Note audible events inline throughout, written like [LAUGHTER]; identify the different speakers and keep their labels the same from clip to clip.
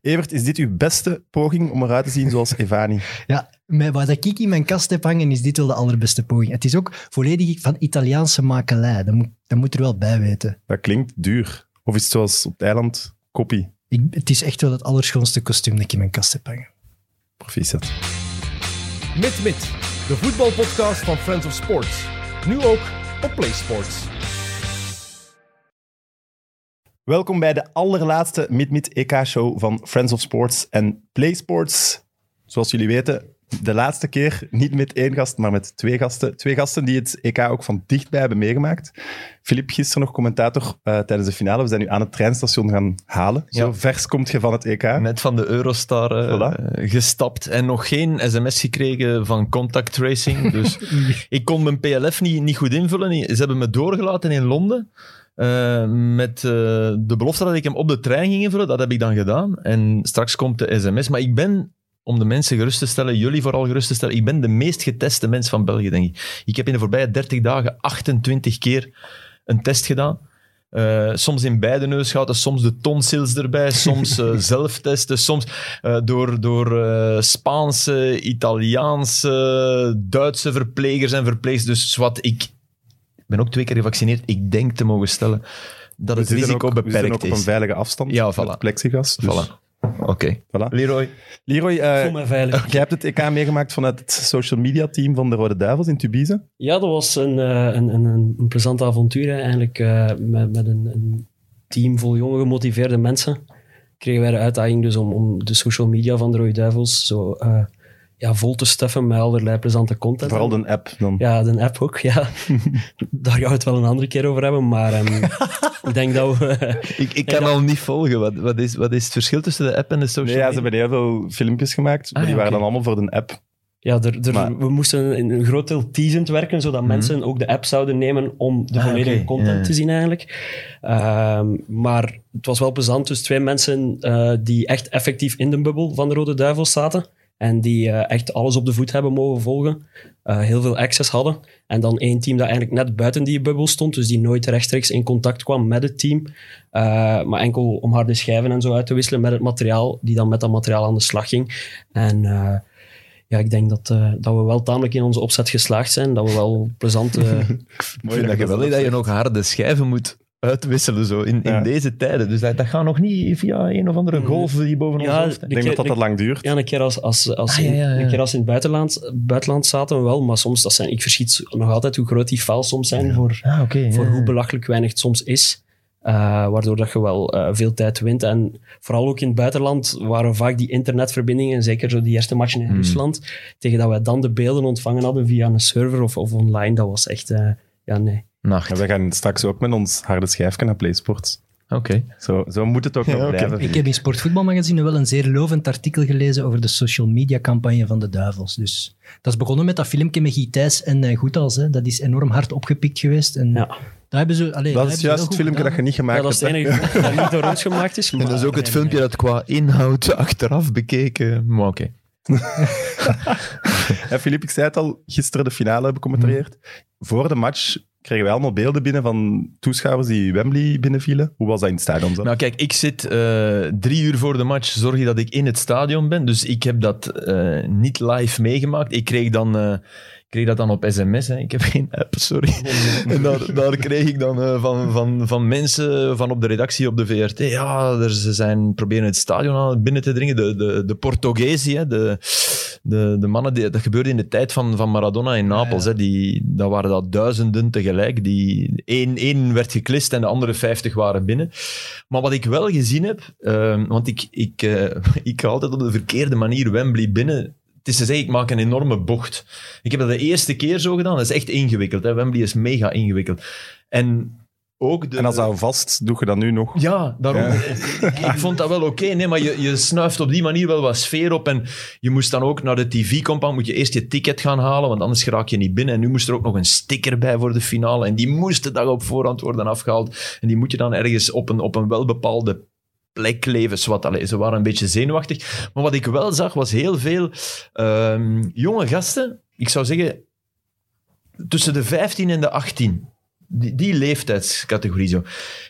Speaker 1: Evert, is dit uw beste poging om eruit te zien [LAUGHS] zoals Evani?
Speaker 2: Met wat ik in mijn kast heb hangen, is dit wel de allerbeste poging. Het is ook volledig van Italiaanse makelij. Dat moet, dat moet er wel bij weten.
Speaker 1: Dat klinkt duur. Of is het zoals op het eiland? Koppie.
Speaker 2: Ik, het is echt wel het allerschoonste kostuum dat ik in mijn kast heb hangen.
Speaker 1: Proficiat.
Speaker 3: Mit Mit, de voetbalpodcast van Friends of Sports. Nu ook op PlaySports.
Speaker 1: Welkom bij de allerlaatste Mid-Mid EK-show van Friends of Sports en Play Sports. Zoals jullie weten, de laatste keer niet met één gast, maar met twee gasten. Twee gasten die het EK ook van dichtbij hebben meegemaakt. Filip, gisteren nog commentator eh, tijdens de finale. We zijn nu aan het treinstation gaan halen. Zo
Speaker 4: Ja.
Speaker 1: vers komt je van het E EK.
Speaker 4: Net van de Eurostar eh,
Speaker 1: Voilà.
Speaker 4: eh, gestapt en nog geen sms gekregen van contact tracing. Dus ik kon mijn PLF niet, niet goed invullen. Ze hebben me doorgelaten in Londen. eh, met eh, de belofte dat ik hem op de trein ging invullen, dat heb ik dan gedaan. En straks komt de sms. Maar ik ben, om de mensen gerust te stellen, jullie vooral gerust te stellen, ik ben de meest geteste mens van België, denk ik. Ik heb in de voorbije 30 dagen 28 keer een test gedaan. Eh, soms in beide neusgaten, soms de tonsils erbij,
Speaker 1: [LAUGHS]
Speaker 4: soms eh, zelftesten, soms eh, door, door eh, Spaanse, Italiaanse, Duitse verplegers en verpleegsters. Dus wat ik ben ook twee keer gevaccineerd. Ik denk te mogen stellen dat het
Speaker 1: zitten
Speaker 4: risico
Speaker 1: ook, Dus we zitten
Speaker 4: beperkt
Speaker 1: ook op een
Speaker 4: is.
Speaker 1: veilige afstand.
Speaker 4: Ja,
Speaker 1: met
Speaker 4: voilà.
Speaker 1: Plexiglas. Dus,
Speaker 4: Voilà. Oké.
Speaker 1: voilà.
Speaker 4: Leroy,
Speaker 1: Leroy, eh,
Speaker 5: Ik voel mij veilig.
Speaker 1: [LAUGHS] jij hebt het EK meegemaakt vanuit het social media team van de Rode Duivels in Tubize.
Speaker 5: Ja, dat was een, eh, een, een, een, een plezant avontuur. hè. Eigenlijk eh, met, met een, een team vol jonge gemotiveerde mensen kregen wij de uitdaging dus om, om de social media van de Rode Duivels zo eh, ja, vol te steffen met allerlei plezante content.
Speaker 1: Vooral de app dan.
Speaker 5: Ja, de app ook,
Speaker 1: [LAUGHS]
Speaker 5: ja. Daar gaan we het wel een andere keer over hebben, maar
Speaker 1: [LAUGHS]
Speaker 5: ehm, ik denk dat we...
Speaker 4: ik, ik kan al niet volgen. Wat, wat, is, wat is het verschil tussen de app en de
Speaker 1: Nee,
Speaker 4: social
Speaker 1: ja, ze
Speaker 4: media?
Speaker 1: hebben heel veel filmpjes gemaakt, maar
Speaker 4: Ah,
Speaker 1: die
Speaker 4: ja,
Speaker 1: waren
Speaker 4: oké.
Speaker 1: dan allemaal voor de app.
Speaker 5: Ja, er, er-
Speaker 1: Maar-
Speaker 5: we moesten in een groot deel teasend werken, zodat mensen ook de app zouden nemen om de
Speaker 4: Mhm. Ah,
Speaker 5: volledige
Speaker 4: oké,
Speaker 5: content
Speaker 4: ja.
Speaker 5: te zien eigenlijk. Ehm, maar het was wel plezant. Dus twee mensen eh, die echt effectief in de bubbel van de Rode Duivel zaten en die eh, echt alles op de voet hebben mogen volgen, eh, heel veel access hadden. En dan één team dat eigenlijk net buiten die bubbel stond, dus die nooit rechtstreeks in contact kwam met het team, eh, maar enkel om harde schijven en zo uit te wisselen met het materiaal, die dan met dat materiaal aan de slag ging. En... eh, ja, ik denk dat, eh, dat we wel tamelijk in onze opzet geslaagd zijn. Dat we wel eh, plezante...
Speaker 4: [LAUGHS] Ik vind dat
Speaker 1: je
Speaker 4: geweldig dat je nog harde schijven moet uitwisselen zo, in,
Speaker 1: Ja.
Speaker 4: in deze tijden. Dus dat, dat gaat nog niet via een of andere golf die boven ons
Speaker 5: Ja,
Speaker 4: hoofd hangt.
Speaker 1: Ik denk
Speaker 5: keer-
Speaker 1: dat dat,
Speaker 5: de-
Speaker 1: dat lang duurt.
Speaker 5: ja, een keer als, als, als
Speaker 4: Ah, ja, ja, ja.
Speaker 5: een keer als in het buitenland, buitenland zaten we wel. Maar soms, dat zijn, ik verschiet nog altijd hoe groot die faal soms zijn voor,
Speaker 4: Ah, oké,
Speaker 5: voor
Speaker 4: ja.
Speaker 5: hoe belachelijk weinig het soms is. Eh, waardoor dat je wel eh, veel tijd wint. En vooral ook in het buitenland waren vaak die internetverbindingen, zeker zo die eerste matchen in
Speaker 4: Hmm.
Speaker 5: Rusland, tegen dat wij dan de beelden ontvangen hadden via een server of, of online, dat was echt... eh, ja, nee.
Speaker 4: Nacht.
Speaker 1: En we gaan straks ook met ons harde schijfje naar PlaySports.
Speaker 4: Oké.
Speaker 1: Zo, zo moet het ook nog
Speaker 4: Ja, oké.
Speaker 1: blijven.
Speaker 2: Ik heb in Sportvoetbalmagazine wel een zeer lovend artikel gelezen over de social media campagne van de Duivels. Dus dat is begonnen met dat filmpje met Guy Thijs en eh, Goethals. Hè. Dat is enorm hard opgepikt geweest. En
Speaker 5: Ja.
Speaker 2: daar hebben ze, allee, daar
Speaker 1: Dat
Speaker 2: hebben
Speaker 1: is juist
Speaker 2: ze wel
Speaker 1: het
Speaker 2: goed
Speaker 1: filmpje dat
Speaker 2: gedaan.
Speaker 1: je niet
Speaker 5: Ja,
Speaker 1: gemaakt
Speaker 5: dat is het
Speaker 1: hebt. hè.
Speaker 5: enige dat niet door ons gemaakt is.
Speaker 4: [LAUGHS] En dat is ook het filmpje dat qua inhoud [LAUGHS] achteraf bekeken. Maar oké.
Speaker 1: En Filip, ik zei het al, gisteren de finale becommentarieerd. Voor de match kregen wij allemaal beelden binnen van toeschouwers die Wembley binnenvielen. Hoe was dat in het stadion? zo?
Speaker 4: Nou kijk, ik zit eh, drie uur voor de match, zorg je dat ik in het stadion ben. Dus ik heb dat eh, niet live meegemaakt. Ik kreeg, dan, eh, ik kreeg dat dan op sms. Hè. Ik heb geen app, sorry. En daar, daar kreeg ik dan eh, van, van, van mensen van op de redactie op de VRT. Ja, er, ze zijn proberen het stadion aan binnen te dringen. De, de, de Portugesi, hè, de, de, de mannen, die, dat gebeurde in de tijd van, van Maradona in Napels. Hè, die, dat waren dat duizenden tegelijk. Die, één, één werd geklist en de andere vijftig waren binnen. Maar wat ik wel gezien heb, ehm, want ik, ik, eh, [LAUGHS] ik ga altijd op de verkeerde manier Wembley binnen. Het is te zeggen, ik maak een enorme bocht. Ik heb dat de eerste keer zo gedaan. Dat is echt ingewikkeld. Hè. Wembley is mega ingewikkeld. En ook de...
Speaker 1: en als dat vast, doe je dat nu nog.
Speaker 4: Ja, daarom.
Speaker 1: Ja.
Speaker 4: Ik vond dat wel oké. Nee, maar je, je snuift op die manier wel wat sfeer op. En je moest dan ook naar de TV-compound. Moet je eerst je ticket gaan halen, want anders raak je niet binnen. En nu moest er ook nog een sticker bij voor de finale. En die moest de dag op voorhand worden afgehaald. En die moet je dan ergens op een, op een welbepaalde plek leven. Zwart, allee, ze waren een beetje zenuwachtig. Maar wat ik wel zag, was heel veel ehm, jonge gasten. Ik zou zeggen, tussen de 15 en de 18. Die, die leeftijdscategorie zo.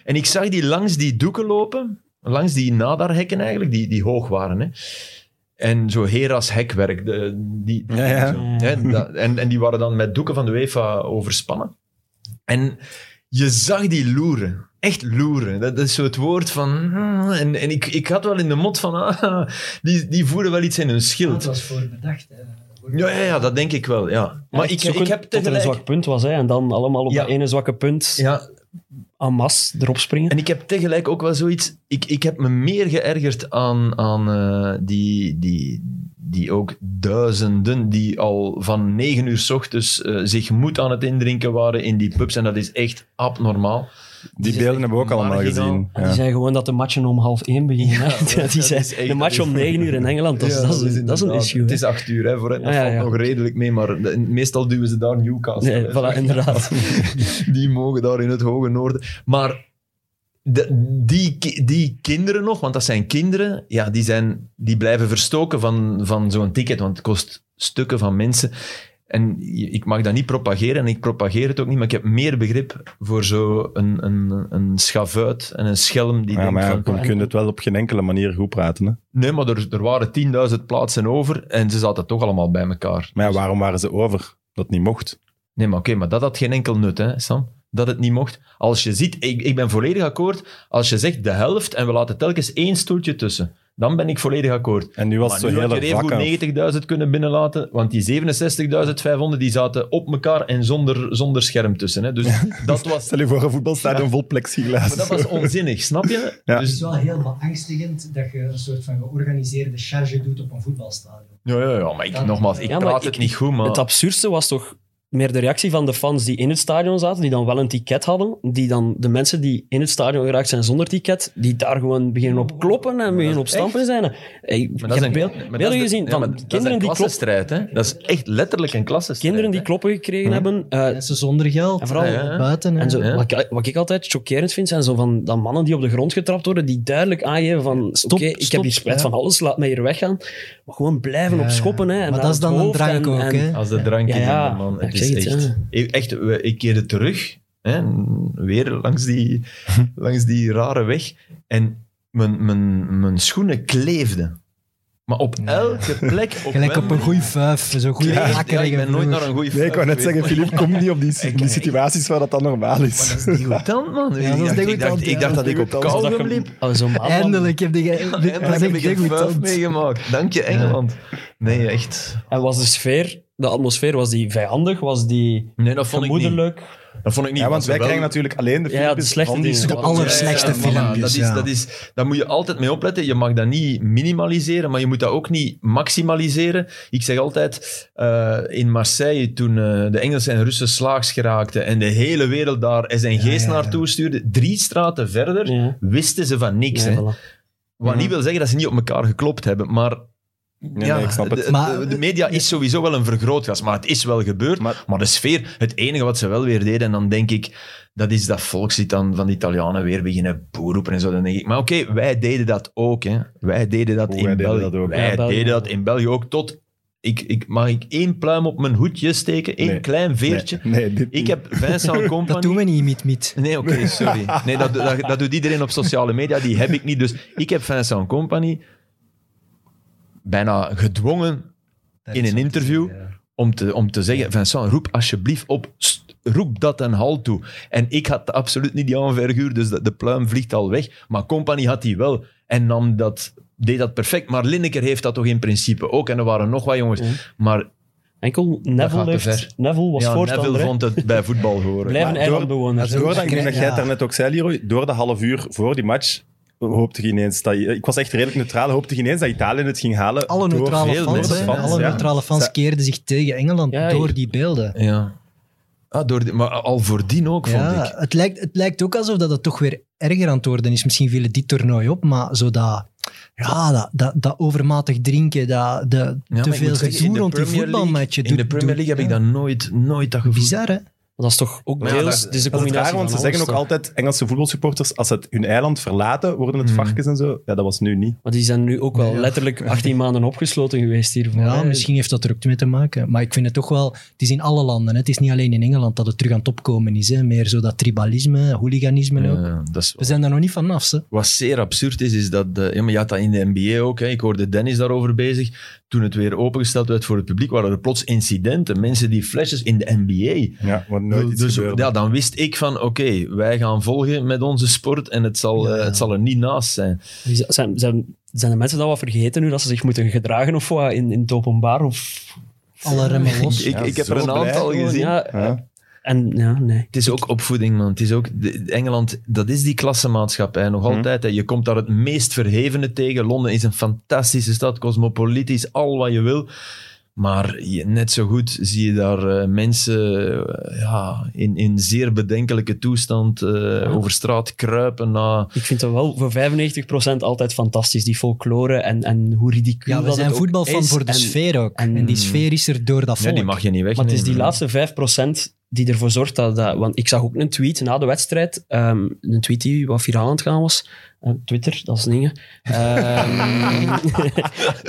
Speaker 4: En ik zag die langs die doeken lopen. Langs die nadarhekken eigenlijk, die, die hoog waren. Hè. En zo Hera's hekwerk. De, die,
Speaker 1: Ja, ja.
Speaker 4: zo, hè, dat- en, en die waren dan met doeken van de UEFA overspannen. En je zag die loeren. Echt loeren. Dat, dat is zo het woord van... hmm, En, en ik, ik had wel in de mot van... Ah, die, die voeren wel iets in hun schild.
Speaker 2: was voorbedacht.
Speaker 4: Ja, ja, ja, dat denk ik wel, ja. Maar ik, ik heb
Speaker 5: dat er een
Speaker 4: tegelijk...
Speaker 5: zwak punt was hè, en dan allemaal op
Speaker 4: Ja.
Speaker 5: dat ene zwakke punt
Speaker 4: Ja,
Speaker 5: en masse erop springen.
Speaker 4: En ik heb tegelijk ook wel zoiets. Ik, ik heb me meer geërgerd aan, aan eh, die, die, die ook duizenden die al van negen uur s ochtends eh, zich moed aan het indrinken waren in die pubs. En dat is echt abnormaal.
Speaker 1: Die beelden hebben we ook allemaal
Speaker 4: marginaal.
Speaker 1: gezien.
Speaker 5: En Die
Speaker 1: Ja.
Speaker 5: zijn gewoon dat de matchen om half één beginnen. [LAUGHS] hè.
Speaker 4: dat-
Speaker 5: die
Speaker 4: dat
Speaker 5: zijn,
Speaker 4: is echt-
Speaker 5: de match om negen uur in Engeland, dat, is-
Speaker 4: Ja,
Speaker 5: dat, is, een- dat is een
Speaker 4: inderdaad.
Speaker 5: issue.
Speaker 4: Het
Speaker 5: hè.
Speaker 4: is acht uur hè, vooruit. Dat
Speaker 5: Ja,
Speaker 4: valt
Speaker 5: ja.
Speaker 4: nog redelijk mee, maar de- meestal duwen ze daar Newcastle.
Speaker 5: Nee,
Speaker 4: hè.
Speaker 5: voilà, inderdaad.
Speaker 4: [LAUGHS] die mogen daar in het hoge noorden. Maar de, die, ki- die kinderen nog, want dat zijn kinderen, ja, die, zijn, die blijven verstoken van, van zo'n ticket, want het kost stukken van mensen. En je- ik mag dat niet propageren en ik propageer het ook niet, maar ik heb meer begrip voor zo'n een, een schavuit en een schelm die
Speaker 1: Ja,
Speaker 4: denkt
Speaker 1: maar ja,
Speaker 4: van...
Speaker 1: we kunnen het wel op geen enkele manier goed praten. Hè?
Speaker 4: Nee, maar er, er waren 10.000 plaatsen over en ze zaten toch allemaal bij elkaar.
Speaker 1: Maar ja, waarom waren ze over? Dat het niet mocht.
Speaker 4: Nee, maar oké, maar dat had geen enkel nut, hè, Sam? Dat het niet mocht. Als je ziet, ik, ik ben volledig akkoord. Als je zegt de helft en we laten telkens één stoeltje tussen, dan ben ik volledig akkoord.
Speaker 1: En nu was
Speaker 4: Maar
Speaker 1: het
Speaker 4: nu
Speaker 1: zo
Speaker 4: had
Speaker 1: heel
Speaker 4: je
Speaker 1: erg
Speaker 4: er
Speaker 1: wakker.
Speaker 4: even goed 90.000 kunnen binnenlaten, want die 67.500 die zaten op elkaar en zonder, zonder scherm tussen. Hè. Dus [LAUGHS] dat, was,
Speaker 1: Stel je voor een voetbalstadion vol
Speaker 4: maar
Speaker 1: plexiglas.
Speaker 4: dat was onzinnig, snap je?
Speaker 1: Ja.
Speaker 2: Het
Speaker 4: Dus,
Speaker 2: is wel heel beangstigend dat je een soort van georganiseerde charge doet op een voetbalstadion.
Speaker 4: ja, ja, ja, maar ik,
Speaker 2: Dat-
Speaker 4: nogmaals, ik
Speaker 5: Ja, maar
Speaker 4: praat
Speaker 5: ik-
Speaker 4: het niet goed, maar...
Speaker 5: Het absurdste was toch meer de reactie van de fans die in het stadion zaten, die dan wel een ticket hadden, die dan de mensen die in het stadion geraakt zijn zonder ticket, die daar gewoon beginnen op kloppen en beginnen op stampen zijn. Hey,
Speaker 4: maar dat is een,
Speaker 5: beeld,
Speaker 4: maar dat is
Speaker 5: beelden
Speaker 4: de-
Speaker 5: gezien
Speaker 4: ja,
Speaker 5: van
Speaker 4: maar dat is
Speaker 5: kinderen
Speaker 4: een
Speaker 5: die kloppen,
Speaker 4: klassenstrijd, hè. Dat is echt letterlijk een klassenstrijd.
Speaker 5: kinderen die
Speaker 4: hè.
Speaker 5: kloppen gekregen hebben. eh,
Speaker 2: Mensen zonder geld,
Speaker 5: En vooral-
Speaker 2: eh,
Speaker 4: Ja, ja.
Speaker 2: buiten.
Speaker 5: en zo,
Speaker 4: Ja.
Speaker 5: wat, ik, wat ik altijd chockerend vind, zijn zo van dat mannen die op de grond getrapt worden, die duidelijk aangeven van oké,
Speaker 2: Stop,
Speaker 5: ik heb
Speaker 2: stop,
Speaker 5: hier spijt
Speaker 2: ja.
Speaker 5: van alles, laat mij hier weggaan. Maar gewoon blijven
Speaker 2: Ja,
Speaker 5: op
Speaker 2: ja.
Speaker 5: schoppen. Hè, en
Speaker 2: Maar
Speaker 5: naar
Speaker 2: dat is
Speaker 5: het
Speaker 2: dan een
Speaker 5: hoofd
Speaker 2: drank
Speaker 5: en-
Speaker 2: ook,
Speaker 5: en- [LAUGHS]
Speaker 2: hè?
Speaker 4: Als de drank
Speaker 5: Ja,
Speaker 4: in
Speaker 5: ja.
Speaker 4: de man.
Speaker 5: Ja,
Speaker 4: Het is
Speaker 5: ik zeg het,
Speaker 4: echt, ik, echt, we- ik keerde terug. Hè, weer langs die, langs die rare weg. En mijn, mijn, mijn schoenen kleefden. Maar op
Speaker 2: Nee.
Speaker 4: elke plek.
Speaker 2: [LAUGHS]
Speaker 4: Op
Speaker 2: Gelijk op een
Speaker 4: Wembley-
Speaker 2: goeie vuif, zo'n goeie
Speaker 4: Ja,
Speaker 2: ja,
Speaker 4: ik ben nooit naar een goede
Speaker 1: Nee, ik wou net zeggen, Filip, kom niet op die,
Speaker 4: Ik-
Speaker 1: die situaties waar dat dan normaal is.
Speaker 4: Dat is degoutant, man.
Speaker 2: Ja, dat is
Speaker 4: ik, dacht, ik,
Speaker 2: degoutant,
Speaker 4: dacht,
Speaker 2: ja.
Speaker 4: ik dacht dat ik op
Speaker 1: Dat is
Speaker 5: Als dat
Speaker 4: Kouwen
Speaker 5: je-
Speaker 4: liep.
Speaker 5: als zo'n maatman-
Speaker 2: Eindelijk heb je...
Speaker 4: En dan
Speaker 2: dat is
Speaker 4: heb
Speaker 2: echt
Speaker 4: ik een vuist
Speaker 2: degoutant.
Speaker 4: meegemaakt. Dank je, Engeland. Nee, echt.
Speaker 5: En was de sfeer, de atmosfeer, was die vijandig? Was die
Speaker 4: Nee, dat vond ik niet.
Speaker 5: gemoedelijk?
Speaker 4: Dat vond ik niet.
Speaker 1: Ja, want wij
Speaker 4: Want wel-
Speaker 1: krijgen natuurlijk alleen de
Speaker 5: Ja, de
Speaker 1: filmpjes
Speaker 5: slechte
Speaker 1: van die
Speaker 5: dingen. De
Speaker 1: schoppen.
Speaker 2: allerslechtste
Speaker 4: Ja, ja, ja,
Speaker 2: filmpjes,
Speaker 4: Dat is,
Speaker 2: ja.
Speaker 4: dat is, daar moet je altijd mee opletten. Je mag dat niet minimaliseren, maar je moet dat ook niet maximaliseren. Ik zeg altijd, eh, in Marseille, toen eh, de Engelsen en Russen slaags geraakten en de hele wereld daar SNG's
Speaker 2: Ja, ja, ja.
Speaker 4: naartoe stuurde, drie straten verder
Speaker 5: Ja.
Speaker 4: wisten ze van niks.
Speaker 5: Ja,
Speaker 4: hè.
Speaker 5: voilà.
Speaker 4: Wat niet wil zeggen dat ze niet op elkaar geklopt hebben, maar...
Speaker 1: Nee,
Speaker 4: ja,
Speaker 1: nee, ik snap het.
Speaker 4: De,
Speaker 2: Maar-
Speaker 4: de- de media is sowieso wel een vergrootglas, maar het is wel gebeurd.
Speaker 1: Maar-
Speaker 4: Maar, de sfeer, het enige wat ze wel weer deden, en dan denk ik, dat is dat volkslied dan van de Italianen weer beginnen boeroepen en zo. Dan denk ik, maar oké, wij deden dat ook. Hè. Wij deden dat
Speaker 1: Oeh,
Speaker 4: in
Speaker 1: wij deden
Speaker 4: België.
Speaker 1: dat ook.
Speaker 4: wij
Speaker 5: Ja, België.
Speaker 4: deden dat in België ook tot... Ik, ik, mag ik één pluim op mijn hoedje steken? Eén
Speaker 1: Nee.
Speaker 4: klein veertje?
Speaker 1: Nee, nee, dit
Speaker 4: Ik heb Vincent Company...
Speaker 2: [LAUGHS] Dat doen we niet, Miet Miet.
Speaker 4: Nee, oké, sorry. Nee, dat, dat, dat doet iedereen op sociale media. Die heb ik niet. Dus ik heb Vincent Company bijna gedwongen in een interview om te, om te zeggen: Vincent, roep alsjeblieft op. St- roep dat en hal toe. En ik had absoluut niet die aanverguur, dus de, de pluim vliegt al weg. Maar Company had die wel en nam dat, deed dat perfect. Maar Lineker heeft dat toch in principe ook. En er waren nog wat jongens.
Speaker 5: Ja.
Speaker 4: Maar
Speaker 5: Enkel
Speaker 4: gaat
Speaker 5: Neville,
Speaker 4: te
Speaker 5: heeft,
Speaker 4: ver.
Speaker 5: Neville was
Speaker 4: ja,
Speaker 5: voorstander.
Speaker 4: Neville
Speaker 5: hè.
Speaker 4: vond het bij voetbal
Speaker 5: [LAUGHS]
Speaker 4: horen.
Speaker 5: Blijf een
Speaker 1: Maar
Speaker 5: eilandbewoner.
Speaker 1: Door dat, ik denk
Speaker 2: Ja.
Speaker 1: dat jij het daarnet ook zei, Leroy, door de half uur voor die match hoopte je ineens dat... Ik was echt redelijk neutraal, hoopte je ineens dat Italië het ging halen.
Speaker 2: Alle
Speaker 1: door
Speaker 2: neutrale
Speaker 1: veel
Speaker 2: fans,
Speaker 1: mensen,
Speaker 2: hè.
Speaker 1: fans,
Speaker 2: alle
Speaker 1: ja.
Speaker 2: neutrale fans
Speaker 1: Ze-
Speaker 2: keerden zich tegen Engeland
Speaker 5: Ja,
Speaker 2: door
Speaker 5: ik-
Speaker 2: die beelden.
Speaker 4: Ja. Ah, door die- maar al voordien ook,
Speaker 2: Ja,
Speaker 4: vond ik.
Speaker 2: het, lijkt, het lijkt ook alsof dat het toch weer erger aan het worden is. Misschien viel het dit toernooi op, maar zo dat, ja, dat, dat, dat overmatig drinken, dat, de,
Speaker 4: Ja, maar
Speaker 2: te
Speaker 4: ik
Speaker 2: veel
Speaker 4: moet zeggen, in
Speaker 2: gedoe
Speaker 4: de
Speaker 2: rond die
Speaker 4: Premier League-
Speaker 2: voetbalmatchen.
Speaker 4: In de Premier League heb ik dat nooit, nooit dat gevoel.
Speaker 2: Bizar, hè?
Speaker 5: Dat is toch ook
Speaker 4: Maar ja,
Speaker 5: deels...
Speaker 4: dat-
Speaker 5: het is een
Speaker 1: Dat is het
Speaker 5: combinatie
Speaker 1: raar, want ze
Speaker 5: van
Speaker 1: zeggen
Speaker 5: alles,
Speaker 1: ook
Speaker 5: toch?
Speaker 1: altijd, Engelse voetbalsupporters, als ze het hun eiland verlaten, worden
Speaker 2: Mhm.
Speaker 1: het varkens en zo. Ja, dat was nu niet.
Speaker 5: Maar die zijn nu ook wel
Speaker 4: Ja.
Speaker 5: letterlijk 18 maanden opgesloten geweest hiervoor.
Speaker 2: Ja,
Speaker 5: hè.
Speaker 2: misschien heeft dat er ook mee te maken. Maar ik vind het toch wel... Het is in alle landen. Hè. Het is niet alleen in Engeland dat het terug aan het opkomen is. Hè. Meer zo dat tribalisme, hooliganisme ook.
Speaker 4: Ja, dat is
Speaker 2: We zijn daar nog niet vanaf, ze.
Speaker 4: Wat zeer absurd is, is dat... eh, ja, maar je had dat in de NBA ook. Hè. Ik hoorde Dennis daarover bezig. Toen het weer opengesteld werd voor het publiek, waren er plots incidenten. Mensen die flesjes in de NBA.
Speaker 1: Ja, wat nooit iets
Speaker 4: dus
Speaker 1: gebeurde.
Speaker 4: ja, dan wist ik van, oké, wij gaan volgen met onze sport en het zal, eh, het zal er niet naast zijn.
Speaker 5: Dus Zijn, zijn, zijn de mensen dat wat vergeten nu, dat ze zich moeten gedragen of wat in, in het openbaar? Of...
Speaker 2: Alle remmen
Speaker 4: Ik,
Speaker 2: los.
Speaker 4: ik,
Speaker 1: Ja,
Speaker 4: ik heb
Speaker 1: zo
Speaker 4: er een
Speaker 1: blij
Speaker 4: aantal
Speaker 1: gewoon,
Speaker 4: gezien.
Speaker 5: Ja,
Speaker 1: Ja.
Speaker 5: en ja, nee.
Speaker 4: Het is ook opvoeding, man. Het is ook, de- Engeland, dat is die klassenmaatschappij nog
Speaker 5: Mhm.
Speaker 4: altijd. Hè. Je komt daar het meest verhevene tegen. Londen is een fantastische stad, cosmopolitisch, al wat je wil. Maar je- net zo goed zie je daar eh, mensen eh, ja, in, in zeer bedenkelijke toestand eh, over straat kruipen. Na,
Speaker 5: Ik vind dat wel voor 95% altijd fantastisch, die folklore en, en hoe ridicuul
Speaker 2: Ja, we
Speaker 5: dat
Speaker 2: zijn
Speaker 5: het ook
Speaker 2: voetbalfan
Speaker 5: is.
Speaker 2: voor de
Speaker 5: En-
Speaker 2: sfeer ook.
Speaker 5: en-
Speaker 2: En, die sfeer is er door dat
Speaker 4: ja,
Speaker 2: volk.
Speaker 4: die mag je niet
Speaker 5: Maar
Speaker 4: wegnemen.
Speaker 5: het is die laatste 5% die ervoor zorgt dat, dat... Want ik zag ook een tweet na de wedstrijd. ehm, een tweet die wat viraal aan het gaan was. eh, Twitter, dat is dingen. Ehm, [LAUGHS]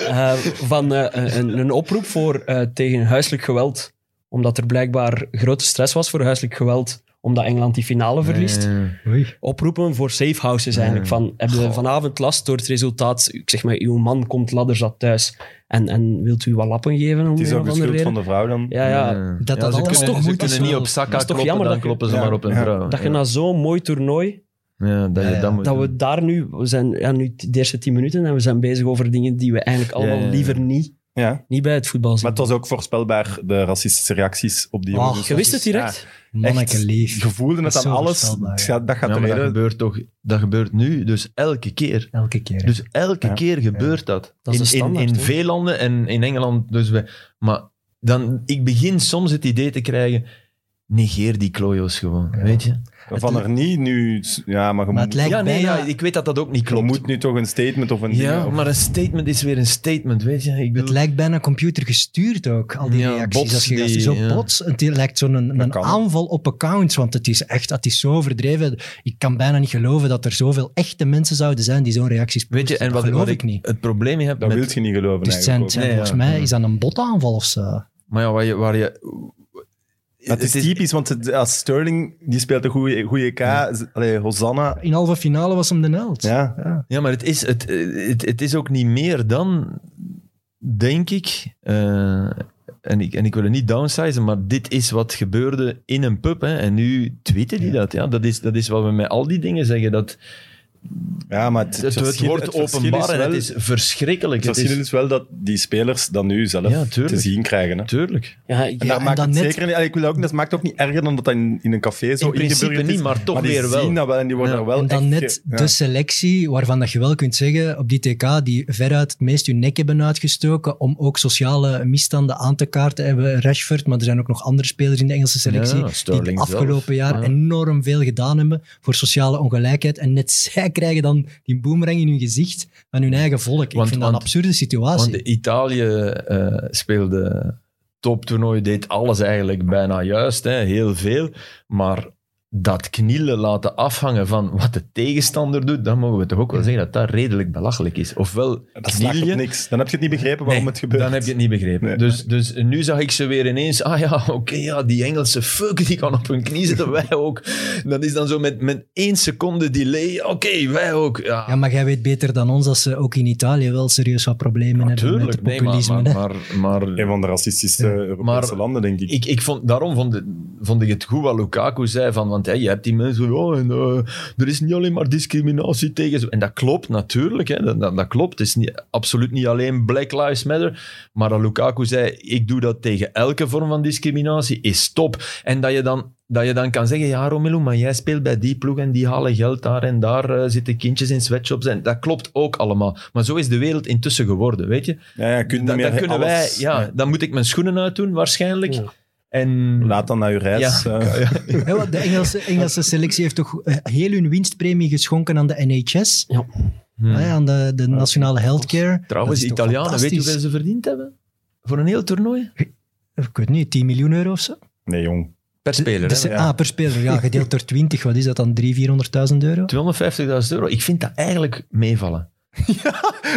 Speaker 5: eh, van eh, een, een oproep voor, eh, tegen huiselijk geweld. Omdat er blijkbaar grote stress was voor huiselijk geweld omdat Engeland die finale verliest.
Speaker 4: Ja.
Speaker 2: Oei.
Speaker 5: Oproepen voor safe houses eigenlijk. Van, hebben we vanavond last door het resultaat? Ik zeg maar, uw man komt ladderzat thuis. En, en wilt u wat lappen geven? Om
Speaker 1: Het is
Speaker 5: een
Speaker 1: ook
Speaker 5: of
Speaker 1: de
Speaker 5: andere
Speaker 1: schuld
Speaker 5: reden?
Speaker 1: van de vrouw dan.
Speaker 5: Ja, ja.
Speaker 2: dat dat
Speaker 4: ze
Speaker 2: allemaal
Speaker 4: kunnen,
Speaker 2: toch
Speaker 4: ze
Speaker 2: moet,
Speaker 4: kunnen
Speaker 2: is
Speaker 4: niet
Speaker 2: wel-
Speaker 4: op
Speaker 5: dat
Speaker 4: Saka
Speaker 5: is toch
Speaker 4: kloppen,
Speaker 5: jammer
Speaker 4: dan
Speaker 5: dat je-
Speaker 4: kloppen ze
Speaker 1: Ja,
Speaker 4: maar op een
Speaker 1: ja.
Speaker 4: vrouw.
Speaker 5: Dat je
Speaker 4: Ah, Ja.
Speaker 5: na zo'n mooi toernooi,
Speaker 4: Ja, dat je
Speaker 2: Ja, ja.
Speaker 4: dat moet
Speaker 5: dat
Speaker 4: doen.
Speaker 5: we daar nu, we zijn ja, nu de eerste tien minuten en we zijn bezig over dingen die we eigenlijk allemaal
Speaker 4: ja, ja.
Speaker 5: liever niet,
Speaker 1: Ja.
Speaker 5: niet bij het voetbal
Speaker 1: Maar
Speaker 5: zien.
Speaker 1: het was ook voorspelbaar, de racistische reacties op die
Speaker 2: Ah,
Speaker 1: jongens.
Speaker 5: je wist het direct.
Speaker 2: Manneke lief.
Speaker 1: Je voelde het
Speaker 2: Dat is
Speaker 1: aan
Speaker 2: zo
Speaker 1: alles.
Speaker 2: voorspelbaar,
Speaker 1: Het
Speaker 2: ja.
Speaker 1: gaat- Dat gaat
Speaker 4: Ja,
Speaker 1: de
Speaker 4: maar dat
Speaker 1: reden.
Speaker 4: gebeurt toch, dat gebeurt nu, dus elke keer.
Speaker 2: Elke keer.
Speaker 4: Dus elke
Speaker 1: Ja.
Speaker 4: keer gebeurt dat.
Speaker 5: Dat is de
Speaker 4: in, in,
Speaker 5: standaard,
Speaker 4: in
Speaker 5: hè?
Speaker 4: veel landen en in Engeland. Dus we, maar dan, ik begin soms het idee te krijgen, negeer die klojo's gewoon, weet je?
Speaker 1: Van er niet nu... Ja, maar je
Speaker 2: maar
Speaker 1: moet,
Speaker 2: het lijkt
Speaker 4: ja, nee,
Speaker 2: bijna...
Speaker 4: ja, ik weet dat dat ook niet
Speaker 1: je
Speaker 4: klopt.
Speaker 1: moet nu toch een statement of een...
Speaker 4: ja,
Speaker 1: ding, of-
Speaker 4: maar een statement is weer een statement, weet je? Ik
Speaker 2: Het
Speaker 4: bedoel,
Speaker 2: lijkt bijna computergestuurd ook, al die
Speaker 4: Ja,
Speaker 2: reacties.
Speaker 4: bots
Speaker 2: als je gaat-
Speaker 4: die-
Speaker 2: zo
Speaker 4: ja.
Speaker 2: plots, het lijkt zo'n een,
Speaker 1: Dat
Speaker 2: een
Speaker 1: kan.
Speaker 2: aanval op accounts, want het is echt, het is zo overdreven. Ik kan bijna niet geloven dat er zoveel echte mensen zouden zijn die zo'n reacties
Speaker 4: weet je,
Speaker 2: posten.
Speaker 4: en
Speaker 2: Dat
Speaker 4: wat,
Speaker 2: geloof
Speaker 4: wat
Speaker 2: ik niet.
Speaker 4: het probleem heb
Speaker 1: Dat
Speaker 4: met-
Speaker 1: wil je niet geloven
Speaker 2: Dus het zijn,
Speaker 1: eigenlijk
Speaker 2: het zijn
Speaker 1: ook.
Speaker 4: Nee,
Speaker 2: volgens
Speaker 4: ja.
Speaker 2: mij is dat een botaanval of zo.
Speaker 4: Maar ja, waar je... Waar je
Speaker 1: Maar het is typisch, want het- als Sterling, die speelt een goede, goede EK. z- Allee, Hosanna.
Speaker 2: In halve finale was hem de held.
Speaker 1: Ja.
Speaker 4: Ja, maar het is, het, eh, het, het is ook niet meer dan, denk ik, eh, en ik, en ik wil het niet downsizen, maar dit is wat gebeurde in een pub. Hè, en nu tweeten die dat. Ja, dat, is, dat is wat we met al die dingen zeggen. Dat,
Speaker 1: ja, maar
Speaker 4: het,
Speaker 1: het,
Speaker 4: het
Speaker 1: verschil-
Speaker 4: wordt
Speaker 1: het verschil
Speaker 4: openbaar
Speaker 1: Is
Speaker 4: en
Speaker 1: wel,
Speaker 4: het is verschrikkelijk.
Speaker 1: het
Speaker 4: Het is-
Speaker 1: verschil is wel dat die spelers dan nu zelf
Speaker 4: Ja, tuurlijk.
Speaker 1: te zien krijgen. Hè.
Speaker 4: tuurlijk.
Speaker 5: Ja, ik-
Speaker 1: En
Speaker 2: Ja,
Speaker 1: dat
Speaker 2: en
Speaker 1: maakt
Speaker 2: dan
Speaker 1: het
Speaker 2: net-
Speaker 1: zeker niet. allee, Ik wil ook, dat maakt het ook niet erger dan dat dat in, in een café zo
Speaker 4: In principe
Speaker 1: ingeburgerd is.
Speaker 4: niet, maar toch
Speaker 1: die
Speaker 4: weer wel.
Speaker 1: zien dat wel en die worden
Speaker 4: Ja.
Speaker 1: er wel
Speaker 2: en dan
Speaker 1: Oh, echt
Speaker 2: net
Speaker 1: ge- ja.
Speaker 2: de selectie waarvan dat je wel kunt zeggen op die TK die veruit het meest hun nek hebben uitgestoken om ook sociale misstanden aan te kaarten hebben Rashford, maar er zijn ook nog andere spelers in de Engelse selectie
Speaker 4: Ja,
Speaker 2: die
Speaker 4: Sterling
Speaker 2: de
Speaker 4: zelf.
Speaker 2: afgelopen jaar
Speaker 4: Ja.
Speaker 2: enorm veel gedaan hebben voor sociale ongelijkheid en net zij krijgen dan die boemerang in hun gezicht van hun eigen volk. Ik
Speaker 4: Want-
Speaker 2: vind dat
Speaker 4: want-
Speaker 2: een absurde situatie.
Speaker 4: Want Italië eh, speelde toptoernooi, deed alles eigenlijk bijna juist, hè, heel veel. Maar dat knielen laten afhangen van wat de tegenstander doet, dan mogen we toch ook wel zeggen dat dat redelijk belachelijk is. Ofwel
Speaker 1: Dat slaat op
Speaker 4: kniel je,
Speaker 1: niks. Dan heb je het niet begrepen waarom
Speaker 4: Nee,
Speaker 1: het gebeurt.
Speaker 4: Dan heb je het niet begrepen.
Speaker 1: Nee.
Speaker 4: Dus, dus nu zag ik ze weer ineens. Ah ja, oké, ja, die Engelse fuck, die kan op hun knie zitten. Wij ook. Dat is dan zo met, met één seconde delay. Oké, wij ook. Ja,
Speaker 2: ja, maar jij weet beter dan ons dat ze ook in Italië wel serieus wat problemen hebben met
Speaker 4: natuurlijk.
Speaker 2: het
Speaker 4: Nee, maar-
Speaker 2: populisme. hè.
Speaker 4: maar, maar, maar
Speaker 1: Een van de racistische Europese
Speaker 4: maar-
Speaker 1: landen, denk ik.
Speaker 4: Ik, ik vond, daarom vond, het- vond ik het goed wat Lukaku zei. Van, want hè, je hebt die mensen. Oh, en, eh, er is niet alleen maar discriminatie tegen. ze." En dat klopt natuurlijk. Hè, dat, dat, dat klopt. Het is niet, absoluut niet alleen Black Lives Matter. Maar dat Lukaku zei: Ik doe dat tegen elke vorm van discriminatie. Is top. En dat je dan. Dat je dan kan zeggen, ja Romelu, maar jij speelt bij die ploeg en die halen geld daar en daar eh, zitten kindjes in sweatshops. En dat klopt ook allemaal. Maar zo is de wereld intussen geworden, weet je.
Speaker 1: ja, ja, je kunt niet
Speaker 4: Dan,
Speaker 1: meer
Speaker 4: dan kunnen wij,
Speaker 1: alles-
Speaker 4: ja, dan moet ik mijn schoenen uitdoen waarschijnlijk.
Speaker 5: Ja.
Speaker 4: En
Speaker 1: Laat dan naar je reis.
Speaker 4: Ja.
Speaker 1: eh.
Speaker 2: Ja, want de Engelse, Engelse selectie heeft toch eh, heel hun winstpremie geschonken aan de NHS,
Speaker 5: ja.
Speaker 4: Hmm.
Speaker 2: hè, aan de, de nationale healthcare.
Speaker 4: Trouwens,
Speaker 2: Ah Dat is toch
Speaker 4: Italianen, weet je hoeveel
Speaker 2: fantastisch?
Speaker 4: ze verdiend hebben? Voor een heel toernooi?
Speaker 2: Ik weet niet, 10 miljoen euro of zo?
Speaker 1: Nee, jong.
Speaker 4: Per speler,
Speaker 2: Dus,
Speaker 4: hè?
Speaker 1: ja.
Speaker 2: Ah, per speler. Ja, gedeeld door 20, wat is dat dan? 300.000, 400.000
Speaker 4: [LAUGHS]
Speaker 2: euro?
Speaker 4: 250.000 euro. Ik vind dat eigenlijk meevallen.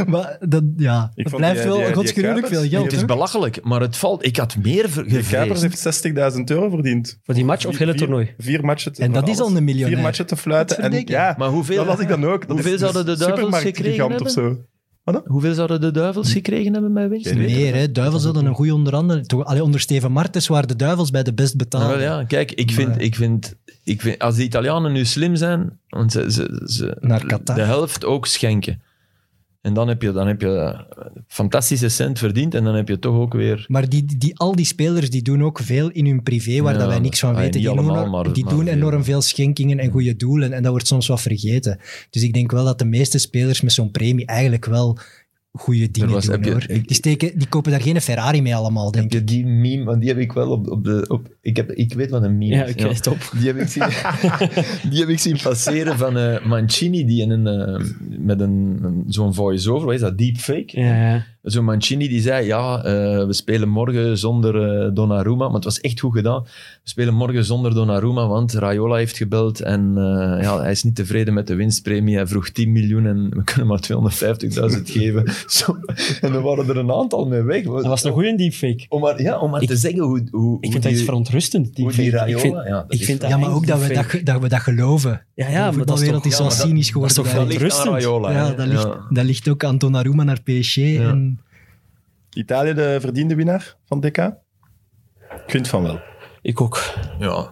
Speaker 2: Maar dat, ja,
Speaker 1: Ik
Speaker 2: dat
Speaker 1: vond
Speaker 2: blijft
Speaker 1: die-
Speaker 2: wel
Speaker 1: die- die
Speaker 2: godsgruwelijk
Speaker 1: Kuipers,
Speaker 2: veel
Speaker 1: die
Speaker 2: geld.
Speaker 4: Het is
Speaker 2: hoor.
Speaker 4: belachelijk, maar het valt. Ik had meer ver-
Speaker 1: De Kuipers
Speaker 4: gevreesd.
Speaker 1: heeft 60.000 euro verdiend.
Speaker 5: Voor die match of
Speaker 1: Vier-
Speaker 5: hele
Speaker 1: vier-
Speaker 5: toernooi?
Speaker 1: Vier matchen te
Speaker 2: En dat
Speaker 1: voor
Speaker 2: is al een miljonair.
Speaker 1: Vier matchen te fluiten.
Speaker 2: Dat is
Speaker 1: En,
Speaker 2: verdikken.
Speaker 1: ja,
Speaker 4: Maar hoeveel,
Speaker 1: dat las ik dan ook. Dat
Speaker 4: Hoeveel
Speaker 1: is
Speaker 4: zouden
Speaker 1: een
Speaker 4: de duivels
Speaker 1: supermarktgigant
Speaker 4: gekregen
Speaker 1: of zo.
Speaker 4: hoeveel zouden de duivels gekregen hebben met winst?
Speaker 1: Geen idee.
Speaker 2: Meer, hè. Duivels hadden een goede onderhandeling. Toch, allee, onder Steven Martens waren de Duivels bij de best
Speaker 4: Ah, wel,
Speaker 2: betaalde.
Speaker 4: ja, kijk, ik vind,
Speaker 2: Maar-
Speaker 4: ik, vind, ik vind. Als de Italianen nu slim zijn, want ze, ze, ze
Speaker 2: Naar Qatar.
Speaker 4: de helft ook schenken. En dan heb je, dan heb je fantastische cent verdiend en dan heb je toch ook weer.
Speaker 2: Maar die, die, al die spelers die doen ook veel in hun privé, waar
Speaker 4: Ja,
Speaker 2: dat wij niks van
Speaker 4: ah, ja,
Speaker 2: weten.
Speaker 4: niet
Speaker 2: Die doen,
Speaker 4: allemaal, maar-
Speaker 2: die
Speaker 4: maar
Speaker 2: doen
Speaker 4: veel.
Speaker 2: enorm veel schenkingen en goede doelen. En dat wordt soms wat vergeten. Dus ik denk wel dat de meeste spelers met zo'n premie eigenlijk wel goede dingen
Speaker 4: was-
Speaker 2: doen.
Speaker 4: heb je-
Speaker 2: hoor.
Speaker 4: ik-
Speaker 2: die, steken, die kopen daar geen Ferrari mee allemaal, denk
Speaker 4: Heb
Speaker 2: ik.
Speaker 4: je die meme? Want die heb ik wel op, op de. Op, ik, heb, ik weet wat een meme
Speaker 5: Ja,
Speaker 4: is.
Speaker 5: oké, top.
Speaker 4: Die heb, ik zien, die heb ik zien passeren van eh, Mancini, die in een, eh, met een, een- zo'n voice-over, wat is dat, deepfake?
Speaker 5: Ja, ja.
Speaker 4: Zo'n Mancini die zei, ja, eh, we spelen morgen zonder eh, Donnarumma, maar het was echt goed gedaan. We spelen morgen zonder Donnarumma, want Raiola heeft gebeld en eh, ja, hij is niet tevreden met de winstpremie. Hij vroeg 10 miljoen en we kunnen maar 250.000 geven. Zo, en er waren er een aantal mee weg.
Speaker 5: Dat was een goede deepfake.
Speaker 4: Om maar, ja, om maar
Speaker 5: Ik-
Speaker 4: te zeggen hoe, hoe,
Speaker 5: Ik
Speaker 4: hoe
Speaker 5: vind dat iets
Speaker 4: die,
Speaker 5: verontrustend,
Speaker 4: hoe die
Speaker 5: deepfake. Ik
Speaker 4: Raiola...
Speaker 5: vind,
Speaker 4: ja, dat
Speaker 5: ik
Speaker 4: is
Speaker 5: vind
Speaker 4: wel-
Speaker 2: Ja, maar ook dat we dat,
Speaker 5: deepfake.
Speaker 2: ge- dat we dat geloven.
Speaker 5: Ja, ja,
Speaker 2: de
Speaker 5: maar dat is
Speaker 2: voetbalwereld is
Speaker 5: toch- ja,
Speaker 2: wel
Speaker 5: maar dat-
Speaker 2: cynisch
Speaker 5: dat is
Speaker 2: geworden.
Speaker 5: toch
Speaker 4: Dat
Speaker 5: wel
Speaker 2: eigenlijk.
Speaker 4: ligt aan
Speaker 5: Verontrustend.
Speaker 4: Raiola. hè.
Speaker 2: Ja, dat ligt,
Speaker 4: Ja.
Speaker 2: dat ligt ook aan Donnarumma naar PSG. En
Speaker 1: Italië de verdiende winnaar van DK? Ik vind van wel.
Speaker 5: Ik ook.
Speaker 4: Ja.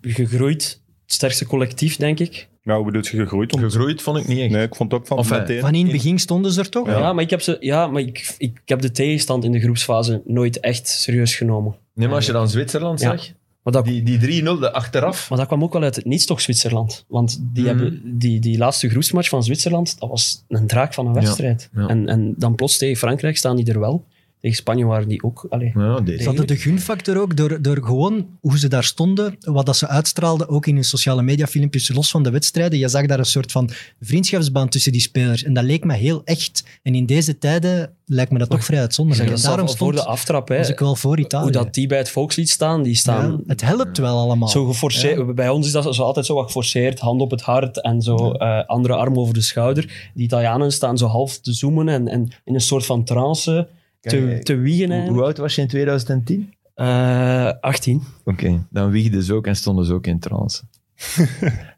Speaker 5: Gegroeid. Het sterkste collectief, denk ik.
Speaker 1: Nou, hoe bedoelt je gegroeid? Om...
Speaker 4: Gegroeid vond ik niet echt.
Speaker 1: Nee, ik vond het ook van
Speaker 4: Enfin,
Speaker 1: meteen.
Speaker 2: van in het begin stonden ze er toch?
Speaker 5: Ja, maar, ik heb, ze, ja, maar ik, ik heb de tegenstand in de groepsfase nooit echt serieus genomen.
Speaker 4: Nee, maar als je dan Zwitserland
Speaker 5: Ja.
Speaker 4: zag,
Speaker 5: Maar dat,
Speaker 4: die, die 3-0 de achteraf.
Speaker 5: maar dat kwam ook wel uit het niets, toch, Zwitserland? Want die,
Speaker 4: Mhm.
Speaker 5: hebben, die, die laatste groepsmatch van Zwitserland, dat was een draak van een
Speaker 4: Ja,
Speaker 5: wedstrijd.
Speaker 4: ja.
Speaker 5: En, en dan plots tegen Frankrijk staan die er wel. Tegen Spanje waren die ook. Allee.
Speaker 4: Ja, deze.
Speaker 2: Ze hadden de gunfactor ook door, door gewoon hoe ze daar stonden, wat dat ze uitstraalden, ook in hun sociale media filmpjes, los van de wedstrijden. Je zag daar een soort van vriendschapsband tussen die spelers. En dat leek me heel echt. En in deze tijden lijkt me dat toch vrij
Speaker 5: Ik zeg
Speaker 2: uitzonderlijk.
Speaker 5: dat
Speaker 2: En
Speaker 5: zelf
Speaker 2: daarom
Speaker 5: al voor
Speaker 2: stond,
Speaker 5: de aftrap. Hè.
Speaker 2: was ik wel voor Italië.
Speaker 5: Hoe dat die bij het volkslied staan, die
Speaker 2: Ja,
Speaker 5: staan
Speaker 2: het helpt wel allemaal.
Speaker 5: Zo geforceerd. Bij ons is dat zo altijd zo wat geforceerd. Hand op het hart en zo eh, andere arm over de schouder. Die Italianen staan zo half te zoomen en, en in een soort van trance te,
Speaker 4: Kijk,
Speaker 5: te wiegen.
Speaker 4: Hoe-
Speaker 5: eigenlijk.
Speaker 4: Hoe oud was je in 2010?
Speaker 5: Eh, 18.
Speaker 4: Oké, dan wiegden ze ook en stonden ze ook in
Speaker 2: [LAUGHS]
Speaker 4: trance.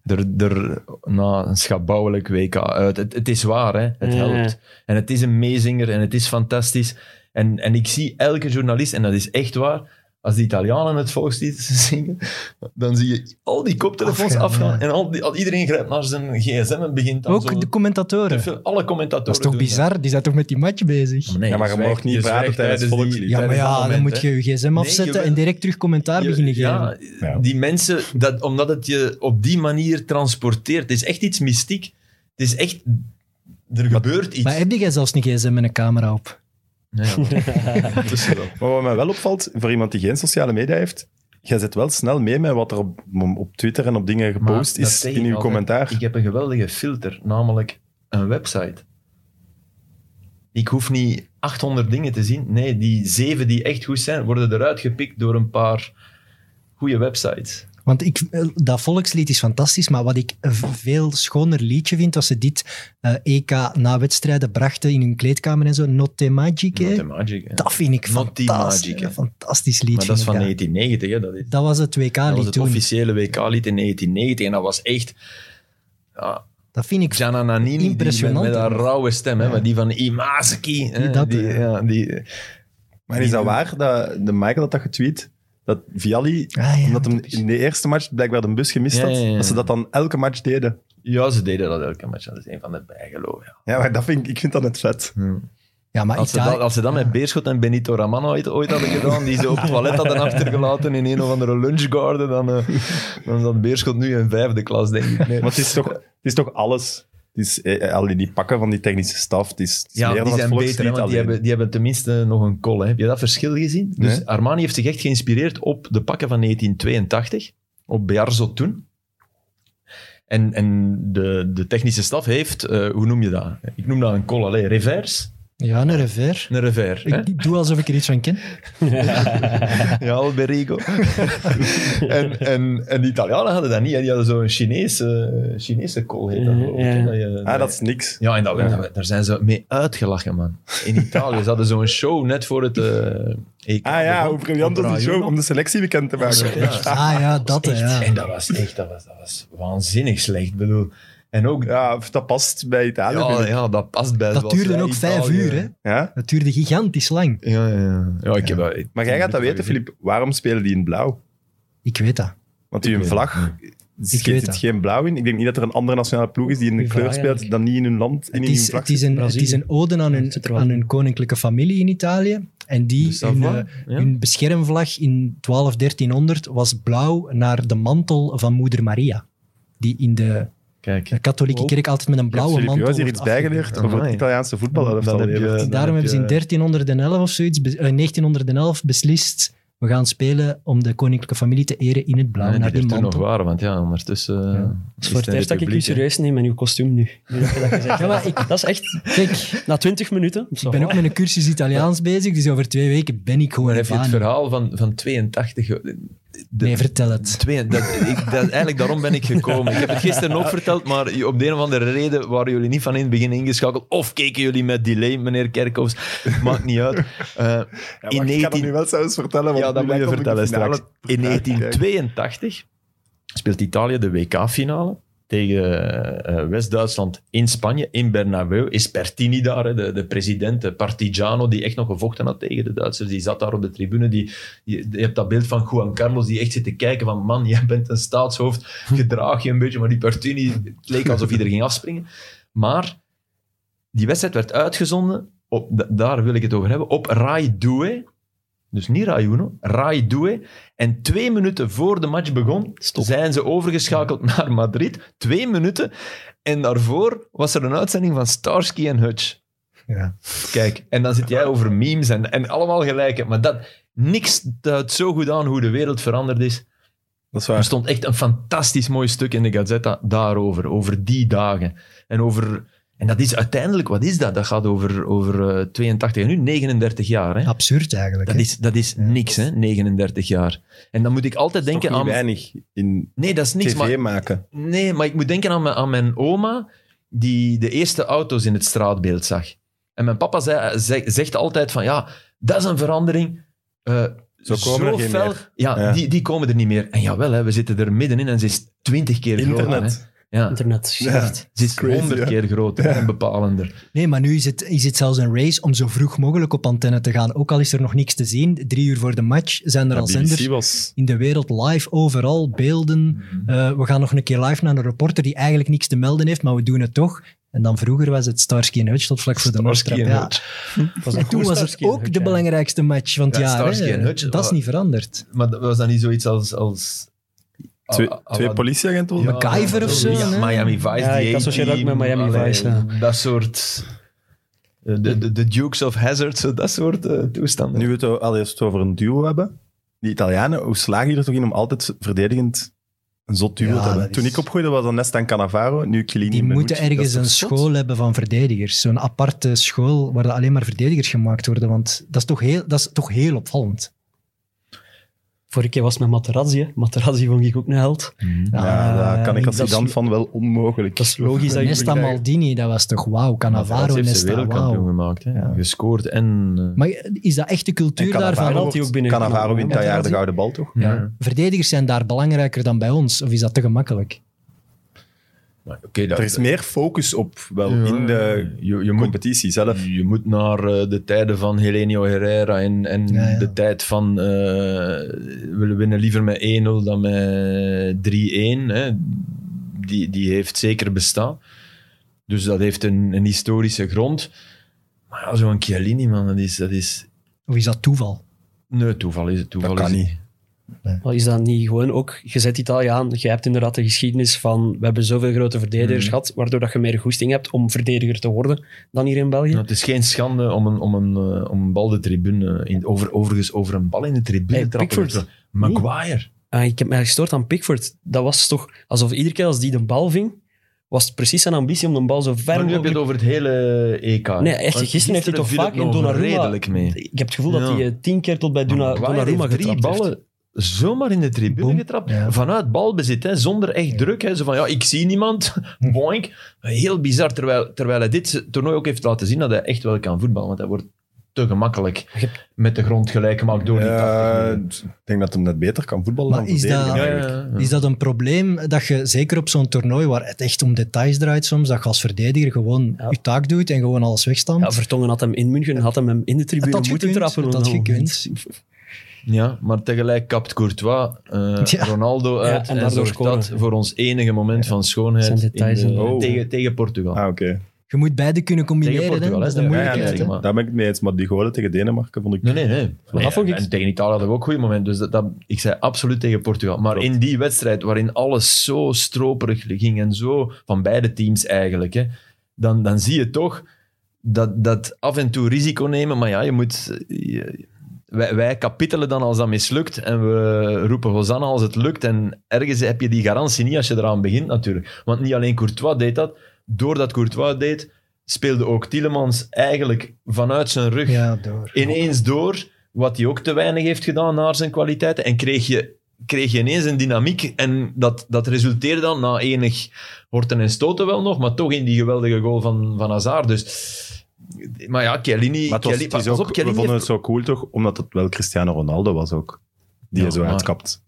Speaker 4: er, er, na een schabouwelijk WK uit. Het, het is waar, hè? het
Speaker 5: Ja.
Speaker 4: helpt. En het is een meezinger en het is fantastisch. En, en ik zie elke journalist, en dat is echt waar, als de Italianen het volkslied [LAUGHS] zingen, dan zie je al die koptelefoons
Speaker 2: Afgaan,
Speaker 4: afgaan.
Speaker 2: ja.
Speaker 4: En al die, al, iedereen grijpt naar zijn gsm en begint dan zo
Speaker 2: ook de commentatoren.
Speaker 4: te- Alle commentatoren
Speaker 2: Dat is toch
Speaker 4: doen
Speaker 2: bizar? Die zijn toch met die match bezig?
Speaker 4: Nee,
Speaker 1: Ja, maar je mag
Speaker 4: zwijgt-
Speaker 1: niet praten
Speaker 4: zwijgt
Speaker 1: tijdens
Speaker 4: die-
Speaker 1: volkslied.
Speaker 2: Ja, maar
Speaker 4: tijdens
Speaker 2: ja,
Speaker 4: dat
Speaker 2: dan
Speaker 4: moment,
Speaker 2: moet
Speaker 4: hè.
Speaker 2: je je gsm
Speaker 4: Nee,
Speaker 2: afzetten
Speaker 4: je wil-
Speaker 2: en direct terug commentaar
Speaker 4: Je-
Speaker 2: beginnen geven.
Speaker 4: ja,
Speaker 1: Ja.
Speaker 4: die mensen, dat, omdat het je op die manier transporteert. Het is echt iets mystiek. Het is echt... Er gebeurt iets.
Speaker 2: Maar heb jij zelfs een gsm met een camera op?
Speaker 4: Ja,
Speaker 1: [LAUGHS]
Speaker 4: ja. Dat is wel.
Speaker 1: Maar wat mij wel opvalt, voor iemand die geen sociale media heeft, jij zit wel snel mee met wat er op, op Twitter en op dingen
Speaker 4: Maar
Speaker 1: gepost
Speaker 4: dat
Speaker 1: is
Speaker 4: zeg
Speaker 1: in
Speaker 4: ik
Speaker 1: uw
Speaker 4: altijd.
Speaker 1: commentaar.
Speaker 4: Ik heb een geweldige filter, namelijk een website. Ik hoef niet 800 dingen te zien. Nee, die zeven die echt goed zijn, worden eruit gepikt door een paar goede websites.
Speaker 2: Want ik, eh, dat volkslied is fantastisch, maar wat ik een v- veel schoner liedje vind, als ze dit eh, EK na wedstrijden brachten in hun kleedkamer en zo, Notte Magiche,
Speaker 4: Not the magic, hè.
Speaker 2: dat vind ik
Speaker 4: Notte
Speaker 2: fantastisch.
Speaker 4: Magiche.
Speaker 2: Een fantastisch liedje.
Speaker 4: Maar dat is van
Speaker 2: vind ik,
Speaker 4: 1990, hè. Dat is
Speaker 2: ja. Dat was het
Speaker 4: Dat was
Speaker 2: WK-lied
Speaker 4: het
Speaker 2: toen.
Speaker 4: officiële WK-lied in 1990. En dat was echt... Ja,
Speaker 2: Dat vind ik...
Speaker 4: Gianna Nannini die
Speaker 2: Impressionant,
Speaker 4: met, met haar
Speaker 2: hè?
Speaker 4: rauwe stem. Hè, maar die van Imazaki. Hè,
Speaker 2: Die dat, eh.
Speaker 4: die,
Speaker 2: hè.
Speaker 4: ja, die,
Speaker 1: Maar is dat waar, dat de Michael had dat getweet, dat Vialli,
Speaker 2: Ah, ja,
Speaker 1: omdat hem in de eerste match blijkbaar de bus gemist
Speaker 4: Ja,
Speaker 1: had,
Speaker 4: ja, ja, ja.
Speaker 1: dat ze dat dan elke match deden.
Speaker 4: ja, ze deden dat elke match. Dat is een van de bijgeloven. Ja.
Speaker 1: Ja, maar dat vind ik, ik vind dat net vet.
Speaker 2: ja, maar
Speaker 4: Als, ze
Speaker 2: Ah, Italië-
Speaker 4: dat, als ze dat met Beerschot en Benito Raman ooit, ooit
Speaker 2: [LAUGHS]
Speaker 4: hadden gedaan, die ze op het toilet hadden achtergelaten in een of andere lunchgarden, dan, eh, dan zat Beerschot nu in vijfde klas, denk ik. Nee.
Speaker 1: Maar het is toch, het is toch alles. Het is, eh, al die- die pakken van die technische staf, het is, het is
Speaker 4: Ja,
Speaker 1: meer
Speaker 4: die
Speaker 1: dan het
Speaker 4: zijn beter, hè,
Speaker 1: volkslied
Speaker 4: want die
Speaker 1: alleen.
Speaker 4: hebben, die hebben tenminste nog een kol. Hè. Heb je dat verschil gezien? Dus
Speaker 1: Nee.
Speaker 4: Armani heeft zich echt geïnspireerd op de pakken van 1982, op Bearzo toen. En, en de, de technische staf heeft, eh, hoe noem je dat? Ik noem dat een kol, alleen revers.
Speaker 2: Ja, een rever.
Speaker 4: Een revers. hè?
Speaker 2: Ik ik doe alsof ik er iets van ken.
Speaker 4: Ja, Alberigo. en, en, en de Italianen hadden dat niet. hè. Die hadden zo'n Chinese, Chinese kool, heet dat.
Speaker 5: Ja.
Speaker 4: geloof ik, hè, dat je-
Speaker 1: Ah, dat is niks.
Speaker 4: Ja, en dat, daar zijn ze mee uitgelachen, man. In Italië. Ze hadden zo'n show net voor het eh EK.
Speaker 1: Ah ja, hoe briljant is die
Speaker 4: Opera
Speaker 1: show
Speaker 4: Juno.
Speaker 1: om de selectie bekend te maken.
Speaker 4: [LAUGHS] Ja.
Speaker 2: Ah ja, dat
Speaker 4: Echt.
Speaker 2: ja.
Speaker 4: En dat was echt, dat was, dat was waanzinnig slecht. Ik bedoel, en ook, ja,
Speaker 1: Ja, dat past bij Italië.
Speaker 4: ja,
Speaker 1: Ja,
Speaker 4: dat past bij
Speaker 2: Dat
Speaker 4: zoals
Speaker 2: duurde
Speaker 4: wij
Speaker 2: ook vijf
Speaker 4: Italië-
Speaker 2: uur, hè.
Speaker 1: ja?
Speaker 2: Dat duurde gigantisch lang.
Speaker 4: Ja, ja, ja. ja ik heb dat,
Speaker 1: Maar jij gaat dat weten, Filip. Waarom spelen die in blauw?
Speaker 2: Ik weet dat.
Speaker 1: Want die een
Speaker 4: weet
Speaker 1: vlag
Speaker 2: weet
Speaker 1: schiet
Speaker 2: dat.
Speaker 1: het geen blauw in. Ik denk niet dat er een andere nationale ploeg is die in de
Speaker 5: Goeie
Speaker 1: kleur
Speaker 5: vraag
Speaker 1: speelt
Speaker 5: eigenlijk.
Speaker 1: dan niet in hun land en
Speaker 2: Het
Speaker 1: in hun
Speaker 2: is,
Speaker 1: vlag.
Speaker 2: het is, een, het
Speaker 5: Brazilië.
Speaker 2: is een ode aan hun,
Speaker 5: Heeft het wel.
Speaker 2: aan hun koninklijke familie in Italië. En die, hun,
Speaker 4: Savoie,
Speaker 2: eh,
Speaker 4: ja.
Speaker 2: hun beschermvlag in 12, 1300 was blauw naar de mantel van moeder Maria. Die in de
Speaker 4: Kijk,
Speaker 2: katholieke
Speaker 4: Oh.
Speaker 5: Wow.
Speaker 2: kerk altijd met een blauwe
Speaker 1: Filip
Speaker 2: mantel
Speaker 1: Joos hier
Speaker 2: wordt
Speaker 1: iets bijgeleerd over het
Speaker 4: Amai.
Speaker 1: Italiaanse voetbalelftal.
Speaker 4: Dan heb je-
Speaker 1: Evert.
Speaker 4: dan
Speaker 2: Daarom
Speaker 4: heb
Speaker 2: hebben ze in
Speaker 4: je-
Speaker 2: 1311 of zoiets, be- eh, 1911 beslist, we gaan spelen om de koninklijke familie te eren in het blauw,
Speaker 4: Nee,
Speaker 2: naar die
Speaker 4: er toen nog
Speaker 2: mantel.
Speaker 4: waren, want ja, ondertussen... eh,
Speaker 5: Het
Speaker 4: is
Speaker 5: is voor het
Speaker 4: een
Speaker 5: eerst dat ik u
Speaker 4: republiek, hè.
Speaker 5: serieus neem in uw kostuum nu. Nu dat je dat gezegd
Speaker 2: Ja, maar
Speaker 4: [LAUGHS]
Speaker 5: hebt. Dat is echt...
Speaker 2: Kijk,
Speaker 5: Na twintig minuten... oh,
Speaker 2: ik ben ook met een cursus Italiaans bezig, dus over twee weken ben ik gewoon
Speaker 4: Maar
Speaker 2: in
Speaker 4: heb je het
Speaker 2: Bani.
Speaker 4: verhaal van, van 82... De,
Speaker 2: Nee, vertel het.
Speaker 4: twee, dat, ik, dat, eigenlijk daarom ben ik gekomen. Ik heb het gisteren ook verteld, maar op de een of andere reden waren jullie niet van in het begin ingeschakeld. Of keken jullie met delay, meneer Kerkhoffs. Maakt niet uit. Eh,
Speaker 1: Ja,
Speaker 4: in
Speaker 1: maar Ik kan het
Speaker 4: 19...
Speaker 1: nu wel zelfs vertellen. want
Speaker 4: Ja, dat
Speaker 1: nu
Speaker 4: moet je
Speaker 1: lijkt op
Speaker 4: vertellen
Speaker 1: de finale
Speaker 4: straks. In
Speaker 1: te kijken.
Speaker 4: 1982 speelt Italië de WK-finale tegen eh, West-Duitsland in Spanje, in Bernabeu. Is Pertini daar, hè, de, de president, de Partigiano, die echt nog gevochten had tegen de Duitsers. Die zat daar op de tribune. Die, je, je hebt dat beeld van Juan Carlos, die echt zit te kijken van man, jij bent een staatshoofd, gedraag je een beetje. Maar die Pertini, het leek alsof iedereen ging afspringen. Maar die wedstrijd werd uitgezonden, op, da- daar wil ik het over hebben, op Rai 2. Dus niet Rai Uno, Rai 2. En twee minuten voor de match begon, zijn ze overgeschakeld naar Madrid. Twee minuten. En daarvoor was er een uitzending van Starsky en Hutch.
Speaker 2: Ja.
Speaker 4: Kijk, en dan zit jij over memes en, en allemaal gelijk. Maar dat, niks duidt zo goed aan hoe de wereld veranderd is.
Speaker 1: Dat is
Speaker 4: Er
Speaker 1: waar.
Speaker 4: stond echt een fantastisch mooi stuk in de Gazzetta daarover, over die dagen. En over... En dat is uiteindelijk, wat is dat? Dat gaat over, over eh, 82 en nu 39 jaar. Hè?
Speaker 2: Absurd eigenlijk.
Speaker 4: Dat
Speaker 2: hè?
Speaker 4: is, dat is niks, hè? 39 jaar. En dan moet ik altijd denken
Speaker 1: Toch
Speaker 4: aan...
Speaker 1: niet weinig in
Speaker 4: Nee, dat is niks.
Speaker 1: tv
Speaker 4: Maar,
Speaker 1: maken.
Speaker 4: nee, maar ik moet denken aan mijn, aan mijn oma, die de eerste auto's in het straatbeeld zag. En mijn papa zei, zeg- zegt altijd van, ja, dat is een verandering. Eh,
Speaker 1: Zo komen er geen
Speaker 4: fel-
Speaker 1: meer.
Speaker 4: Ja,
Speaker 1: Ja.
Speaker 4: Die, die komen er niet meer. En jawel, hè, we zitten er middenin en ze is twintig keer groter.
Speaker 1: Internet.
Speaker 4: Hè. Ja,
Speaker 5: Internet. shit.
Speaker 4: ze is
Speaker 1: Crazy,
Speaker 4: honderd
Speaker 1: hè?
Speaker 4: keer groter en bepalender.
Speaker 2: Nee, maar nu is het, is het zelfs een race om zo vroeg mogelijk op antenne te gaan. Ook al is er nog niks te zien, drie uur voor de match zijn er al zenders
Speaker 1: was...
Speaker 2: in de wereld live, overal, beelden. Eh, we gaan nog een keer live naar een reporter die eigenlijk niks te melden heeft, maar we doen het toch. En dan vroeger was het Starsky en Hutch tot vlak voor de
Speaker 4: Starsky
Speaker 2: Noordstrap. Ja.
Speaker 4: en Hutch.
Speaker 5: was
Speaker 2: En toen was het ook de belangrijkste match, want
Speaker 4: Ja,
Speaker 2: ja,
Speaker 4: Starsky
Speaker 2: hè,
Speaker 4: en Hutch,
Speaker 2: dat is
Speaker 4: wa-
Speaker 2: niet veranderd.
Speaker 4: Maar dat- was dat niet zoiets als... als
Speaker 1: Twee,
Speaker 4: à- à-
Speaker 1: twee
Speaker 4: à-
Speaker 1: politieagenten?
Speaker 4: Ja,
Speaker 2: MacGyver of zo,
Speaker 4: Ja,
Speaker 2: hè?
Speaker 4: Miami Vice.
Speaker 5: Ja,
Speaker 4: die
Speaker 5: ik associeer dat ook met Miami
Speaker 4: A-team,
Speaker 5: Vice,
Speaker 4: allee, Dat soort... eh, De, de, de Dukes of Hazzard, zo dat soort eh, toestanden.
Speaker 1: Nu we het o- al eerst over een duo hebben. Die Italianen, hoe slagen die er toch in om altijd verdedigend een zot duo
Speaker 2: Ja,
Speaker 1: te hebben?
Speaker 2: dat
Speaker 1: Toen
Speaker 2: is-
Speaker 1: ik opgroeide was dat Nesta en Cannavaro, nu Chiellini
Speaker 2: Die
Speaker 1: en
Speaker 2: moeten
Speaker 1: Bonucci.
Speaker 2: ergens
Speaker 1: Dat
Speaker 2: een
Speaker 1: is toch zot?
Speaker 2: school hebben van verdedigers. Zo'n aparte school waar dat alleen maar verdedigers gemaakt worden. Want dat is toch heel, dat is toch heel opvallend.
Speaker 5: Vorige keer was het met Materazzi. hè. Materazzi vond ik ook een held.
Speaker 1: Ja,
Speaker 2: Ah,
Speaker 1: daar kan ik als
Speaker 5: dat is-
Speaker 1: Zidane van wel onmogelijk.
Speaker 5: Dat is logisch dat je...
Speaker 2: Nesta Maldini, dat was toch wauw. Cannavaro,
Speaker 4: heeft ze
Speaker 2: Nesta,
Speaker 4: wereldkampioen
Speaker 2: wauw.
Speaker 4: gemaakt. Hè. Gescoord en... eh,
Speaker 2: Maar is dat echt de
Speaker 1: En
Speaker 2: cultuur daarvan?
Speaker 1: Cannavaro,
Speaker 5: had hij ook
Speaker 1: wordt-
Speaker 5: binnen-
Speaker 1: Cannavaro wint dat jaar de
Speaker 5: Materazzi.
Speaker 1: gouden bal, toch?
Speaker 4: ja.
Speaker 2: Verdedigers zijn daar belangrijker dan bij ons, of is dat te gemakkelijk?
Speaker 4: Maar oké, dat,
Speaker 1: Er is meer focus op wel
Speaker 4: Ja,
Speaker 1: in de
Speaker 4: je, je moet,
Speaker 1: competitie zelf.
Speaker 4: je moet naar eh, de tijden van Helenio Herrera en, en
Speaker 2: Ja, ja.
Speaker 4: de tijd van eh, we winnen liever met 1-0 dan met 3-1. Hè. Die, die heeft zeker bestaan. Dus dat heeft een, een historische grond. Maar ja, zo'n Chiellini, man, dat is, dat is...
Speaker 2: Of is dat toeval?
Speaker 4: Nee, toeval is het. Toeval
Speaker 1: Dat kan
Speaker 4: is het.
Speaker 1: niet.
Speaker 5: Maar Is dat niet gewoon ook... Je zet Italië aan. Je hebt inderdaad de geschiedenis van... We hebben zoveel grote verdedigers
Speaker 4: Mhm.
Speaker 5: gehad, waardoor dat je meer goesting hebt om verdediger te worden dan hier in België.
Speaker 4: Nou, het is geen schande om een, om een, eh, om een bal de tribune... In, over, overigens, over een bal in de tribune
Speaker 5: Hey,
Speaker 4: trappen. Dus, eh,
Speaker 5: Pickford.
Speaker 4: Maguire.
Speaker 5: Ah, ik heb mij gestoord aan Pickford. Dat was toch alsof iedere keer als die de bal ving, was het precies zijn ambitie om de bal zo ver
Speaker 4: Maar nu heb je
Speaker 5: mogelijk...
Speaker 4: het over het hele EK. hè?
Speaker 5: Nee, echt,
Speaker 4: Want
Speaker 5: gisteren heeft hij toch
Speaker 4: viel het
Speaker 5: vaak in
Speaker 4: nog
Speaker 5: Donnarumma-
Speaker 4: redelijk mee.
Speaker 5: Ik heb het gevoel dat
Speaker 4: Ja.
Speaker 5: hij eh, tien keer tot bij Duna,
Speaker 4: Maguire
Speaker 5: Donnarumma
Speaker 4: heeft drie
Speaker 5: getrapt heeft.
Speaker 4: ballen zomaar in de tribune
Speaker 2: Boom.
Speaker 4: getrapt.
Speaker 2: Ja.
Speaker 4: Vanuit balbezit, hè, zonder echt druk. Hè, zo van, ja, ik zie niemand. [LAUGHS] Boink. Heel bizar, terwijl, terwijl hij dit toernooi ook heeft laten zien dat hij echt wel kan voetballen. Want hij wordt te gemakkelijk met de grond gelijk gemaakt door die
Speaker 1: Ja,
Speaker 4: 80
Speaker 1: ik denk dat hem net beter kan voetballen
Speaker 2: Maar
Speaker 1: dan
Speaker 2: is dat-
Speaker 1: verdedigen,
Speaker 4: Ja, ja,
Speaker 1: eigenlijk.
Speaker 4: ja.
Speaker 2: Is dat een probleem dat je, zeker op zo'n toernooi waar het echt om details draait soms, dat je als verdediger gewoon
Speaker 5: Ja.
Speaker 2: je taak doet en gewoon alles wegstamt?
Speaker 5: Ja, Vertongen had hem in München, had hem hem in de tribune
Speaker 2: Het had
Speaker 5: moeten
Speaker 2: gekund,
Speaker 5: trappen.
Speaker 2: het had
Speaker 5: op dat moment.
Speaker 4: Ja, maar tegelijk kapt Courtois eh,
Speaker 2: Ja.
Speaker 4: Ronaldo
Speaker 5: [LAUGHS] Ja,
Speaker 4: uit.
Speaker 5: en
Speaker 4: en
Speaker 5: daardoor
Speaker 4: zorgt
Speaker 5: scoren.
Speaker 4: dat voor ons enige moment van
Speaker 5: Zijn
Speaker 4: schoonheid in
Speaker 5: details
Speaker 4: de-
Speaker 5: en-
Speaker 1: Oh.
Speaker 4: tegen, tegen Portugal.
Speaker 1: Ah, oké.
Speaker 2: Je moet beide kunnen combineren,
Speaker 4: Tegen
Speaker 2: hè?
Speaker 4: Portugal,
Speaker 2: dat is de
Speaker 4: hè? Ja, ja,
Speaker 2: moeilijkheid.
Speaker 4: nee,
Speaker 2: hè.
Speaker 4: maar-
Speaker 1: Daar ben ik het mee eens, maar die golen tegen Denemarken vond ik...
Speaker 4: Nee, nee, nee.
Speaker 5: dat vond ik-
Speaker 4: En tegen Italië hadden we ook goede momenten. Dus dat, dat- ik zei absoluut tegen Portugal. Maar
Speaker 1: Klopt.
Speaker 4: in die wedstrijd, waarin alles zo stroperig ging en zo, van beide teams eigenlijk, hè, dan, dan zie je toch dat, dat af en toe risico nemen. Maar ja, je moet... je- wij, wij kapitelen dan als dat mislukt en we roepen Hosanna als het lukt. En ergens heb je die garantie niet als je eraan begint natuurlijk. Want niet alleen Courtois deed dat. Doordat Courtois deed, speelde ook Tielemans eigenlijk vanuit zijn rug
Speaker 2: Ja, door.
Speaker 4: ineens door, wat hij ook te weinig heeft gedaan naar zijn kwaliteiten. En kreeg je, kreeg je ineens een dynamiek. En dat, dat resulteerde dan na enig horten en stoten wel nog, maar toch in die geweldige goal van, van Hazard. Dus, maar ja, Chiellini...
Speaker 1: Maar het was,
Speaker 4: Chielli-
Speaker 1: het is
Speaker 4: pas
Speaker 1: ook-
Speaker 4: op,
Speaker 1: we
Speaker 4: Chiellini
Speaker 1: vonden het
Speaker 4: heeft-
Speaker 1: zo cool toch, omdat het wel Cristiano Ronaldo was ook. Die
Speaker 4: Ja,
Speaker 1: je zo
Speaker 4: maar-
Speaker 1: uitkapt.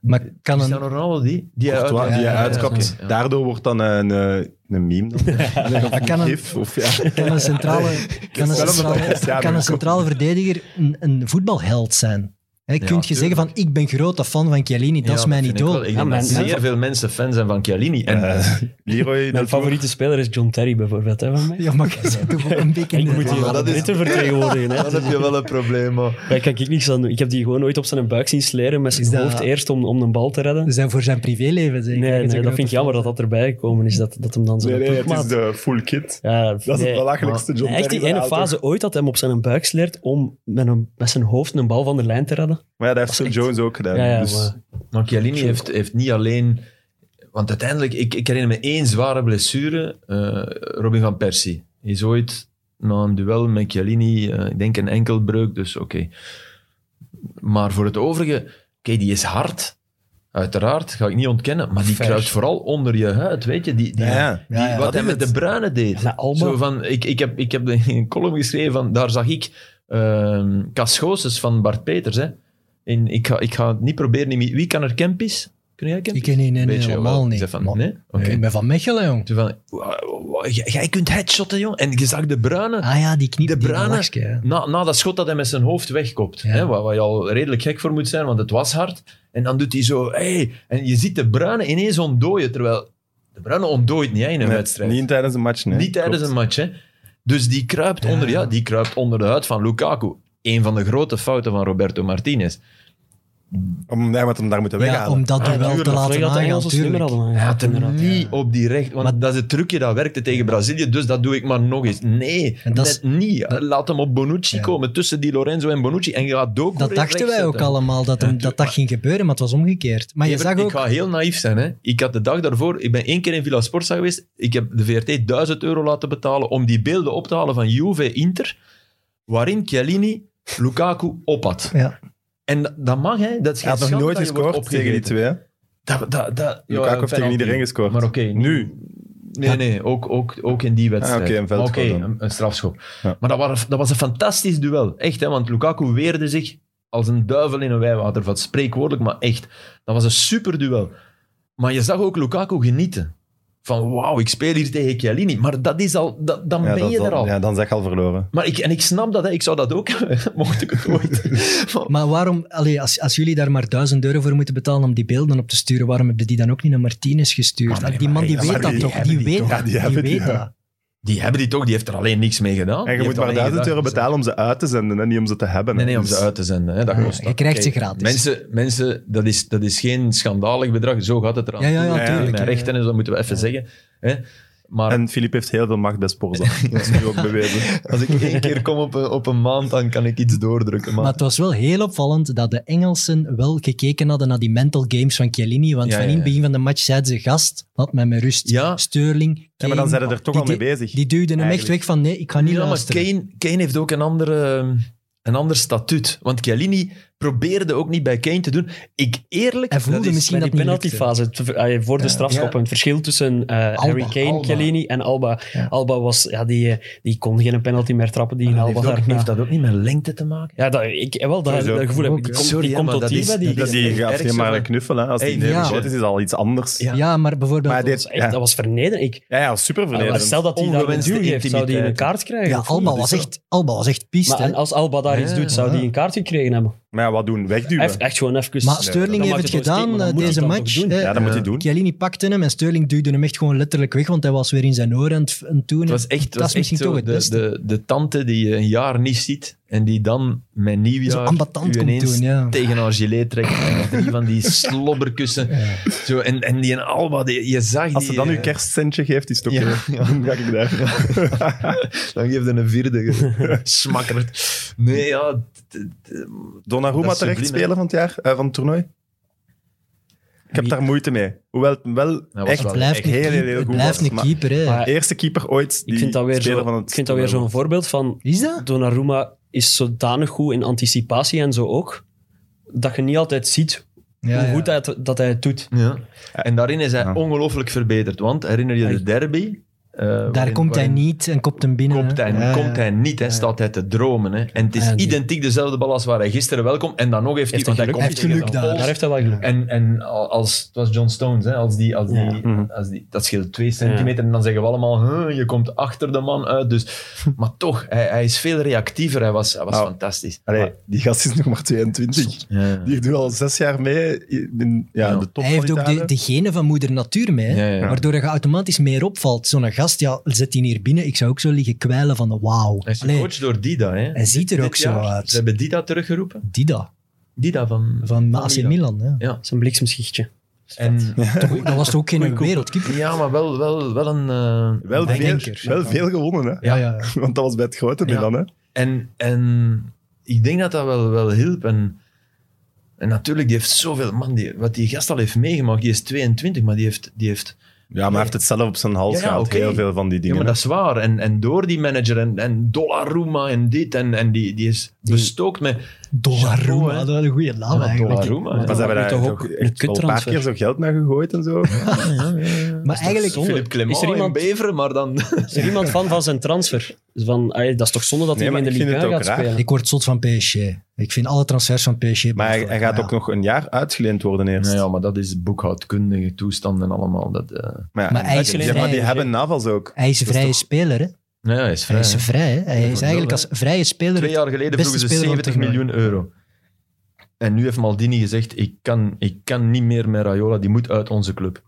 Speaker 2: Maar kan een,
Speaker 4: Cristiano Ronaldo, die? Die hij
Speaker 1: Courtois,
Speaker 4: uit-
Speaker 1: die je
Speaker 2: ja, ja,
Speaker 1: uitkapt.
Speaker 4: oké, ja.
Speaker 1: Daardoor wordt dan een, eh, een meme. [LAUGHS] Dan. Of
Speaker 2: Maar
Speaker 1: een
Speaker 2: kan een-
Speaker 1: gif. Of, ja.
Speaker 2: kan een centrale, kan een
Speaker 1: wel omdat hij
Speaker 2: centrale,
Speaker 1: Cristiano
Speaker 2: kan een
Speaker 1: komt.
Speaker 2: centrale verdediger een, een voetbalheld zijn? Hè, kun je
Speaker 4: tuurlijk.
Speaker 2: zeggen van, ik ben grote fan van Chiellini, dat
Speaker 4: Ja,
Speaker 2: is mijn
Speaker 4: vind ik wel.
Speaker 2: idool.
Speaker 4: Ik
Speaker 5: Ja,
Speaker 4: denk dat
Speaker 5: mijn-
Speaker 4: zeer veel mensen fan zijn van Chiellini. En
Speaker 1: Eh, Leroy,
Speaker 5: Mijn
Speaker 1: dat
Speaker 5: favoriete speler is John Terry bijvoorbeeld. Hè, van mij.
Speaker 2: [LAUGHS] Ja, maar jij bent toch ook een beetje...
Speaker 5: Ik moet
Speaker 4: Ja,
Speaker 5: hier
Speaker 4: dat
Speaker 5: dat
Speaker 4: is-
Speaker 5: Britten vertegenwoordigen. Hè.
Speaker 4: dan heb je wel een probleem. hoor.
Speaker 5: Daar kan ik niks aan doen. Ik heb die gewoon ooit op zijn buik zien sleren met zijn
Speaker 2: Is dat-
Speaker 5: hoofd eerst om, om een bal te redden.
Speaker 2: zijn voor zijn privéleven, zeker.
Speaker 5: Nee,
Speaker 2: Hij is een
Speaker 5: nee dat
Speaker 2: grote
Speaker 5: vind ik jammer dat dat erbij gekomen is, dat, dat hem dan zo
Speaker 1: Nee, nee, het is de full kit.
Speaker 5: ja,
Speaker 1: Dat is
Speaker 5: nee.
Speaker 1: het belachelijkste John
Speaker 5: Nee, Echt die
Speaker 1: Terry
Speaker 5: ene
Speaker 1: verhaal, toch?
Speaker 5: fase ooit dat hem op zijn buik sleert om met, een, met zijn hoofd een bal van de lijn te redden.
Speaker 1: Maar ja, dat heeft Phil
Speaker 5: Dat is echt-
Speaker 1: Jones ook gedaan.
Speaker 5: Ja, ja,
Speaker 1: dus
Speaker 5: maar-
Speaker 4: Maar Chiellini heeft, heeft niet alleen... Want uiteindelijk, ik, ik herinner me één zware blessure. eh, Robin van Persie is ooit na een duel met Chiellini, eh, ik denk een enkelbreuk, dus oké. Maar voor het overige, oké, die is hard. Uiteraard, ga ik niet ontkennen. Maar die
Speaker 5: Vers.
Speaker 4: kruipt vooral onder je huid, weet je. Die, die,
Speaker 1: Ja, ja.
Speaker 4: die-
Speaker 2: Ja, ja,
Speaker 4: wat
Speaker 2: dat
Speaker 4: hij
Speaker 2: is
Speaker 4: met de bruine deed.
Speaker 5: Ja, Alba.
Speaker 4: Zo van, ik, ik, heb, [LAUGHS] ik heb in een column geschreven, van, daar zag ik ehm Cascosus van Bart Peters. Hè. En ik, ga, ik ga het niet proberen. niet meer- Wie kan er Kempis? Kun jij Kempis?
Speaker 2: Ik ken die nee, nee,
Speaker 4: Beetje,
Speaker 2: helemaal
Speaker 4: wel.
Speaker 2: niet.
Speaker 4: Zeg Van,
Speaker 2: Maar-
Speaker 4: nee? Oké.
Speaker 2: Ik ben van Mechelen, jong.
Speaker 4: Zo van, wa- wa- jij- jij kunt headshotten, jong. En je zag de bruine...
Speaker 2: Ah ja, die knie.
Speaker 4: De
Speaker 2: die
Speaker 4: Brana-
Speaker 2: lachske, hè.
Speaker 4: Na, na dat schot dat hij met zijn hoofd wegkopt.
Speaker 2: Ja.
Speaker 4: Hè, waar, waar je al redelijk gek voor moet zijn, want het was hard. En dan doet hij zo... Hey, en je ziet de bruine ineens ontdooien. Terwijl de bruine ontdooit niet hè, in een
Speaker 1: Nee,
Speaker 4: wedstrijd.
Speaker 1: Niet tijdens een match, nee.
Speaker 4: Niet tijdens
Speaker 1: Klopt.
Speaker 4: een match, hè. Dus die kruipt, onder,
Speaker 2: Ja.
Speaker 4: ja, die kruipt onder de huid van Lukaku. Een van de grote fouten van Roberto Martinez.
Speaker 1: Om, nee, want hem daar moeten
Speaker 2: Ja,
Speaker 1: weghalen.
Speaker 2: om dat
Speaker 5: Ah,
Speaker 2: duel
Speaker 5: tuurlijk,
Speaker 2: te
Speaker 5: dat
Speaker 2: laten
Speaker 5: dat
Speaker 2: aangaan,
Speaker 5: Engelsen slimmer
Speaker 2: tuurlijk.
Speaker 5: hadden.
Speaker 4: Hij
Speaker 5: aangehaald,
Speaker 4: had hem
Speaker 5: inderdaad.
Speaker 4: niet op die recht. Want
Speaker 2: Maar-
Speaker 4: dat is het trucje dat werkte tegen Brazilië. Dus dat doe ik maar nog eens. Nee,
Speaker 2: En
Speaker 4: net
Speaker 2: dat is-
Speaker 4: niet. Laat hem op Bonucci
Speaker 2: Ja.
Speaker 4: komen. Tussen die Lorenzo en Bonucci. En je gaat Doku
Speaker 2: Dat dachten wij ook allemaal, dat hem- dat dat ging gebeuren, maar het was omgekeerd. Maar je
Speaker 4: Evert,
Speaker 2: zag
Speaker 4: Ik
Speaker 2: ook...
Speaker 4: ga heel naïef zijn. Hè. Ik had de dag daarvoor, ik ben één keer in Villa Sporza geweest. Ik heb de VRT 1000 euro laten betalen om die beelden op te halen van Juve Inter. Waarin Chiellini Lukaku op had.
Speaker 2: Ja.
Speaker 4: En dat, dat mag, hè? Dat is
Speaker 1: Hij had nog
Speaker 4: schande
Speaker 1: nooit
Speaker 4: dat je wordt
Speaker 1: gescoord tegen die
Speaker 4: opgegeten.
Speaker 1: twee. hè.
Speaker 4: Dat, dat, dat, ja,
Speaker 1: Lukaku heeft tegen
Speaker 4: penalty.
Speaker 1: iedereen gescoord.
Speaker 4: Maar oké,
Speaker 1: Nu.
Speaker 4: Nee, nee, ook, ook, ook in die wedstrijd.
Speaker 1: Ah, oké, een veldschop
Speaker 4: Oké,
Speaker 1: dan.
Speaker 4: een, een strafschop.
Speaker 1: Ja.
Speaker 4: Maar dat, waren, dat was een fantastisch duel. Echt, hè, want Lukaku weerde zich als een duivel in een wijwatervat. Spreekwoordelijk, maar echt. Dat was een super duel. Maar je zag ook Lukaku genieten. Van wauw, ik speel hier tegen Chiellini. Maar dat is al, dat, dan
Speaker 1: Ja,
Speaker 4: ben
Speaker 1: dat-
Speaker 4: je
Speaker 1: dat-
Speaker 4: er al.
Speaker 1: Ja, dan zeg je al verloren.
Speaker 4: Maar ik, en ik snap dat, hè, ik zou dat ook [LAUGHS] hebben, mocht ik het ooit. Maar-
Speaker 2: Maar waarom, allee, als, als jullie daar maar duizend euro voor moeten betalen om die beelden op te sturen, waarom hebben die dan ook niet naar Martinez gestuurd?
Speaker 1: Ah,
Speaker 4: Maar nee,
Speaker 2: Allee, die man
Speaker 4: maar
Speaker 2: die weet
Speaker 4: ja, maar
Speaker 2: dat
Speaker 4: die
Speaker 2: toch?
Speaker 4: hebben
Speaker 2: Die
Speaker 4: die
Speaker 2: weet
Speaker 4: toch?
Speaker 2: dat.
Speaker 1: Ja, die
Speaker 2: Die
Speaker 1: hebben die,
Speaker 2: weet
Speaker 1: ja.
Speaker 2: dat.
Speaker 4: Die hebben die toch, die heeft er alleen niks mee gedaan.
Speaker 1: En
Speaker 4: Die
Speaker 1: je moet
Speaker 4: heeft
Speaker 1: maar
Speaker 4: alleen
Speaker 1: 1000
Speaker 4: gedacht-
Speaker 1: euro betalen om ze uit te zenden en niet om ze te hebben. hè.
Speaker 4: Nee, nee, om ze
Speaker 1: Dus-
Speaker 4: uit te zenden. Hè. Dat
Speaker 2: Ah,
Speaker 4: kost
Speaker 2: je
Speaker 4: dat.
Speaker 2: krijgt ze
Speaker 4: Kijk,
Speaker 2: gratis.
Speaker 4: Mensen, mensen dat, is, dat is geen schandalig bedrag. Zo gaat het eraan.
Speaker 2: Ja, ja, ja,
Speaker 4: toe.
Speaker 1: tuurlijk,
Speaker 4: Mijn
Speaker 2: ja, ja.
Speaker 4: rechten en zo, dat moeten we even zeggen. Hè. Maar
Speaker 1: En Filip heeft heel veel macht bij Sporza. Dat is nu ook bewezen.
Speaker 4: als ik één keer kom op een, op een maand, dan kan ik iets doordrukken. Maar,
Speaker 2: Maar het was wel heel opvallend dat de Engelsen wel gekeken hadden naar die mental games van Chiellini. Want
Speaker 4: Ja,
Speaker 2: van
Speaker 4: ja,
Speaker 2: in het
Speaker 4: ja.
Speaker 2: begin van de match zeiden ze, gast, laat mij met rust.
Speaker 4: Ja.
Speaker 2: Sterling,
Speaker 1: Ja, maar dan
Speaker 2: Kane,
Speaker 1: zijn ze er toch
Speaker 2: die-
Speaker 1: al mee
Speaker 2: die-
Speaker 1: bezig.
Speaker 2: Die duwden hem echt
Speaker 1: Eigenlijk.
Speaker 2: weg van, nee, ik ga niet
Speaker 4: Ja, maar
Speaker 2: luisteren.
Speaker 4: Kane, Kane heeft ook een, andere, een ander statuut. Want Chiellini probeerde ook niet bij Kane te doen. Ik eerlijk...
Speaker 2: Hij voelde
Speaker 4: dat is-
Speaker 2: misschien
Speaker 5: Met
Speaker 2: dat
Speaker 5: die
Speaker 2: niet lukte.
Speaker 5: penaltyfase te- eh, voor de strafschoppen.
Speaker 4: ja.
Speaker 5: Het verschil tussen eh, Harry Kane,
Speaker 4: Alba.
Speaker 5: Chiellini en Alba.
Speaker 4: Ja.
Speaker 5: Alba was, ja, die, eh, die kon geen penalty meer trappen. Die in
Speaker 4: Maar
Speaker 5: Alba
Speaker 4: heeft, ook,
Speaker 5: daarna.
Speaker 4: heeft dat ook niet met lengte te maken?
Speaker 5: Ja, dat, ik, eh, wel, dat,
Speaker 1: Sowieso.
Speaker 5: dat gevoel heb ik. Die
Speaker 2: Ook,
Speaker 5: komt-
Speaker 4: Sorry,
Speaker 5: die
Speaker 4: hè,
Speaker 5: komt
Speaker 4: maar
Speaker 5: tot
Speaker 4: dat
Speaker 5: die
Speaker 4: is-
Speaker 5: bij die.
Speaker 1: Dat
Speaker 5: Dat,
Speaker 1: die
Speaker 4: het
Speaker 1: gaat
Speaker 4: ergste
Speaker 1: je maar
Speaker 4: van-
Speaker 1: een knuffelen. Als die
Speaker 4: Hey,
Speaker 1: hey,
Speaker 4: ja.
Speaker 1: is, is al iets anders. Ja,
Speaker 4: Ja.
Speaker 2: Ja, maar bijvoorbeeld...
Speaker 1: Maar dit-
Speaker 5: was echt, dat was vernederend. Ik, Ah,
Speaker 1: ja, ja super
Speaker 5: maar stel dat hij daar een
Speaker 4: Ongewenste
Speaker 5: duw heeft, zou hij een
Speaker 4: intimiteit.
Speaker 5: kaart krijgen.
Speaker 2: ja,
Speaker 5: of niet?
Speaker 2: Alba was,
Speaker 1: dus
Speaker 2: echt, Alba was echt pist,
Speaker 5: Maar
Speaker 2: hè.
Speaker 5: en als Alba daar iets
Speaker 4: Ja,
Speaker 5: doet, zou
Speaker 2: ja.
Speaker 5: hij een kaart gekregen hebben.
Speaker 1: Maar ja, wat doen? Wegduwen.
Speaker 5: Even- echt gewoon even...
Speaker 2: Maar
Speaker 5: Dan
Speaker 2: Sterling
Speaker 5: maakt
Speaker 2: heeft het
Speaker 5: wel een
Speaker 2: gedaan
Speaker 5: statement,
Speaker 2: eh,
Speaker 5: dan moet
Speaker 2: deze
Speaker 5: hij dat
Speaker 2: match.
Speaker 5: toch doen.
Speaker 2: hè.
Speaker 1: ja, dat moet hij doen.
Speaker 2: Chiellini pakte hem en Sterling duwde hem echt gewoon letterlijk weg, want hij was weer in zijn oren aan het- aan het doen.
Speaker 4: Het was echt, het
Speaker 2: Dat
Speaker 4: was
Speaker 2: is misschien
Speaker 4: echt zo
Speaker 2: toch het
Speaker 4: de,
Speaker 2: beste.
Speaker 4: De, de tante die je een jaar niet ziet en die dan met
Speaker 2: Zo
Speaker 4: nieuwjaar
Speaker 2: ambetant
Speaker 4: u
Speaker 2: komt
Speaker 4: ineens
Speaker 2: doen, ja.
Speaker 4: tegen haar gilet trekt. En drie van
Speaker 2: [LAUGHS]
Speaker 4: die slobberkussen. Zo, en, en die en Alba, die, je zag
Speaker 1: Als
Speaker 4: die...
Speaker 1: ze dan
Speaker 4: eh,
Speaker 1: uw kerstcentje geeft, is het oké. [LAUGHS]
Speaker 4: Ja,
Speaker 1: Dan ga ik daar.
Speaker 4: Dan geeft hij een [LAUGHS] vierde. Smakkerd. Nee, ja... t- t- t-
Speaker 1: Donnarumma
Speaker 4: Dat is
Speaker 1: terecht
Speaker 4: subliem, hè?
Speaker 1: spelen van het jaar, eh, van het toernooi. Ik heb
Speaker 4: Wie?
Speaker 1: daar moeite mee. Hoewel het wel
Speaker 4: was
Speaker 1: echt
Speaker 2: het
Speaker 4: wel
Speaker 2: blijft
Speaker 1: echt
Speaker 2: een
Speaker 1: heel, heel,
Speaker 2: keeper,
Speaker 1: heel
Speaker 2: het
Speaker 1: goed
Speaker 2: blijft
Speaker 1: was,
Speaker 2: een
Speaker 1: maar-
Speaker 2: keeper, hè.
Speaker 5: Maar
Speaker 1: eerste keeper ooit die
Speaker 5: Ik Ah, vind dat weer
Speaker 1: speler
Speaker 5: zo-
Speaker 1: van het
Speaker 5: ik vind dat weer zo'n
Speaker 1: toernooi
Speaker 5: voorbeeld van...
Speaker 2: Is dat?
Speaker 5: Donnarumma is zodanig goed in anticipatie en zo ook, dat je niet altijd ziet
Speaker 2: Ja,
Speaker 5: hoe
Speaker 2: ja.
Speaker 5: goed Hij het, dat hij het doet.
Speaker 4: Ja. En daarin is hij
Speaker 1: Ja.
Speaker 4: ongelooflijk verbeterd. Want herinner je de
Speaker 5: Echt.
Speaker 4: derby? Eh,
Speaker 2: Daar
Speaker 4: waarin-
Speaker 2: komt hij
Speaker 4: waarin-
Speaker 2: niet en kopt hem binnen.
Speaker 4: Komt
Speaker 2: hè.
Speaker 4: hij,
Speaker 2: Ja,
Speaker 4: komt
Speaker 2: ja.
Speaker 4: hij niet, hè, staat hij te dromen. Hè. En het is
Speaker 5: Ja, die-
Speaker 4: identiek dezelfde bal als waar hij gisteren wel komt. En dan nog heeft,
Speaker 5: Heeft
Speaker 4: hij,
Speaker 5: hij
Speaker 4: want
Speaker 5: geluk?
Speaker 4: hij
Speaker 2: Heeft geluk
Speaker 4: tegen
Speaker 2: daar.
Speaker 4: een
Speaker 5: Daar
Speaker 4: pols.
Speaker 5: heeft hij wel geluk.
Speaker 4: En, en al- als, het was John Stones, hè, als die, als die,
Speaker 5: Ja.
Speaker 1: Mhm.
Speaker 4: als die, dat scheelt twee centimeter. En dan zeggen we allemaal, huh, je komt achter de man
Speaker 1: [LAUGHS]
Speaker 4: uit. Dus, maar toch, hij, hij is veel reactiever. Hij was, hij was
Speaker 1: Nou,
Speaker 4: fantastisch.
Speaker 1: was. Allee,
Speaker 4: Maar-
Speaker 1: die gast is [LAUGHS] nog maar 22.
Speaker 4: ja.
Speaker 1: Die doet al zes jaar mee in ja,
Speaker 4: Ja.
Speaker 1: de top
Speaker 2: Hij heeft
Speaker 1: van
Speaker 2: ook
Speaker 1: Italië.
Speaker 2: de, de genen van moeder natuur mee, hè.
Speaker 4: Ja, ja.
Speaker 2: waardoor je automatisch meer opvalt. Zo'n gast, ja, zet die hier binnen, ik zou ook zo liggen kwijlen van wauw.
Speaker 4: Hij is
Speaker 2: Allee,
Speaker 4: gecoacht door Dida. Hè.
Speaker 2: Hij ziet er
Speaker 4: Dit
Speaker 2: ook zo
Speaker 4: jaar,
Speaker 2: uit.
Speaker 4: Ze hebben Dida teruggeroepen.
Speaker 2: Dida,
Speaker 4: Dida van...
Speaker 2: van AC
Speaker 4: Milan.
Speaker 2: Milan. hè.
Speaker 5: Zijn bliksemschichtje.
Speaker 4: En,
Speaker 2: Toch, dat was toch ook geen wereldkeeper.
Speaker 4: ja, maar wel, wel, wel een... eh,
Speaker 1: Wel,
Speaker 2: Een
Speaker 1: veel,
Speaker 2: denker.
Speaker 1: wel veel gewonnen, hè.
Speaker 2: Ja, ja. ja.
Speaker 1: Want dat was bij het grote
Speaker 4: Ja.
Speaker 1: Milan, hè.
Speaker 4: En, en ik denk dat dat wel, wel hielp. En, en natuurlijk, die heeft zoveel... Man, die, wat die gast al heeft meegemaakt, die is 22, maar die heeft... Die heeft
Speaker 1: Ja, maar hij heeft het zelf op zijn hals
Speaker 4: Ja, ja,
Speaker 1: gehaald.
Speaker 4: oké.
Speaker 1: Heel veel van die
Speaker 4: ja,
Speaker 1: dingen.
Speaker 4: maar dat is waar. En, en door die manager en, en Donnarumma en dit en, en die, die Ah, is bestookt met... Chapeau,
Speaker 2: Donnarumma,
Speaker 4: hè.
Speaker 2: dat was een goede naam
Speaker 4: Ja,
Speaker 2: eigenlijk.
Speaker 4: Donnarumma,
Speaker 5: Maar
Speaker 1: Maar ze
Speaker 5: dat
Speaker 1: hebben
Speaker 5: moet
Speaker 1: daar
Speaker 5: toch
Speaker 1: ook
Speaker 5: ook een
Speaker 1: echt wel een paar
Speaker 5: kuttransfer.
Speaker 1: keer zo geld naar gegooid en zo.
Speaker 2: Maar eigenlijk,
Speaker 5: zonde?
Speaker 4: Philippe Clement
Speaker 5: Is er iemand-
Speaker 4: in Beveren, maar dan...
Speaker 5: [LAUGHS] Is er iemand van van zijn transfer? Van, ah, dat is toch zonde dat
Speaker 1: Nee,
Speaker 5: hij
Speaker 1: maar
Speaker 5: hem in de
Speaker 1: ik vind
Speaker 5: Liga
Speaker 1: het
Speaker 5: gaat
Speaker 1: ook raar.
Speaker 5: spelen?
Speaker 2: ik word zot van PSG. Ik vind alle transfers van PSG
Speaker 1: Maar hij,
Speaker 2: belachelijk,
Speaker 1: hij gaat
Speaker 2: maar
Speaker 1: ook
Speaker 2: ja.
Speaker 1: nog een jaar uitgeleend worden eerst.
Speaker 4: Nou [LAUGHS] ja, maar dat is boekhoudkundige toestanden allemaal. Dat, eh
Speaker 1: Maar, ja,
Speaker 2: Maar hij is
Speaker 1: ja,
Speaker 2: vrij,
Speaker 1: maar die
Speaker 5: hè?
Speaker 1: hebben navals ook.
Speaker 2: Hij is een
Speaker 1: Dat is
Speaker 2: vrije
Speaker 1: toch-
Speaker 2: speler, hè?
Speaker 4: nou Dus ja,
Speaker 2: Hij
Speaker 4: hij is vrij.
Speaker 2: is
Speaker 4: hè.
Speaker 2: vrij, hè? Hij
Speaker 4: Ja,
Speaker 2: is
Speaker 4: voor
Speaker 2: eigenlijk als
Speaker 4: nul,
Speaker 2: vrije speler
Speaker 4: Twee jaar geleden
Speaker 2: Beste
Speaker 4: vroegen ze
Speaker 2: speler van het
Speaker 4: 70 miljoen euro. En nu heeft Maldini gezegd, ik kan, ik kan niet meer met Raiola, die moet uit onze club.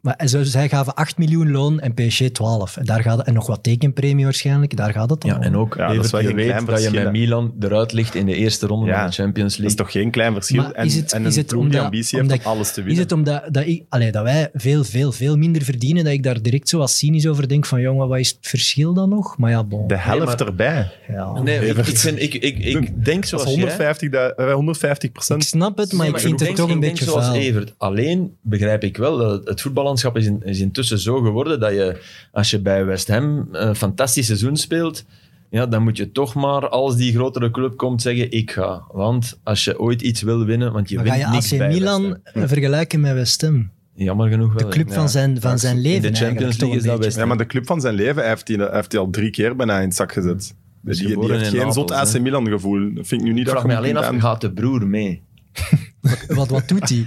Speaker 2: Maar en zo- zij gaven 8 miljoen loon en PSG 12. En, daar gaat, het- en nog wat tekenpremie waarschijnlijk, daar gaat het dan
Speaker 4: Ja,
Speaker 2: om.
Speaker 4: en ook
Speaker 1: Ja, dat is
Speaker 4: Evert,
Speaker 1: wel
Speaker 4: je
Speaker 1: geen
Speaker 4: weet
Speaker 1: klein
Speaker 4: dat je
Speaker 1: verschil,
Speaker 4: met
Speaker 1: hè.
Speaker 4: Milan eruit ligt in de eerste ronde
Speaker 1: Ja.
Speaker 4: van de Champions
Speaker 1: Dat is
Speaker 4: League.
Speaker 1: toch geen klein verschil?
Speaker 2: Maar
Speaker 1: en
Speaker 2: is het-
Speaker 1: en
Speaker 2: is
Speaker 1: een
Speaker 2: het
Speaker 1: ploeg die
Speaker 2: omdat-
Speaker 1: ambitie heeft om
Speaker 2: omdat-
Speaker 1: alles te
Speaker 2: Is
Speaker 1: winnen.
Speaker 2: het omdat dat, ik, allee, dat wij veel, veel, veel minder verdienen, dat ik daar direct zo wat cynisch over denk van, jongen, wat is het verschil dan nog? Maar ja, bon.
Speaker 1: De helft
Speaker 4: maar-
Speaker 1: erbij.
Speaker 2: ja.
Speaker 4: Nee, ik,
Speaker 1: Evert.
Speaker 4: ik, vind- ik, ik, ik denk
Speaker 1: Dat
Speaker 4: zoals
Speaker 1: is
Speaker 4: jij.
Speaker 1: 150, da- eh, 150
Speaker 2: Ik
Speaker 1: procent.
Speaker 2: snap het, maar
Speaker 4: Nee,
Speaker 2: ik vind het
Speaker 4: ik denk-
Speaker 2: toch een
Speaker 4: ik denk
Speaker 2: beetje
Speaker 4: zoals
Speaker 2: vuil.
Speaker 4: Evert. Alleen begrijp ik wel dat het voetballandschap is, in- is intussen zo geworden dat je, als je bij West Ham een fantastisch seizoen speelt, ja, dan moet je toch maar als die grotere club komt zeggen: Ik ga. Want als je ooit iets wil winnen, want je
Speaker 2: Maar ga
Speaker 4: wint
Speaker 2: je
Speaker 4: niks
Speaker 2: AC
Speaker 4: bij West
Speaker 2: Milan
Speaker 4: Ham.
Speaker 2: vergelijken met West Ham?
Speaker 4: Jammer genoeg wel.
Speaker 2: De club
Speaker 4: ja.
Speaker 2: van zijn, van zijn leven
Speaker 4: In de Champions
Speaker 2: eigenlijk, toch
Speaker 4: League is
Speaker 2: een
Speaker 4: dat
Speaker 2: beetje.
Speaker 4: West
Speaker 1: Ja,
Speaker 4: Ham.
Speaker 1: maar de club van zijn leven hij heeft hij heeft hij al drie keer bijna in het zak gezet. Die,
Speaker 4: Dus
Speaker 1: die
Speaker 4: geboren
Speaker 1: heeft
Speaker 4: in
Speaker 1: geen zot
Speaker 4: Napels,
Speaker 1: AC
Speaker 4: hè.
Speaker 1: Milan gevoel. Dat vind ik nu niet
Speaker 4: Ik vraag
Speaker 1: dat je
Speaker 4: me
Speaker 1: moet
Speaker 4: alleen af,
Speaker 1: aan-
Speaker 4: gaat de broer mee?
Speaker 2: Wat, wat doet hij?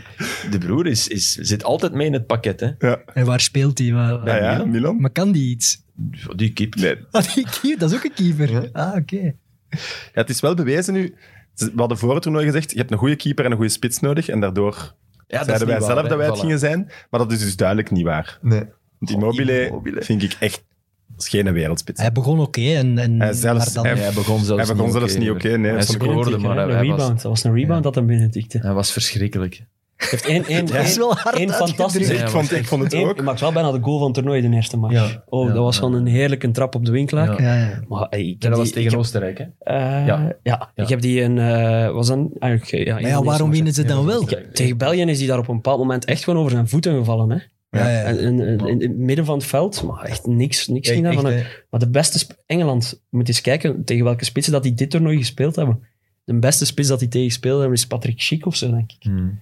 Speaker 4: De broer is, is, zit altijd mee in het pakket, hè?
Speaker 2: En waar speelt hij? Waar-
Speaker 1: Ja, Ah, ja,
Speaker 4: Milan?
Speaker 1: Milan?
Speaker 2: Maar kan die iets? [LAUGHS]
Speaker 4: Die kip.
Speaker 1: Nee,
Speaker 2: Ah, die keeper, dat is ook een keeper. Ah, oké.
Speaker 1: Ja, het is wel bewezen nu. We hadden voor het toernooi gezegd, je hebt een goede keeper en een goede spits nodig. En daardoor
Speaker 4: Ja,
Speaker 1: zeiden wij
Speaker 4: Ah, niet
Speaker 1: zelf
Speaker 4: waar,
Speaker 1: dat wij het
Speaker 4: hè.
Speaker 1: gingen zijn. Maar dat is dus duidelijk niet waar.
Speaker 4: Voilà. Nee.
Speaker 1: Want Immobile,
Speaker 4: Oh, Immobile.
Speaker 1: vind ik echt... Dat is geen wereldspits.
Speaker 2: Hij begon oké en, en
Speaker 1: Hij zelfs-
Speaker 2: maar dan...
Speaker 1: hij-
Speaker 4: Hij begon zelfs
Speaker 1: Hij begon zelfs niet oké, nee.
Speaker 4: Hij
Speaker 1: Vond ik
Speaker 4: scoorde, maar hij,
Speaker 5: een
Speaker 4: hij
Speaker 5: rebound.
Speaker 4: was,
Speaker 5: Dat was een rebound
Speaker 4: Ja.
Speaker 5: dat hem binnen tikte.
Speaker 4: hij was verschrikkelijk.
Speaker 5: heeft
Speaker 1: [LAUGHS]
Speaker 5: één, één,
Speaker 2: Dat is
Speaker 5: één-
Speaker 2: wel hard
Speaker 5: één
Speaker 2: uitgedrukt.
Speaker 5: fantastische...
Speaker 1: Dus ik, vond, ik vond het
Speaker 5: één-
Speaker 1: ook.
Speaker 5: Hij maakt wel bijna de goal van het toernooi, de eerste match.
Speaker 2: Ja.
Speaker 5: Oh,
Speaker 4: Ja,
Speaker 5: dat was
Speaker 4: ja.
Speaker 5: gewoon een heerlijke trap op de winkelaar.
Speaker 4: Ja.
Speaker 2: Ja, ja.
Speaker 5: Maar, eh, ik heb
Speaker 4: Ja, dat was
Speaker 5: die- ik
Speaker 4: tegen
Speaker 5: heb-
Speaker 4: Oostenrijk, hè?
Speaker 5: eh,
Speaker 4: Ja.
Speaker 5: ja.
Speaker 4: Ja.
Speaker 5: ik heb die een... eh, was dan, ah, oké, ja,
Speaker 2: Maar ja, waarom
Speaker 5: Indonesië.
Speaker 2: winnen ze dan wel?
Speaker 5: Ja, tegen België is hij daar op een bepaald moment echt gewoon over zijn voeten gevallen. Hè?
Speaker 2: Ja, ja.
Speaker 5: En, en- en- in het midden van het veld, maar echt niks, niks ging daarvan uit. Maar de beste... sp- Engeland, moet eens kijken tegen welke spitsen dat die dit toernooi gespeeld hebben. De beste spits dat die tegen gespeeld hebben is Patrick Schick of zo, denk ik.
Speaker 4: Hmm.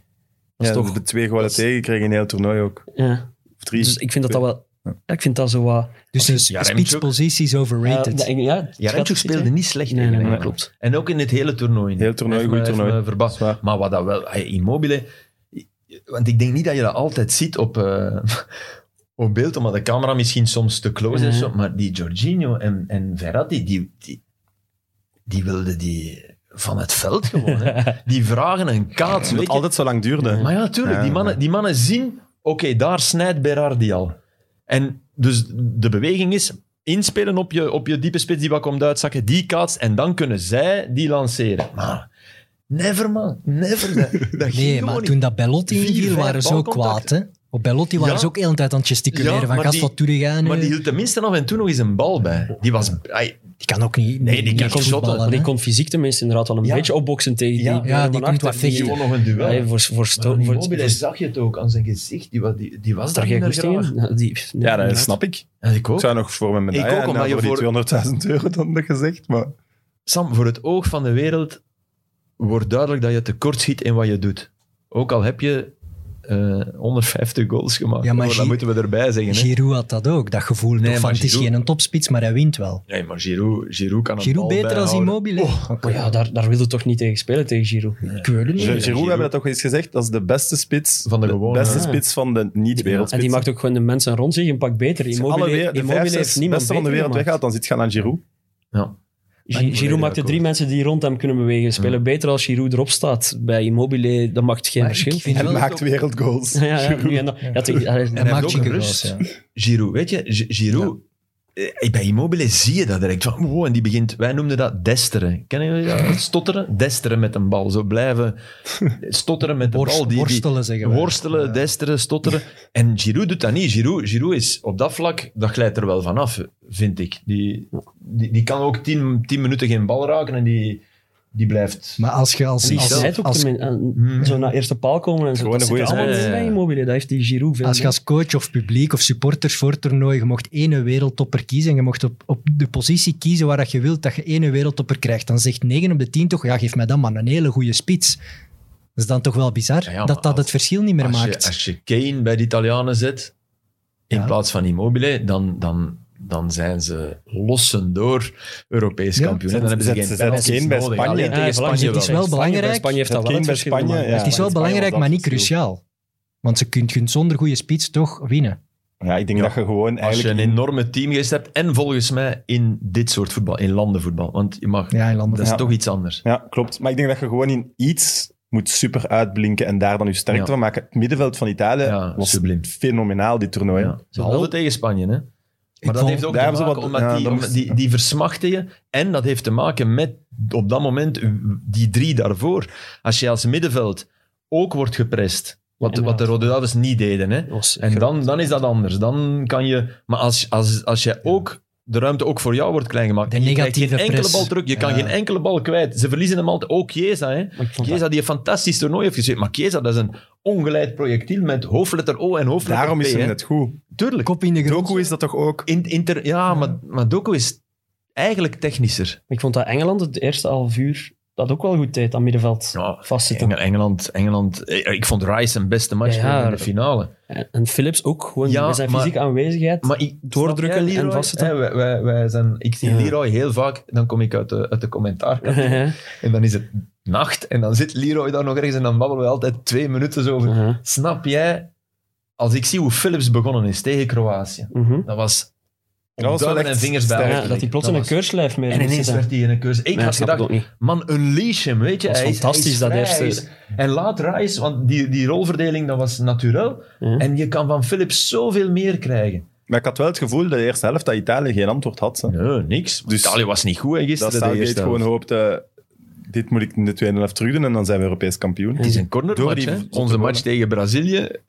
Speaker 5: Dat is
Speaker 1: ja,
Speaker 5: toch...
Speaker 1: De twee goalen
Speaker 5: dat is-
Speaker 1: tegen kregen in heel het toernooi ook.
Speaker 5: Ja.
Speaker 1: Of drie.
Speaker 5: Dus ik vind dat dat wel... ja, ik vind dat zo wat...
Speaker 2: Dus de
Speaker 4: Ja, Remtje
Speaker 2: spitspositie is
Speaker 5: Ja,
Speaker 2: overrated.
Speaker 5: de Eng- ja,
Speaker 4: Ja, Remchuk speelde niet slecht.
Speaker 5: Nee, nee,
Speaker 4: tegen
Speaker 5: nee,
Speaker 4: Engeland.
Speaker 5: klopt.
Speaker 4: En ook in het hele toernooi.
Speaker 1: Heel toernooi,
Speaker 4: Heeft
Speaker 1: goed
Speaker 4: me- heeft
Speaker 1: toernooi.
Speaker 4: me eh, verbaasd.
Speaker 1: Dat is waar.
Speaker 4: Maar wat dat wel, hey, Immobile. Want ik denk niet dat je dat altijd ziet op, eh, [LAUGHS] op beeld, omdat de camera misschien soms te close is.
Speaker 5: Mhm.
Speaker 4: zo, Maar die Jorginho en, en Verratti, die, die, die wilden die van het veld gewoon. [LAUGHS] Hè. Die vragen een kaats.
Speaker 1: Omdat
Speaker 4: weet
Speaker 1: het
Speaker 4: je.
Speaker 1: altijd zo lang duurde.
Speaker 4: Maar ja, natuurlijk.
Speaker 1: Ja,
Speaker 4: die, mannen,
Speaker 1: ja.
Speaker 4: die mannen zien, oké, daar snijdt Berardi al. En dus de beweging is inspelen op je, op je diepe spits die wat komt uitzakken, die kaatst, en dan kunnen zij die lanceren. Maar never, man. Never. Dat, [LAUGHS] dat ging
Speaker 2: Nee,
Speaker 4: gewoon
Speaker 2: maar
Speaker 4: niet.
Speaker 2: toen dat Bellotti
Speaker 4: Vier,
Speaker 2: inviel,
Speaker 4: vijf
Speaker 2: waren ze ook kwaad.
Speaker 4: balcontacten.
Speaker 2: Hè? Op Bellotti waren
Speaker 4: Ja.
Speaker 2: ze ook heel de tijd aan het gesticuleren
Speaker 4: Ja,
Speaker 2: van
Speaker 4: maar
Speaker 2: gast
Speaker 4: die-
Speaker 2: wat toegaan.
Speaker 4: Maar die
Speaker 2: Die,
Speaker 4: hield tenminste af en toe nog eens een bal bij. Die was... ai,
Speaker 2: die kan ook niet
Speaker 4: Nee, die
Speaker 2: niet
Speaker 4: kan
Speaker 2: echt
Speaker 4: geen shotten,
Speaker 2: voetballen,
Speaker 5: Maar die
Speaker 2: hè.
Speaker 5: kon fysiek tenminste inderdaad wel een
Speaker 4: Ja.
Speaker 5: beetje opboksen tegen die...
Speaker 4: Ja,
Speaker 5: die
Speaker 2: ja,
Speaker 5: van
Speaker 2: die
Speaker 5: achter.
Speaker 2: komt wat
Speaker 5: Die-
Speaker 2: vechten.
Speaker 4: die won nog een duel.
Speaker 5: Ja, voor, voor,
Speaker 4: maar
Speaker 5: sto- voor, voor,
Speaker 4: Immobile zag je het ook aan zijn gezicht. Die, wa- die, die was
Speaker 5: daar
Speaker 4: daar
Speaker 5: geen
Speaker 4: niet meer
Speaker 5: goesting
Speaker 4: graag.
Speaker 5: in. Ja, die-
Speaker 1: Ja, dat
Speaker 5: inderdaad.
Speaker 1: snap ik.
Speaker 4: Ja, ik
Speaker 1: Ik
Speaker 4: ook.
Speaker 1: zou nog voor mijn medaille
Speaker 4: Ik ook,
Speaker 1: en dan
Speaker 4: omdat je
Speaker 1: voor,
Speaker 4: voor-
Speaker 1: die 200.000 euro dan dat gezegd, maar...
Speaker 4: Sam, voor het oog van de wereld wordt duidelijk dat je tekort schiet in wat je doet. Ook al heb je eh 150 goals gemaakt.
Speaker 2: Ja, maar
Speaker 4: Oh, dat
Speaker 2: Gi-
Speaker 4: moeten we erbij zeggen. Hè?
Speaker 2: Giroud had dat ook, dat gevoel.
Speaker 4: Nee,
Speaker 2: toch van,
Speaker 4: maar
Speaker 2: het is
Speaker 4: Giroud-
Speaker 2: geen topspits, maar hij wint wel.
Speaker 4: Nee, maar Giroud, Giroud kan een
Speaker 2: Giroud
Speaker 4: bal
Speaker 2: beter dan
Speaker 4: bijhouden. Oh.
Speaker 2: Immobile. Oké.
Speaker 5: Maar ja, daar, daar wil je toch niet tegen spelen, tegen Giroud.
Speaker 2: Ik weet het niet.
Speaker 1: Giroud,
Speaker 4: Giroud.
Speaker 1: we hebben dat toch eens gezegd, dat is de beste spits
Speaker 4: Van de gewone,
Speaker 1: beste
Speaker 5: ja.
Speaker 1: spits van de niet-wereldspits.
Speaker 5: En die maakt ook gewoon de mensen rond zich een pak beter.
Speaker 1: Als je alle
Speaker 5: Immobile,
Speaker 1: weer, de
Speaker 5: Immobile
Speaker 1: vijf,
Speaker 5: heeft
Speaker 1: zes
Speaker 5: niemand
Speaker 1: beste van de
Speaker 5: beter
Speaker 1: wereld weghaalt,
Speaker 5: gemaakt.
Speaker 1: dan zit je aan Giroud.
Speaker 4: Ja.
Speaker 5: Gi- Giroud maakt de drie mensen die rond hem kunnen bewegen spelen beter als Giroud erop staat. Bij Immobile, dat maakt geen
Speaker 2: Maar
Speaker 5: verschil.
Speaker 2: ik vind
Speaker 1: En
Speaker 2: wel-
Speaker 1: maakt wereldgoals.
Speaker 5: [LAUGHS] Ja, ja, nu en dan. Ja, natuurlijk, ja,
Speaker 2: Hij
Speaker 4: heeft
Speaker 2: maakt
Speaker 4: ook
Speaker 2: chique
Speaker 4: een
Speaker 2: goals,
Speaker 4: rust.
Speaker 2: ja.
Speaker 4: Giroud, weet je, Gi- Giroud... eh, Bij Immobile zie je dat direct. Van, wow, en die begint, wij noemden dat desteren. Kennen jullie
Speaker 2: [LAUGHS]
Speaker 4: dat? Stotteren? Desteren met een bal. Zo blijven stotteren met de
Speaker 2: Worst-
Speaker 4: bal. Die, die,
Speaker 2: worstelen, zeggen we.
Speaker 4: Worstelen, desteren, stotteren. En Giroud doet dat niet. Giroud, Giroud is op dat vlak, dat glijdt er wel vanaf, vind ik. Die, die, die kan ook tien, tien minuten geen bal raken en die, die blijft...
Speaker 2: Maar als je als,
Speaker 5: Die
Speaker 2: als,
Speaker 5: snijdt
Speaker 2: als, Hmm.
Speaker 5: ook
Speaker 2: als,
Speaker 5: tenmin- aan- zo naar eerste paal komen en zo.
Speaker 1: Gewoon
Speaker 5: Dat
Speaker 1: een
Speaker 5: zit er
Speaker 1: goeie
Speaker 5: allemaal
Speaker 4: zijde.
Speaker 5: in bij Immobile. Dat heeft die Giroud veel.
Speaker 2: je als coach of publiek of supporters voor het toernooi, je mocht ene wereldtopper kiezen en je mocht op, op de positie kiezen waar dat je wilt dat je ene wereldtopper krijgt, dan zegt 9 op de 10 toch, ja, geef mij dan maar een hele goede spits. Dat is dan toch wel bizar,
Speaker 4: Ja, ja, maar
Speaker 2: dat dat
Speaker 4: als-
Speaker 2: het verschil niet meer
Speaker 4: Als je,
Speaker 2: maakt.
Speaker 4: als je Kane bij de Italianen zet, in
Speaker 2: Ja.
Speaker 4: plaats van Immobile, dan, dan, dan zijn ze lossen door Europees
Speaker 2: Ja.
Speaker 4: kampioen. En
Speaker 1: Ze-
Speaker 4: dan hebben ze
Speaker 1: ze-
Speaker 4: geen
Speaker 1: ze
Speaker 4: penalties
Speaker 1: zetten Kane bij
Speaker 4: nodig.
Speaker 1: Spanje.
Speaker 4: Alleen
Speaker 5: Ja,
Speaker 4: tegen
Speaker 5: voilà,
Speaker 4: Spanje
Speaker 2: het is
Speaker 4: wel.
Speaker 2: wel belangrijk.
Speaker 5: Bij Spanje heeft dat
Speaker 1: Dat
Speaker 5: wel
Speaker 1: Kane
Speaker 5: het
Speaker 1: bij
Speaker 5: verschil
Speaker 1: Spanje,
Speaker 5: gemaakt.
Speaker 1: ja.
Speaker 2: het is wel
Speaker 1: Spanje
Speaker 2: belangrijk,
Speaker 1: was
Speaker 2: maar niet
Speaker 1: dat verschil.
Speaker 2: cruciaal. Want ze kunt kunt zonder goede spits toch winnen.
Speaker 1: Ja, ik denk dat je gewoon
Speaker 4: Als je
Speaker 1: eigenlijk...
Speaker 4: een enorme teamgeest hebt en volgens mij in dit soort voetbal, in landenvoetbal. Want je mag,
Speaker 2: Ja, in
Speaker 4: dat
Speaker 2: landen.
Speaker 4: is
Speaker 1: Ja.
Speaker 4: toch iets anders.
Speaker 1: Ja, klopt. Maar ik denk dat je gewoon in iets moet super uitblinken en daar dan je sterkte
Speaker 4: Ja.
Speaker 1: van maken. Het middenveld van Italië
Speaker 4: Ja,
Speaker 1: was
Speaker 4: subliem.
Speaker 1: fenomenaal, dit toernooi.
Speaker 4: Ja. Behalve tegen Spanje, hè. Maar dat
Speaker 2: vond-
Speaker 4: heeft ook
Speaker 1: daar
Speaker 4: te
Speaker 1: hebben ze
Speaker 4: maken,
Speaker 1: wat-
Speaker 4: omdat
Speaker 1: ja,
Speaker 4: die,
Speaker 1: dat
Speaker 4: omdat
Speaker 1: moest-
Speaker 4: die, die versmachten je. En dat heeft te maken met, op dat moment, die drie daarvoor. Als je als middenveld ook wordt geprest, wat,
Speaker 5: Ja,
Speaker 4: wat de Rode Duivels niet deden, hè. En dan, dan is dat anders. Dan kan je... Maar als, als, als je ook... De ruimte ook voor jou wordt klein gemaakt.
Speaker 2: De
Speaker 4: En je krijgt
Speaker 2: negatieve
Speaker 4: geen enkele
Speaker 2: press.
Speaker 4: bal terug. Je kan
Speaker 2: Ja.
Speaker 4: geen enkele bal kwijt. Ze verliezen hem altijd. Ook Chiesa, hè.
Speaker 5: Maar ik vond dat-
Speaker 4: Chiesa die een fantastisch toernooi heeft gespeeld. Maar Chiesa, dat is een ongeleid projectiel met hoofdletter O en hoofdletter
Speaker 1: Daarom
Speaker 4: P.
Speaker 1: is
Speaker 4: hè.
Speaker 1: hem net goed.
Speaker 4: Tuurlijk.
Speaker 2: Kop in de grond.
Speaker 1: Doku is dat toch ook?
Speaker 4: In, inter, ja, maar, maar Doku is eigenlijk technischer.
Speaker 5: Ik vond dat Engeland het eerste half uur dat ook wel goed deed aan middenveld
Speaker 4: Ja,
Speaker 5: vastzitten.
Speaker 4: Engel- Engeland, Engeland, eh, ik vond Rice een beste match
Speaker 5: Ja, ja.
Speaker 4: in de finale.
Speaker 5: En, Eh, en Philips ook gewoon
Speaker 4: Ja,
Speaker 5: met zijn
Speaker 4: maar-
Speaker 5: fysieke aanwezigheid.
Speaker 4: Maar ik,
Speaker 5: Doordrukken
Speaker 4: snap jij,
Speaker 5: en
Speaker 4: Leroy?
Speaker 5: vastzetten.
Speaker 4: Hè, wij, wij, wij zijn, ik zie
Speaker 5: Ja.
Speaker 4: Leroy heel vaak, dan kom ik uit de, uit de commentaar.
Speaker 5: [LAUGHS] Ja,
Speaker 4: en dan is het nacht en dan zit Leroy daar nog ergens en dan babbelen we altijd twee minuten zo over.
Speaker 5: ja.
Speaker 4: Snap jij, als ik zie hoe Philips begonnen is tegen Kroatië,
Speaker 5: Mhm.
Speaker 4: dat was
Speaker 1: Dat was wel
Speaker 4: duimen en
Speaker 1: echt
Speaker 4: vingers bij
Speaker 1: sterk.
Speaker 5: Ja,
Speaker 4: elkaar.
Speaker 5: dat hij plots in een
Speaker 4: was-
Speaker 5: keurslijf mee
Speaker 4: En
Speaker 5: moest
Speaker 4: ineens
Speaker 5: zitten.
Speaker 4: werd hij in een keuze. Ik
Speaker 5: Nee,
Speaker 4: had
Speaker 5: dat snap ik
Speaker 4: gedacht,
Speaker 5: ook niet.
Speaker 4: Man, unleash hem, weet je.
Speaker 5: Dat is
Speaker 4: Hij is
Speaker 5: fantastisch,
Speaker 4: hij is
Speaker 5: dat
Speaker 4: vrij,
Speaker 5: eerste.
Speaker 4: hij is- En laat Rice, want die, die rolverdeling, dat was natuurlijk.
Speaker 5: Ja.
Speaker 4: En je kan van Philips zoveel meer krijgen.
Speaker 1: Maar ik had wel het gevoel dat de eerste helft dat Italië geen antwoord had. Hè.
Speaker 4: Nee, niks. Dus
Speaker 1: Dus-
Speaker 4: Italië was niet goed hè,
Speaker 1: Dat
Speaker 4: gisteren. de
Speaker 1: Southgate
Speaker 4: eerste
Speaker 1: gewoon
Speaker 4: helft.
Speaker 1: hoopte... dit moet ik in de tweede helft terug doen en dan zijn we Europees kampioen.
Speaker 4: Het is een cornermatch,
Speaker 1: Door die-
Speaker 4: hè.
Speaker 1: zonder
Speaker 4: Onze
Speaker 1: corner.
Speaker 4: match tegen Brazilië, eh,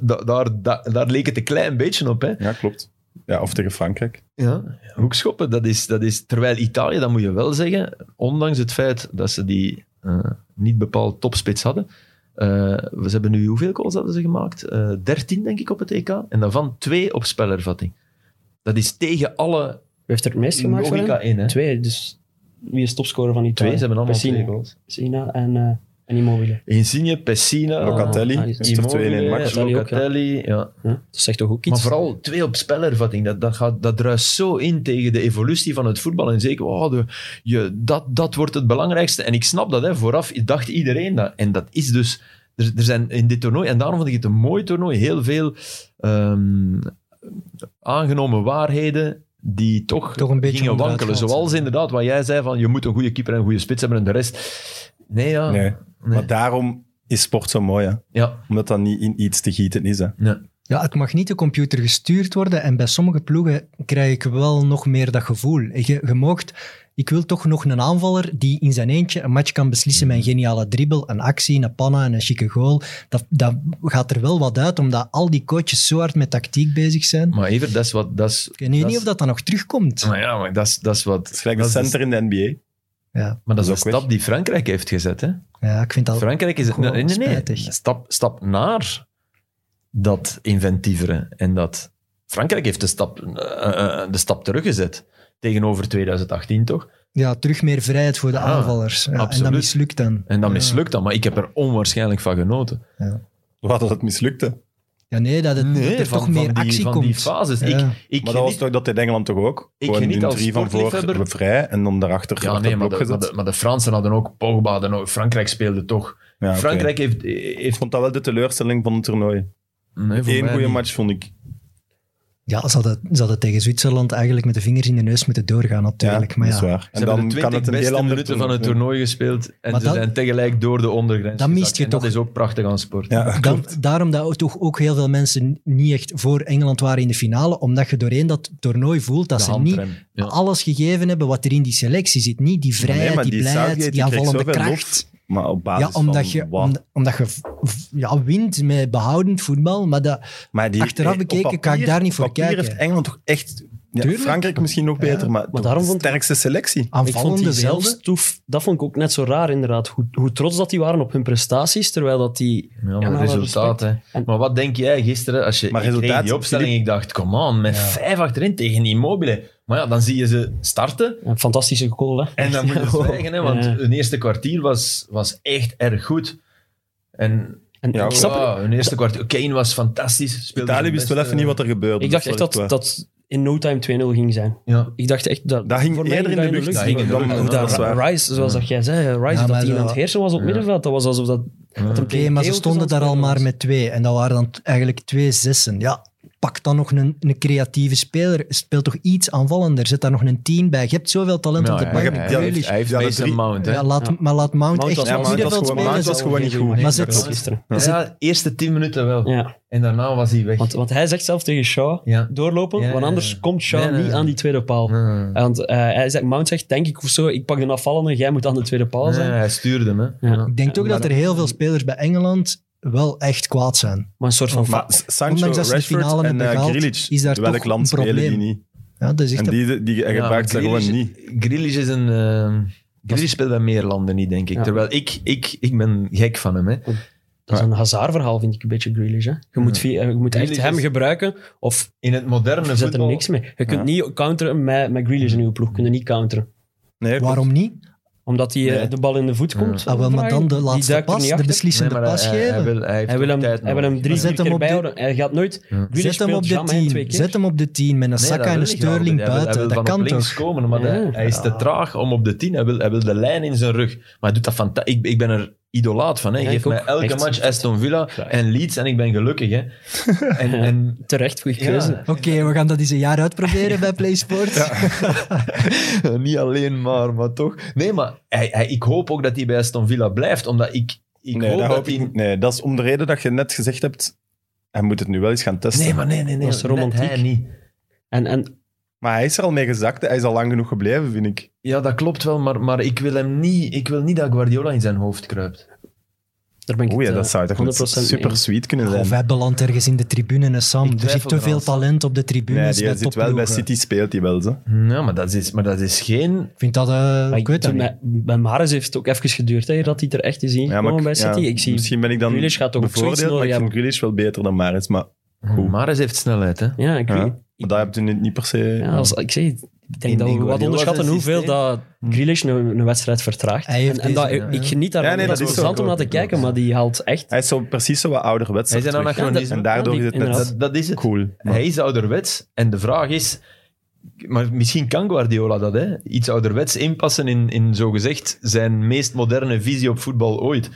Speaker 4: da- daar, da- daar leek het een klein beetje op, hè.
Speaker 1: Ja, klopt. Ja, of tegen Frankrijk.
Speaker 4: Ja, hoekschoppen, dat is, dat is... Terwijl Italië, dat moet je wel zeggen, ondanks het feit dat ze die eh, niet bepaald topspits hadden, eh, ze hebben nu hoeveel goals hadden ze gemaakt? Eh, Dertien, denk ik, op het EK. En daarvan twee op spelervatting. Dat is tegen alle
Speaker 5: heeft er het meest gemaakt voor
Speaker 4: logica
Speaker 5: hem?
Speaker 4: in, hè.
Speaker 5: Twee, dus wie is topscorer van die
Speaker 4: Twee, ze hebben allemaal twee
Speaker 5: Pessina,
Speaker 4: goals.
Speaker 5: Pessina en, eh, en Immobile.
Speaker 4: Insigne, Pessina,
Speaker 1: Locatelli
Speaker 5: ah, die-
Speaker 1: heeft er 2-1
Speaker 4: Immobile,
Speaker 1: in. Max.
Speaker 5: ja. Locatelli ook,
Speaker 4: Locatelli, ja.
Speaker 5: Ja, dat zegt toch ook iets?
Speaker 4: Maar vooral twee op spelervatting. Dat, dat, gaat, dat druist zo in tegen de evolutie van het voetbal. En zeker, oh, de, je, dat, dat wordt het belangrijkste. En ik snap dat, hè, vooraf dacht iedereen dat. En dat is dus... Er, er zijn in dit toernooi, en daarom vond ik het een mooi toernooi, heel veel ehm, aangenomen waarheden die toch,
Speaker 2: Toch een beetje
Speaker 4: gingen
Speaker 2: onderuit
Speaker 4: wankelen.
Speaker 2: gaan.
Speaker 4: Zoals inderdaad wat jij zei, van je moet een goede keeper en een goede spits hebben en de rest... Nee,
Speaker 5: Ah.
Speaker 1: Nee.
Speaker 4: ja. Nee.
Speaker 1: Maar daarom is sport zo mooi, hè.
Speaker 4: ja.
Speaker 1: Omdat dat niet in iets te gieten is, hè.
Speaker 2: Ja, het mag niet de computer gestuurd worden. En bij sommige ploegen krijg ik wel nog meer dat gevoel. Je, je moogt, ik wil toch nog een aanvaller die in zijn eentje een match kan beslissen
Speaker 4: Mhm.
Speaker 2: met een geniale dribbel, een actie, een panna en een chique goal. Dat, dat gaat er wel wat uit, omdat al die coaches zo hard met tactiek bezig zijn.
Speaker 4: Maar even, dat is wat... Dat is,
Speaker 2: Ik weet nu
Speaker 4: dat
Speaker 2: niet
Speaker 4: is-
Speaker 2: of dat dan nog terugkomt.
Speaker 4: Maar ja, maar dat is, dat is wat...
Speaker 1: Het is gelijk de
Speaker 4: dat is dus de
Speaker 1: center in de NBA.
Speaker 4: Maar dat
Speaker 1: Dat
Speaker 4: is een
Speaker 1: is ook
Speaker 4: stap die Frankrijk heeft gezet. Hè?
Speaker 2: Ja, ik vind Oh, dat...
Speaker 4: Frankrijk is...
Speaker 2: Gewoon
Speaker 4: Nee, nee, nee.
Speaker 2: spijtig.
Speaker 4: Stap, stap naar dat inventievere en dat... Frankrijk heeft de stap, eh, eh, de stap teruggezet tegenover 2018, toch?
Speaker 2: Ja, terug meer vrijheid voor de
Speaker 4: Ah,
Speaker 2: aanvallers. Ja, en dat
Speaker 4: absoluut.
Speaker 2: mislukt dan.
Speaker 4: En dat
Speaker 2: Ja.
Speaker 4: mislukt dan, maar ik heb er onwaarschijnlijk van genoten.
Speaker 1: Wat dat het mislukte.
Speaker 2: Ja, nee, dat, het, dat er
Speaker 4: van,
Speaker 2: toch meer
Speaker 4: van die,
Speaker 2: actie
Speaker 4: van
Speaker 2: komt.
Speaker 4: die fases.
Speaker 2: Ja.
Speaker 4: Ik, ik
Speaker 1: maar dat was
Speaker 4: geniet-
Speaker 1: toch dat in Engeland toch ook?
Speaker 4: Ik
Speaker 1: Gewoon
Speaker 4: geniet
Speaker 1: hun
Speaker 4: als
Speaker 1: drie van voor
Speaker 4: sportliefhebber-
Speaker 1: vrij en dan daarachter
Speaker 4: ja, nee, maar de, maar, de, maar de Fransen hadden ook Pogba, hadden ook, Frankrijk speelde toch. Frankrijk heeft...
Speaker 1: Ik
Speaker 4: heeft
Speaker 1: vond dat wel de teleurstelling van het toernooi.
Speaker 4: nee, voor
Speaker 1: Eén
Speaker 4: mij
Speaker 1: goede
Speaker 4: niet.
Speaker 1: match vond ik.
Speaker 2: Ja, ze hadden, ze hadden tegen Zwitserland eigenlijk met de vingers in de neus moeten doorgaan, natuurlijk.
Speaker 1: ja,
Speaker 2: maar
Speaker 1: dat
Speaker 2: ja,
Speaker 1: is waar.
Speaker 4: Ze hebben de 20 beste minuten van
Speaker 1: toernooi
Speaker 4: het toernooi gespeeld en
Speaker 2: Maar
Speaker 4: ze
Speaker 2: dat-
Speaker 4: zijn tegelijk door de ondergrens
Speaker 2: Dat mist
Speaker 4: gezakt.
Speaker 2: je
Speaker 4: En
Speaker 2: toch.
Speaker 4: Dat is ook prachtig aan sport.
Speaker 1: Ja,
Speaker 2: Dan-
Speaker 1: klopt.
Speaker 2: daarom dat ook, toch ook heel veel mensen niet echt voor Engeland waren in de finale, omdat je doorheen dat toernooi voelt dat
Speaker 4: de
Speaker 2: ze niet
Speaker 4: handrem. Ja.
Speaker 2: alles gegeven hebben wat er in die selectie zit. Niet die vrijheid,
Speaker 1: Nee, maar
Speaker 2: die, blijheid,
Speaker 1: Southgate,
Speaker 2: die
Speaker 1: kreeg
Speaker 2: aanvallende
Speaker 1: zoveel lof,
Speaker 2: kracht.
Speaker 1: maar op
Speaker 2: Ja,
Speaker 1: basis
Speaker 2: omdat
Speaker 1: van
Speaker 2: je,
Speaker 1: wat?
Speaker 2: om- omdat je v- v- ja, wint met behoudend voetbal, maar dat,
Speaker 1: Maar die,
Speaker 2: Achteraf
Speaker 1: eh, op
Speaker 2: bekeken kan ik daar niet voor
Speaker 1: op papier
Speaker 2: kijken.
Speaker 1: heeft Engeland toch echt... Ja,
Speaker 2: Tuurlijk.
Speaker 1: Frankrijk misschien nog beter, maar, toch
Speaker 5: daarom
Speaker 1: de
Speaker 5: vond ik-
Speaker 1: sterkste
Speaker 4: Ah,
Speaker 1: selectie.
Speaker 5: Ik vond
Speaker 2: aanvallende
Speaker 5: die
Speaker 2: zelfs.
Speaker 5: zelfs, toef, dat vond ik ook net zo raar inderdaad, hoe, hoe trots dat die waren op hun prestaties, terwijl dat die...
Speaker 4: Ja,
Speaker 5: Ja,
Speaker 4: maar
Speaker 5: maar
Speaker 4: resultaat, hè.
Speaker 5: En-
Speaker 4: Maar wat denk jij gisteren, als je
Speaker 1: Maar
Speaker 4: ik kreeg
Speaker 1: resultaat,
Speaker 4: die opstelling,
Speaker 1: Filip-
Speaker 4: ik dacht, come on, met vijf achterin tegen Immobile. Maar ja, dan zie je ze starten
Speaker 5: Een fantastische goal, hè?
Speaker 4: en
Speaker 2: [LAUGHS]
Speaker 4: dan moet je zwijgen, hè, want
Speaker 5: Ja.
Speaker 4: hun eerste kwartier was, was echt erg goed. En
Speaker 5: En
Speaker 1: Ja,
Speaker 5: ik snap het-
Speaker 4: ja, hun eerste kwartier, Kane was fantastisch. speelde
Speaker 1: Italië
Speaker 4: zijn
Speaker 1: wist wel
Speaker 4: beste-
Speaker 1: even niet wat er gebeurde. dus
Speaker 5: Ik dacht
Speaker 1: dat
Speaker 5: echt
Speaker 1: is
Speaker 5: dat,
Speaker 1: wel echt waar.
Speaker 5: dat in no time 2-0 ging zijn.
Speaker 4: Ja.
Speaker 5: Ik dacht echt dat...
Speaker 1: Dat ging
Speaker 5: voor mij
Speaker 1: eerder in de lucht.
Speaker 4: Dat ging in de
Speaker 1: dan-
Speaker 4: lucht,
Speaker 5: Hoe
Speaker 4: ja,
Speaker 5: dat
Speaker 1: dat is waar.
Speaker 5: Rice, zoals dat jij zei, Rice,
Speaker 2: Ja,
Speaker 5: dat
Speaker 2: maar
Speaker 5: hij
Speaker 2: zo-
Speaker 5: aan het heersen was op het
Speaker 4: Ja.
Speaker 5: middenveld. Dat was alsof dat... dat een
Speaker 2: Oké, maar ze
Speaker 5: play-out
Speaker 2: stonden
Speaker 5: is aan
Speaker 2: daar
Speaker 5: het
Speaker 2: al maar
Speaker 5: spelen
Speaker 2: met twee. En dat waren dan t- eigenlijk twee zessen. Ja, pak dan nog een, een creatieve speler. Speel toch iets aanvallender. Zet daar nog een tien bij. Je hebt zoveel talent
Speaker 4: Ja,
Speaker 2: op de
Speaker 4: ja,
Speaker 2: bank.
Speaker 1: je hebt-
Speaker 4: hij
Speaker 1: ja,
Speaker 2: Grealish.
Speaker 4: heeft, hij heeft
Speaker 1: Ja, dat
Speaker 4: Mason
Speaker 1: drie-
Speaker 4: Mount, hè.
Speaker 2: Ja, laat,
Speaker 5: Ja.
Speaker 2: Maar laat Mount,
Speaker 5: Mount
Speaker 2: echt
Speaker 5: was-
Speaker 2: op
Speaker 1: Ja, Mount was
Speaker 2: middenveld
Speaker 1: gewoon-
Speaker 2: spelen.
Speaker 1: Mount was gewoon niet goed.
Speaker 2: Maar
Speaker 4: Maar
Speaker 2: zet-
Speaker 5: was. Gisteren.
Speaker 4: Ja, ja, eerste tien minuten wel.
Speaker 5: Ja,
Speaker 4: En daarna was hij weg.
Speaker 5: want, want hij zegt zelf tegen Shaw,
Speaker 4: Ja.
Speaker 5: doorlopen,
Speaker 4: Ja,
Speaker 5: want
Speaker 4: ja,
Speaker 5: anders
Speaker 4: ja.
Speaker 5: komt Shaw
Speaker 4: Nee, nee,
Speaker 5: niet
Speaker 4: nee.
Speaker 5: aan die tweede paal.
Speaker 4: Nee.
Speaker 5: Want eh, hij zegt, Mount zegt, denk ik of zo, ik pak de afvallende, jij moet aan de tweede paal
Speaker 4: Nee,
Speaker 5: zijn.
Speaker 4: hij stuurde hem, hè.
Speaker 5: Ja.
Speaker 4: Ja.
Speaker 2: Ik denk ook dat er heel veel spelers bij Engeland wel echt kwaad zijn.
Speaker 5: Maar een soort van...
Speaker 1: Maar
Speaker 5: fa-
Speaker 1: Sancho,
Speaker 2: ondanks dat ze de
Speaker 1: Rashford
Speaker 2: finale
Speaker 1: en
Speaker 2: hebben
Speaker 1: eh,
Speaker 2: gehaald,
Speaker 1: Grealish,
Speaker 2: is daar
Speaker 1: welk
Speaker 2: toch
Speaker 1: land
Speaker 2: een
Speaker 1: spelen die
Speaker 2: probleem.
Speaker 1: niet?
Speaker 2: Ja, dat is echt
Speaker 1: En
Speaker 2: een-
Speaker 1: die, die je
Speaker 4: Ja,
Speaker 1: gebruikt ze gewoon
Speaker 4: Grealish-
Speaker 1: niet.
Speaker 4: Grealish is een... eh Grealish speelt bij meer landen niet, denk ik.
Speaker 5: Ja.
Speaker 4: Terwijl ik, ik, ik ben gek van hem, hè.
Speaker 5: Dat is een hazardverhaal, vind ik een beetje Grealish. Hè? Je moet, via- je moet echt
Speaker 4: Grealish
Speaker 5: hem
Speaker 4: is-
Speaker 5: gebruiken of
Speaker 4: In het moderne
Speaker 5: zet er
Speaker 4: voetbal...
Speaker 5: niks mee. Je kunt niet counteren met, met Grealish in uw ploeg. Kun je niet counteren.
Speaker 1: Nee,
Speaker 2: Waarom niet?
Speaker 5: Omdat hij eh,
Speaker 1: Nee.
Speaker 5: de bal in de voet komt.
Speaker 2: Ah, wel, maar dan de
Speaker 5: Die
Speaker 2: laatste
Speaker 5: duikt er
Speaker 2: pas,
Speaker 5: niet
Speaker 2: de
Speaker 5: achter.
Speaker 2: beslissende
Speaker 4: Nee, maar
Speaker 2: pas
Speaker 4: hij, hij
Speaker 2: geven.
Speaker 4: wil, hij heeft
Speaker 5: Hij wil hem,
Speaker 4: ook tijd
Speaker 5: hij wil hem
Speaker 4: nodig.
Speaker 5: drie,
Speaker 2: Zet
Speaker 5: vier
Speaker 2: hem
Speaker 5: keer
Speaker 2: op de-
Speaker 5: bijhouden. Hij gaat nooit... Grealish
Speaker 2: Zet hem
Speaker 5: speelt
Speaker 2: op de
Speaker 5: jam en twee
Speaker 2: 10.
Speaker 5: keer.
Speaker 2: Zet hem op de 10 met een
Speaker 4: Nee,
Speaker 2: Saka
Speaker 4: dat
Speaker 2: en een
Speaker 4: wil ik wel.
Speaker 2: Sterling
Speaker 4: Hij wil-
Speaker 2: buiten.
Speaker 4: Hij wil
Speaker 2: dat
Speaker 4: van
Speaker 2: kan
Speaker 4: op links
Speaker 2: toch?
Speaker 4: komen, maar
Speaker 5: Ja.
Speaker 4: hij, hij is te traag om op de 10. Hij wil, hij wil de lijn in zijn rug. Maar hij doet dat fantastisch. Ik, ik ben er idolaat van. Hè.
Speaker 5: Ja,
Speaker 4: Geef
Speaker 5: ik ook.
Speaker 4: mij elke
Speaker 5: Echt.
Speaker 4: match Aston Villa en Leeds en ik ben gelukkig. [LAUGHS] Hè. En, en,
Speaker 5: Terecht, goede keuze.
Speaker 4: ja.
Speaker 2: Oké, we gaan dat eens een jaar uitproberen bij PlaySports.
Speaker 4: [LAUGHS] Niet alleen maar, maar toch. Nee, maar hij, hij, ik hoop ook dat hij bij Aston Villa blijft, omdat ik, ik
Speaker 1: nee,
Speaker 4: hoop
Speaker 1: dat
Speaker 4: dat,
Speaker 1: hoop ik
Speaker 4: hij...
Speaker 1: niet. Nee, dat is om de reden dat je net gezegd hebt, hij moet het nu wel eens gaan testen.
Speaker 4: Nee,
Speaker 1: maar
Speaker 4: maar nee, nee, nee.
Speaker 5: Dat is
Speaker 4: net
Speaker 5: romantiek.
Speaker 4: Hij niet.
Speaker 5: En, en
Speaker 1: Maar hij is er al mee gezakt. Hij is al lang genoeg gebleven, vind ik.
Speaker 4: Ja, dat klopt wel, maar, maar ik, wil hem niet, ik wil niet dat Guardiola in zijn hoofd kruipt.
Speaker 5: Daar ben ik
Speaker 1: Oei,
Speaker 5: het, eh,
Speaker 1: dat zou toch
Speaker 5: 100% mee
Speaker 1: super
Speaker 5: eens.
Speaker 1: sweet kunnen zijn.
Speaker 2: Of hij belandt ergens in de tribune, hè,
Speaker 4: Ik
Speaker 2: Sam. Er
Speaker 4: twijfel
Speaker 2: zit te
Speaker 4: eraan,
Speaker 2: veel
Speaker 4: Sam.
Speaker 2: talent op de
Speaker 1: Nee,
Speaker 2: tribunes
Speaker 1: die
Speaker 2: bij
Speaker 1: zit wel bij
Speaker 2: topploegen.
Speaker 1: City, speelt hij wel. Zo.
Speaker 4: Ja, maar dat is, maar dat is geen...
Speaker 2: Ik vind dat... eh,
Speaker 5: Maar
Speaker 2: ik weet dat
Speaker 5: toen
Speaker 2: niet.
Speaker 5: Bij, bij Mahrez heeft het ook even geduurd hè, dat hij er echt is
Speaker 1: Ja,
Speaker 5: ingekomen
Speaker 1: maar
Speaker 5: bij
Speaker 1: ik- ja,
Speaker 5: City. ik zie,
Speaker 1: misschien ben ik dan
Speaker 5: Grealish gaat toch ook zoiets
Speaker 1: bevoordeeld, maar ik
Speaker 5: nodig
Speaker 1: vind Grealish wel beter dan Maris. Maar, Goed.
Speaker 4: Maris heeft snelheid, hè.
Speaker 5: ja, ik,
Speaker 1: ja,
Speaker 5: weet-
Speaker 1: maar dat heb je niet, niet per se...
Speaker 5: ja, als, ik, zeg, ik denk
Speaker 4: In-
Speaker 5: dat
Speaker 4: in
Speaker 5: we wat
Speaker 4: Guardiola's
Speaker 5: onderschatten
Speaker 4: systeem.
Speaker 5: hoeveel dat Grealish een, een wedstrijd vertraagt.
Speaker 2: Hmm. Hij heeft
Speaker 5: En, en dat,
Speaker 2: deze-
Speaker 5: ik geniet daar
Speaker 1: Ja, nee,
Speaker 5: dat
Speaker 1: dat
Speaker 5: is
Speaker 1: is
Speaker 5: plezant
Speaker 1: ook
Speaker 5: om naar
Speaker 1: wel-
Speaker 5: te kijken, maar die haalt echt...
Speaker 1: Hij is zo precies zo wat ouderwets.
Speaker 4: Hij is een
Speaker 1: terug.
Speaker 4: anachronisme.
Speaker 1: En daardoor
Speaker 5: Ja,
Speaker 1: is het
Speaker 5: die-
Speaker 1: net
Speaker 4: Dat,
Speaker 5: inderdaad.
Speaker 4: dat is het.
Speaker 1: cool.
Speaker 4: Hij is ouderwets. En de vraag is... Maar misschien kan Guardiola dat, hè? Iets ouderwets inpassen in, in zogezegd zijn meest moderne visie op voetbal ooit.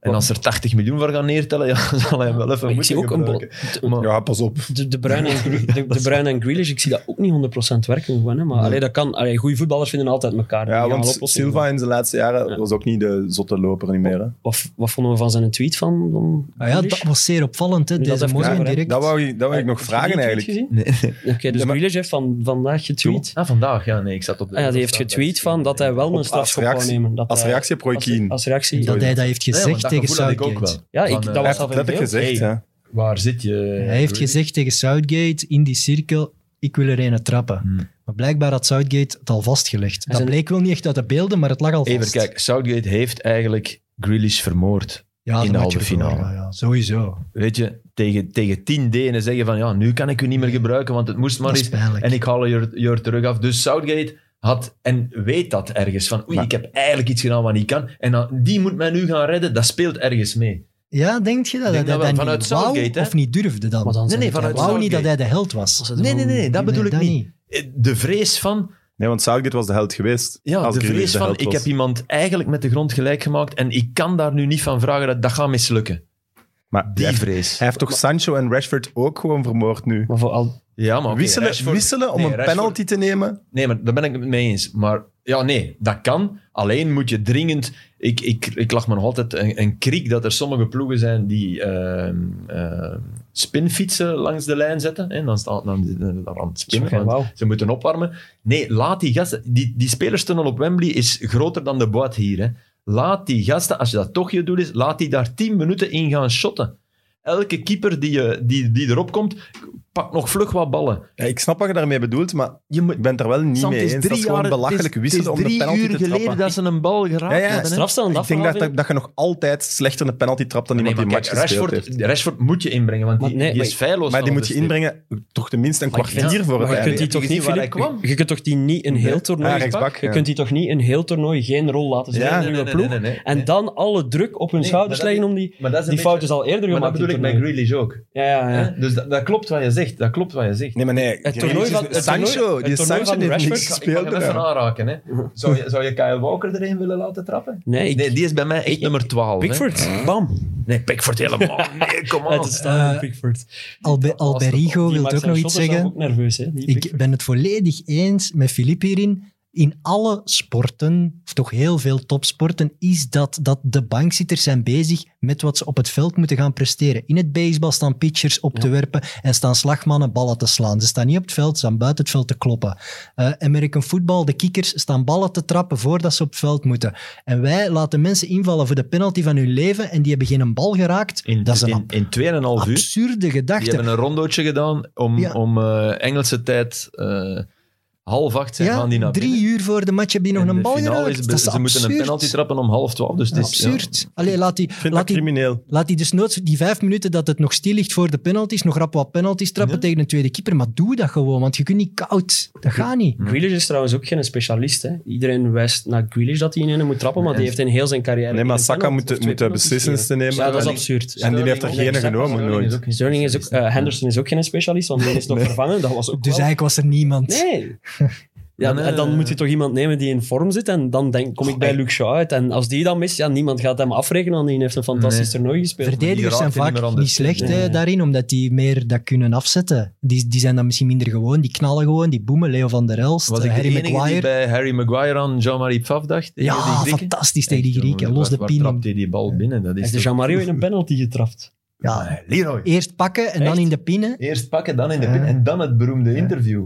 Speaker 4: En als er 80 miljoen voor gaan neertellen, ja, [LAUGHS] zal hij hem wel even
Speaker 5: Maar ik
Speaker 4: moeten
Speaker 5: zie ook een... bo-
Speaker 4: gebruiken.
Speaker 5: de-
Speaker 4: Maar-
Speaker 1: Ja, pas op.
Speaker 5: De, de,
Speaker 1: [LAUGHS]
Speaker 5: Bruin en, Gre- de, de Bruin en Grealish, ik zie dat ook niet 100% werken. Gewoon, hè, maar allee, dat kan. Allee, goede voetballers vinden altijd elkaar.
Speaker 1: Ja,
Speaker 5: Die gaan
Speaker 1: want
Speaker 5: oplossingen.
Speaker 1: Silva in zijn laatste jaren
Speaker 5: Ja.
Speaker 1: was ook niet de zotte loper niet meer. hè.
Speaker 5: Wat, wat vonden we van zijn tweet van, van
Speaker 2: Ah ja,
Speaker 5: Grealish?
Speaker 2: dat was zeer opvallend, hè.
Speaker 5: Nu dat
Speaker 2: Deze
Speaker 5: even
Speaker 2: morgen
Speaker 5: over, hè.
Speaker 2: direct.
Speaker 1: Dat wou, ik- dat wou ik nog
Speaker 5: Heb je die
Speaker 1: vragen
Speaker 5: tweet
Speaker 1: eigenlijk.
Speaker 5: gezien?
Speaker 4: Nee.
Speaker 5: Oké, dus
Speaker 1: Ja, maar-
Speaker 5: Grealish heeft van, vandaag getweet.
Speaker 4: Ah, vandaag? Ja, nee, ik zat op de...
Speaker 5: Ah, ja, die heeft getweet van dat hij wel
Speaker 1: Op-
Speaker 5: een
Speaker 1: als
Speaker 5: strafschop wou
Speaker 1: reactie-
Speaker 5: nemen. Dat
Speaker 1: Als
Speaker 5: hij-
Speaker 1: reactie op Roy
Speaker 5: als,
Speaker 1: Keane.
Speaker 5: als reactie.
Speaker 2: Dat hij dat heeft
Speaker 4: Nee,
Speaker 2: gezegd
Speaker 4: want dat
Speaker 2: tegen
Speaker 4: gevoel had ik ook
Speaker 2: Southgate.
Speaker 4: wel.
Speaker 5: Ja, ik-
Speaker 4: Van,
Speaker 5: dat
Speaker 1: Hij
Speaker 4: eh,
Speaker 5: was-
Speaker 1: heeft letterlijk gezegd,
Speaker 4: Hey.
Speaker 1: hè.
Speaker 4: Waar zit je?
Speaker 2: Hij heeft gezegd tegen Southgate in die cirkel, ik wil er een trappen.
Speaker 4: Hmm.
Speaker 2: Maar blijkbaar had Southgate het al vastgelegd. Dat
Speaker 5: zijn-
Speaker 2: bleek wel niet echt uit de beelden, maar het lag al vast.
Speaker 4: Even kijk, Southgate heeft eigenlijk Grealish vermoord.
Speaker 2: ja,
Speaker 4: in
Speaker 2: dat
Speaker 4: de
Speaker 2: had je
Speaker 4: halve
Speaker 2: verloren,
Speaker 4: finale.
Speaker 2: Ja, ja, sowieso.
Speaker 4: Weet je, tegen, tegen tien Denen zeggen van ja, nu kan ik u niet meer gebruiken, want het moest maar
Speaker 2: dat is
Speaker 4: eens.
Speaker 2: pijnlijk.
Speaker 4: En ik haal je je er terug af. Dus Southgate had en weet dat ergens van oei,
Speaker 1: Maar-
Speaker 4: ik heb eigenlijk iets gedaan wat niet kan. En dan, die moet mij nu gaan redden, dat speelt ergens mee.
Speaker 2: Ja, denk je dat hij
Speaker 4: Ik denk dat wel.
Speaker 2: dat
Speaker 4: Vanuit
Speaker 2: niet wou
Speaker 4: Southgate, hè?
Speaker 2: of niet durfde dan?
Speaker 5: Maar dan
Speaker 4: Nee, nee,
Speaker 5: zijn het-
Speaker 2: Hij
Speaker 4: vanuit
Speaker 2: wou niet dat
Speaker 4: Southgate.
Speaker 2: hij de held was.
Speaker 5: Als hij
Speaker 4: Nee, nee, nee, dat
Speaker 2: Nee,
Speaker 4: bedoel ik
Speaker 2: dat
Speaker 4: niet. Eh, De vrees van,
Speaker 1: Nee, want Southgate was de held geweest.
Speaker 4: ja,
Speaker 1: als
Speaker 4: de
Speaker 1: Grealish
Speaker 4: vrees van
Speaker 1: held
Speaker 4: ik
Speaker 1: was.
Speaker 4: heb iemand eigenlijk met de grond gelijk gemaakt en ik kan daar nu niet van vragen dat dat gaat mislukken.
Speaker 1: Maar die
Speaker 4: Die
Speaker 1: heeft-
Speaker 4: vrees.
Speaker 1: hij heeft toch Sancho en Rashford ook gewoon vermoord nu?
Speaker 5: Maar voor al,
Speaker 4: Ja, maar oké,
Speaker 1: wisselen,
Speaker 4: Rashford-
Speaker 1: wisselen om
Speaker 4: Nee,
Speaker 1: een
Speaker 4: Rashford-
Speaker 1: penalty te nemen?
Speaker 4: Nee, maar daar ben ik het mee eens. Maar ja, nee, dat kan. Alleen moet je dringend... Ik, ik, ik lach me nog altijd een, een kriek dat er sommige ploegen zijn die ehm, ehm, spinfietsen langs de lijn zetten. En dan staat dan, dan, dan aan het spinnen.
Speaker 5: Oké,
Speaker 4: want
Speaker 5: wauw.
Speaker 4: Ze moeten opwarmen. Nee, laat die gasten... Die, die spelerstunnel op Wembley is groter dan de boot hier. Hè. Laat die gasten, als je dat toch je doel is, laat die daar 10 minuten in gaan shotten. Elke keeper die, je- die, die erop komt, pak nog vlug wat ballen.
Speaker 1: Ja, ik snap wat je daarmee bedoelt, maar
Speaker 4: Je moet,
Speaker 1: ik ben het er wel niet
Speaker 4: Sam,
Speaker 1: mee
Speaker 4: het
Speaker 1: eens.
Speaker 4: is
Speaker 1: Dat is
Speaker 4: drie
Speaker 1: gewoon
Speaker 4: jaren-
Speaker 1: belachelijk
Speaker 4: het is-
Speaker 1: wisselen om
Speaker 4: het is
Speaker 1: de penalty
Speaker 4: drie
Speaker 1: te
Speaker 4: uur geleden
Speaker 1: trappen.
Speaker 4: dat ze een bal geraakt
Speaker 1: Ja, ja,
Speaker 4: hadden, hè?
Speaker 5: strafstel en dat
Speaker 1: Ik denk dat,
Speaker 5: verhaal
Speaker 1: dat, dat je nog altijd slechter een penalty trapt dan
Speaker 4: Nee,
Speaker 1: iemand
Speaker 4: maar
Speaker 1: die een
Speaker 4: kijk,
Speaker 1: match gespeeld
Speaker 4: Rashford,
Speaker 1: heeft.
Speaker 4: Rashford moet je inbrengen, want
Speaker 5: Maar
Speaker 4: die,
Speaker 5: nee,
Speaker 4: die
Speaker 5: maar-
Speaker 4: is feilloos.
Speaker 1: Maar die
Speaker 4: van
Speaker 1: moet je
Speaker 4: het bespreken.
Speaker 1: inbrengen toch tenminste een
Speaker 4: Maar ik vind-
Speaker 1: kwartier voor
Speaker 5: maar
Speaker 1: het
Speaker 5: je kunt die
Speaker 1: einde.
Speaker 5: toch
Speaker 4: Heb je
Speaker 5: niet,
Speaker 4: gezien waar
Speaker 5: Filip,
Speaker 4: hij kwam?
Speaker 5: je kunt toch die niet een heel toernooi...
Speaker 1: Ja, rechtsbak,
Speaker 5: je
Speaker 1: ja.
Speaker 5: kunt die toch niet een heel toernooi geen rol laten spelen
Speaker 1: Ja.
Speaker 5: in
Speaker 4: Nee,
Speaker 5: je
Speaker 4: nee,
Speaker 5: ploeg?
Speaker 4: nee, nee, nee.
Speaker 5: En
Speaker 4: Nee.
Speaker 5: dan alle druk op hun
Speaker 4: Nee,
Speaker 5: schouders
Speaker 4: maar dat-
Speaker 5: leggen om die...
Speaker 4: Maar dat is
Speaker 5: Die fout is al eerder
Speaker 4: Maar dat
Speaker 5: gemaakt.
Speaker 4: bedoel ik
Speaker 5: in
Speaker 4: bij
Speaker 5: toernooien.
Speaker 4: Grealish ook.
Speaker 5: Ja, ja, ja.
Speaker 4: Hè? Dus dat, dat klopt wat je zegt. Dat klopt wat je zegt.
Speaker 1: Nee, maar nee.
Speaker 5: Het toernooi van- het toernooi-
Speaker 1: Sancho,
Speaker 5: het
Speaker 1: die
Speaker 5: toernooi
Speaker 1: Sancho
Speaker 5: van
Speaker 1: die heeft
Speaker 5: Rashford-
Speaker 1: niks
Speaker 5: Ik
Speaker 4: Ik kan
Speaker 1: gespeeld.
Speaker 4: je best
Speaker 1: hè.
Speaker 4: aan aanraken. Hè. Zou, je, zou je Kyle Walker erin willen laten trappen?
Speaker 5: Nee, ik-
Speaker 4: nee die is bij mij echt nummer 12. hè.
Speaker 5: Pickford, bam.
Speaker 4: Nee, Pickford helemaal. Nee, kom
Speaker 5: Uit
Speaker 4: aan.
Speaker 5: het stadion,
Speaker 2: Eh,
Speaker 5: Pickford.
Speaker 2: Albe-
Speaker 4: was het.
Speaker 2: Alberigo
Speaker 5: Die
Speaker 2: wil
Speaker 5: maakt
Speaker 2: ook
Speaker 5: zijn
Speaker 2: nog iets
Speaker 5: shotten zelf
Speaker 2: zeggen.
Speaker 5: ook nerveus, hè, die
Speaker 2: Ik
Speaker 5: Pickford.
Speaker 2: ben het volledig eens met Filip hierin. In alle sporten, of toch heel veel topsporten, is dat, dat de bankzitters zijn bezig met wat ze op het veld moeten gaan presteren. In het baseball staan pitchers op te werpen en staan slagmannen ballen te slaan. Ze staan niet op het veld, ze staan buiten het veld te kloppen. Eh American football, de kickers staan ballen te trappen voordat ze op het veld moeten. En wij laten mensen invallen voor de penalty van hun leven en die hebben geen bal geraakt.
Speaker 4: In,
Speaker 2: dat is een
Speaker 4: in, in 2,5 uur.
Speaker 2: absurde
Speaker 4: Die
Speaker 2: gedachte.
Speaker 4: hebben een rondootje gedaan om,
Speaker 2: Ja.
Speaker 4: om eh, Engelse tijd eh, half acht zijn gaan die naar
Speaker 2: drie uur voor de match heb je nog
Speaker 4: En
Speaker 2: een
Speaker 4: de
Speaker 2: bal
Speaker 4: finale
Speaker 2: geraakt.
Speaker 4: is be-
Speaker 2: dat is
Speaker 4: ze moeten een
Speaker 2: absurd.
Speaker 4: penalty trappen om half twaalf. Dus het is, ja.
Speaker 2: absurd. Allee, laat die,
Speaker 1: Ik vind dat
Speaker 2: laat, die,
Speaker 1: crimineel.
Speaker 2: laat die dus noods die vijf minuten dat het nog stil ligt voor de penalties, nog rap wat penalties trappen
Speaker 4: Ja.
Speaker 2: tegen een tweede keeper. Maar doe dat gewoon, want je kunt niet koud. Dat gaat niet.
Speaker 5: Hm. Grealish is trouwens ook geen specialist. Hè. Iedereen wijst naar Grealish dat hij in ene moet trappen, maar die heeft in heel zijn carrière...
Speaker 1: Nee, maar
Speaker 5: geen
Speaker 1: Saka
Speaker 5: penalty-
Speaker 1: moet, moet
Speaker 5: of twee
Speaker 1: de
Speaker 5: penalties
Speaker 1: beslissingen te
Speaker 5: gegeven.
Speaker 1: nemen.
Speaker 5: Ja, dat is
Speaker 1: en,
Speaker 5: absurde.
Speaker 1: en die heeft er
Speaker 5: Sterling-
Speaker 1: geen genomen
Speaker 4: Sterling is
Speaker 1: nooit.
Speaker 4: ook geen
Speaker 5: Sterling is ook,
Speaker 4: specialist.
Speaker 5: eh, Henderson is ook geen specialist, want die is nog vervangen. Dat was ook
Speaker 2: Dus
Speaker 5: wel...
Speaker 2: eigenlijk was er niemand.
Speaker 5: Nee. [LAUGHS] Ja,
Speaker 4: Nee,
Speaker 5: en dan
Speaker 4: nee,
Speaker 5: moet je
Speaker 4: nee.
Speaker 5: toch iemand nemen die in vorm zit en dan denk, kom ik bij Luke Shaw uit. En als die dan mist, ja, niemand gaat hem afrekenen, want die heeft een fantastisch
Speaker 4: Nee.
Speaker 5: toernooi gespeeld.
Speaker 2: Verdedigers
Speaker 4: Die
Speaker 2: zijn
Speaker 4: raakt er niet meer
Speaker 2: vaak
Speaker 4: aan
Speaker 2: niet
Speaker 4: de-
Speaker 2: slecht
Speaker 5: Nee.
Speaker 2: hè, daarin, omdat die meer dat kunnen afzetten. Die, die zijn dan misschien minder gewoon, die knallen gewoon, die boemen. Leo van der Elst,
Speaker 4: Was ik
Speaker 2: Harry
Speaker 4: de enige die
Speaker 2: Maguire.
Speaker 4: bij Harry Maguire aan Jean-Marie Pfaff dacht? Tegen die
Speaker 2: Ja,
Speaker 4: Grieken?
Speaker 2: fantastisch tegen die
Speaker 4: Echt,
Speaker 2: Grieken.
Speaker 4: jongen,
Speaker 2: Los de
Speaker 4: waar- Waar
Speaker 2: pin.
Speaker 4: trapt hij die bal binnen? Dat
Speaker 5: Heeft
Speaker 4: is
Speaker 5: de
Speaker 4: toch- Ah,
Speaker 5: Jean-Mario
Speaker 4: [LAUGHS]
Speaker 5: in een penalty getrapt?
Speaker 2: Ja,
Speaker 4: Leroy.
Speaker 2: Eerst pakken en dan
Speaker 4: Echt?
Speaker 2: in de pinnen.
Speaker 4: Eerst pakken, dan in de pin en dan het beroemde interview.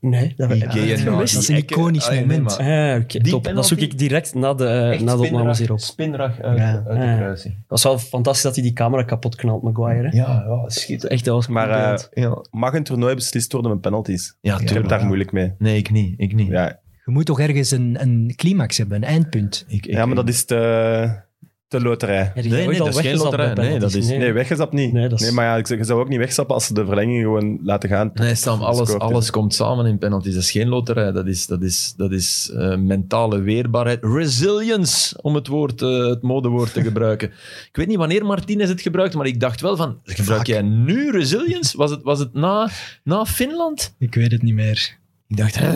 Speaker 5: Nee, dat
Speaker 4: Die
Speaker 5: heb
Speaker 4: gay
Speaker 5: ik
Speaker 4: en
Speaker 5: gemist.
Speaker 2: dat is een
Speaker 4: ekke-
Speaker 2: iconisch
Speaker 4: Ah, nee,
Speaker 2: moment.
Speaker 4: maar
Speaker 5: Ah, oké,
Speaker 4: Die
Speaker 5: top. Dan
Speaker 4: penalty-
Speaker 5: zoek ik direct na de, eh, na de opnames hierop.
Speaker 4: Spinrag uit,
Speaker 2: Ja.
Speaker 4: uit de
Speaker 5: Ja.
Speaker 4: kruising.
Speaker 5: Dat is wel fantastisch dat hij die camera kapot knalt, Maguire. Hè?
Speaker 4: Ja, ja, schiet.
Speaker 5: Echt, dat was
Speaker 1: Maar, eh,
Speaker 5: briljant.
Speaker 4: Ja,
Speaker 1: Mag een toernooi beslist worden met penalties?
Speaker 4: ja
Speaker 1: Ik heb
Speaker 4: tuurlijk.
Speaker 1: daar moeilijk mee.
Speaker 4: Nee, ik niet. Ik niet.
Speaker 1: Ja,
Speaker 2: Je moet toch ergens een, een climax hebben, een eindpunt.
Speaker 4: Ik, ik-
Speaker 1: ja maar dat is te, te loterij.
Speaker 5: Ja, die
Speaker 4: nee,
Speaker 5: ooit
Speaker 4: nee, dat
Speaker 5: al
Speaker 4: is geen
Speaker 5: weggezapt
Speaker 4: loterij.
Speaker 5: bij
Speaker 4: Nee, dat
Speaker 5: penalties.
Speaker 4: is-
Speaker 1: Nee, weggezapt niet.
Speaker 5: Nee, dat is-
Speaker 1: maar ja, ik zeg, je zou ook niet wegzappen als ze de verlenging gewoon laten gaan.
Speaker 4: Nee, Sam, alles,
Speaker 1: Gescoord,
Speaker 4: alles
Speaker 1: ja.
Speaker 4: komt samen in penalties. Dat is geen loterij. Dat is, dat is, dat is eh, mentale weerbaarheid. Resilience, om het, woord, eh, het modewoord te
Speaker 2: [LAUGHS]
Speaker 4: gebruiken. ik weet niet wanneer Martinez het gebruikt, maar ik dacht wel van... Gebruik jij nu resilience? Was het, was het na, na Finland?
Speaker 2: Ik weet het niet meer.
Speaker 4: Ik dacht, hè?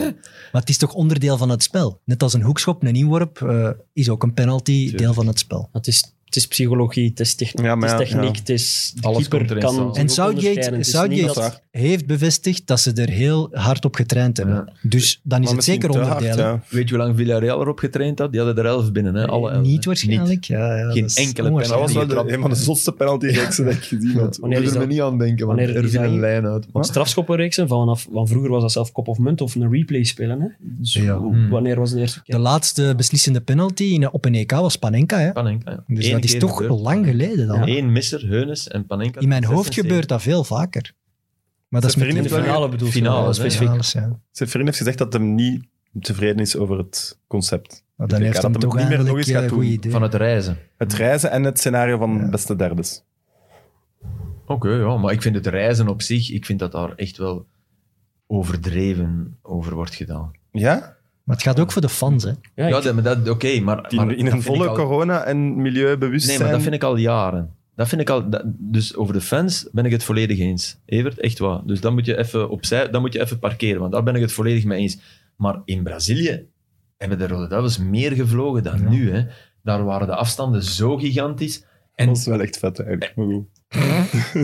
Speaker 2: Maar het is toch onderdeel van het spel? Net als een hoekschop, een inworp, eh, is ook een penalty deel van het spel.
Speaker 5: Het is, het is psychologie, het is, techn-
Speaker 1: Ja, maar
Speaker 5: het is
Speaker 1: ja,
Speaker 5: techniek,
Speaker 1: ja.
Speaker 5: het is... De
Speaker 4: Alles komt
Speaker 5: keeper
Speaker 4: erin
Speaker 5: kan
Speaker 4: samen.
Speaker 5: zich
Speaker 2: En
Speaker 5: ook onderscheiden.
Speaker 2: Southgate,
Speaker 5: Het is niet
Speaker 2: Southgate
Speaker 5: dat-
Speaker 2: heeft bevestigd dat ze er heel hard op getraind hebben. Dus dan is
Speaker 1: Maar
Speaker 2: het
Speaker 1: misschien
Speaker 2: zeker
Speaker 1: te hard,
Speaker 2: onderdeel. hè?
Speaker 1: ja.
Speaker 4: Weet je hoe lang Villarreal erop getraind had? Die hadden er elf binnen, hè? Eh, Alle elf,
Speaker 2: niet
Speaker 4: hè?
Speaker 2: waarschijnlijk. Ja, ja,
Speaker 4: Geen
Speaker 2: dat is
Speaker 4: enkele
Speaker 1: Dat was
Speaker 2: onwaarschijnlijk.
Speaker 1: wel de- een van de zotste penaltyreeksen dat ik gezien had.
Speaker 5: Wanneer is dat?
Speaker 4: niet aan denken,
Speaker 5: Wanneer is dat?
Speaker 4: lijn uit.
Speaker 5: Strafschoppenreeksen, vanaf, van vroeger was dat zelf kop of munt of een replay spelen. Hè? Dus
Speaker 2: Ja.
Speaker 5: w- Wanneer was de eerste keer?
Speaker 2: De laatste beslissende penalty in, op een EK was Panenka. Hè?
Speaker 4: Panenka, ja.
Speaker 2: Dus
Speaker 4: Eén
Speaker 2: dat is
Speaker 4: keer
Speaker 2: toch
Speaker 4: gebeurd.
Speaker 2: lang geleden dan.
Speaker 4: Eén misser, Heunes en Panenka.
Speaker 2: In mijn hoofd
Speaker 4: 76.
Speaker 2: gebeurt dat veel vaker. Maar dat is
Speaker 1: Zijn
Speaker 2: met
Speaker 5: In
Speaker 1: vriend
Speaker 5: de
Speaker 1: wel-
Speaker 5: finale bedoel je?
Speaker 4: Finale,
Speaker 5: Ja,
Speaker 4: hè?
Speaker 5: specifiek.
Speaker 2: Alles, ja.
Speaker 1: Zijn vriend heeft gezegd dat hem niet tevreden is over het concept.
Speaker 2: Maar
Speaker 1: Ik
Speaker 2: dan
Speaker 1: denk
Speaker 2: heeft
Speaker 1: dat
Speaker 2: hem
Speaker 1: hem
Speaker 2: toch
Speaker 1: het niet meer nog
Speaker 2: eindelijk
Speaker 1: eens gaat
Speaker 2: een
Speaker 1: doen.
Speaker 2: goed idee.
Speaker 4: Vanuit reizen.
Speaker 1: Het reizen en het scenario van beste derdes.
Speaker 4: Oké, ja, maar ik vind het reizen op zich, ik vind dat daar echt wel overdreven over wordt gedaan.
Speaker 1: Ja?
Speaker 2: Maar het gaat ook voor de fans, hè.
Speaker 5: Ja,
Speaker 4: Ja,
Speaker 5: ik-
Speaker 4: dat, maar dat oké, maar,
Speaker 1: Die
Speaker 4: maar
Speaker 1: in
Speaker 4: dat
Speaker 1: een
Speaker 4: vind ik
Speaker 1: volle
Speaker 4: al-
Speaker 1: corona- en
Speaker 4: Nee,
Speaker 1: milieubewustzijn...
Speaker 4: maar dat vind ik al jaren. Dat vind ik al, dat- dus over de fans ben ik het volledig eens. Evert, echt waar. Dus dan moet je even opzij, dan moet je even parkeren, want daar ben ik het volledig mee eens. Maar in Brazilië hebben de Rode Duivels meer gevlogen dan nu. Hè. Daar waren de afstanden zo gigantisch.
Speaker 1: [LAUGHS]
Speaker 4: En
Speaker 1: Dat is wel echt vet, eigenlijk. Maar goed.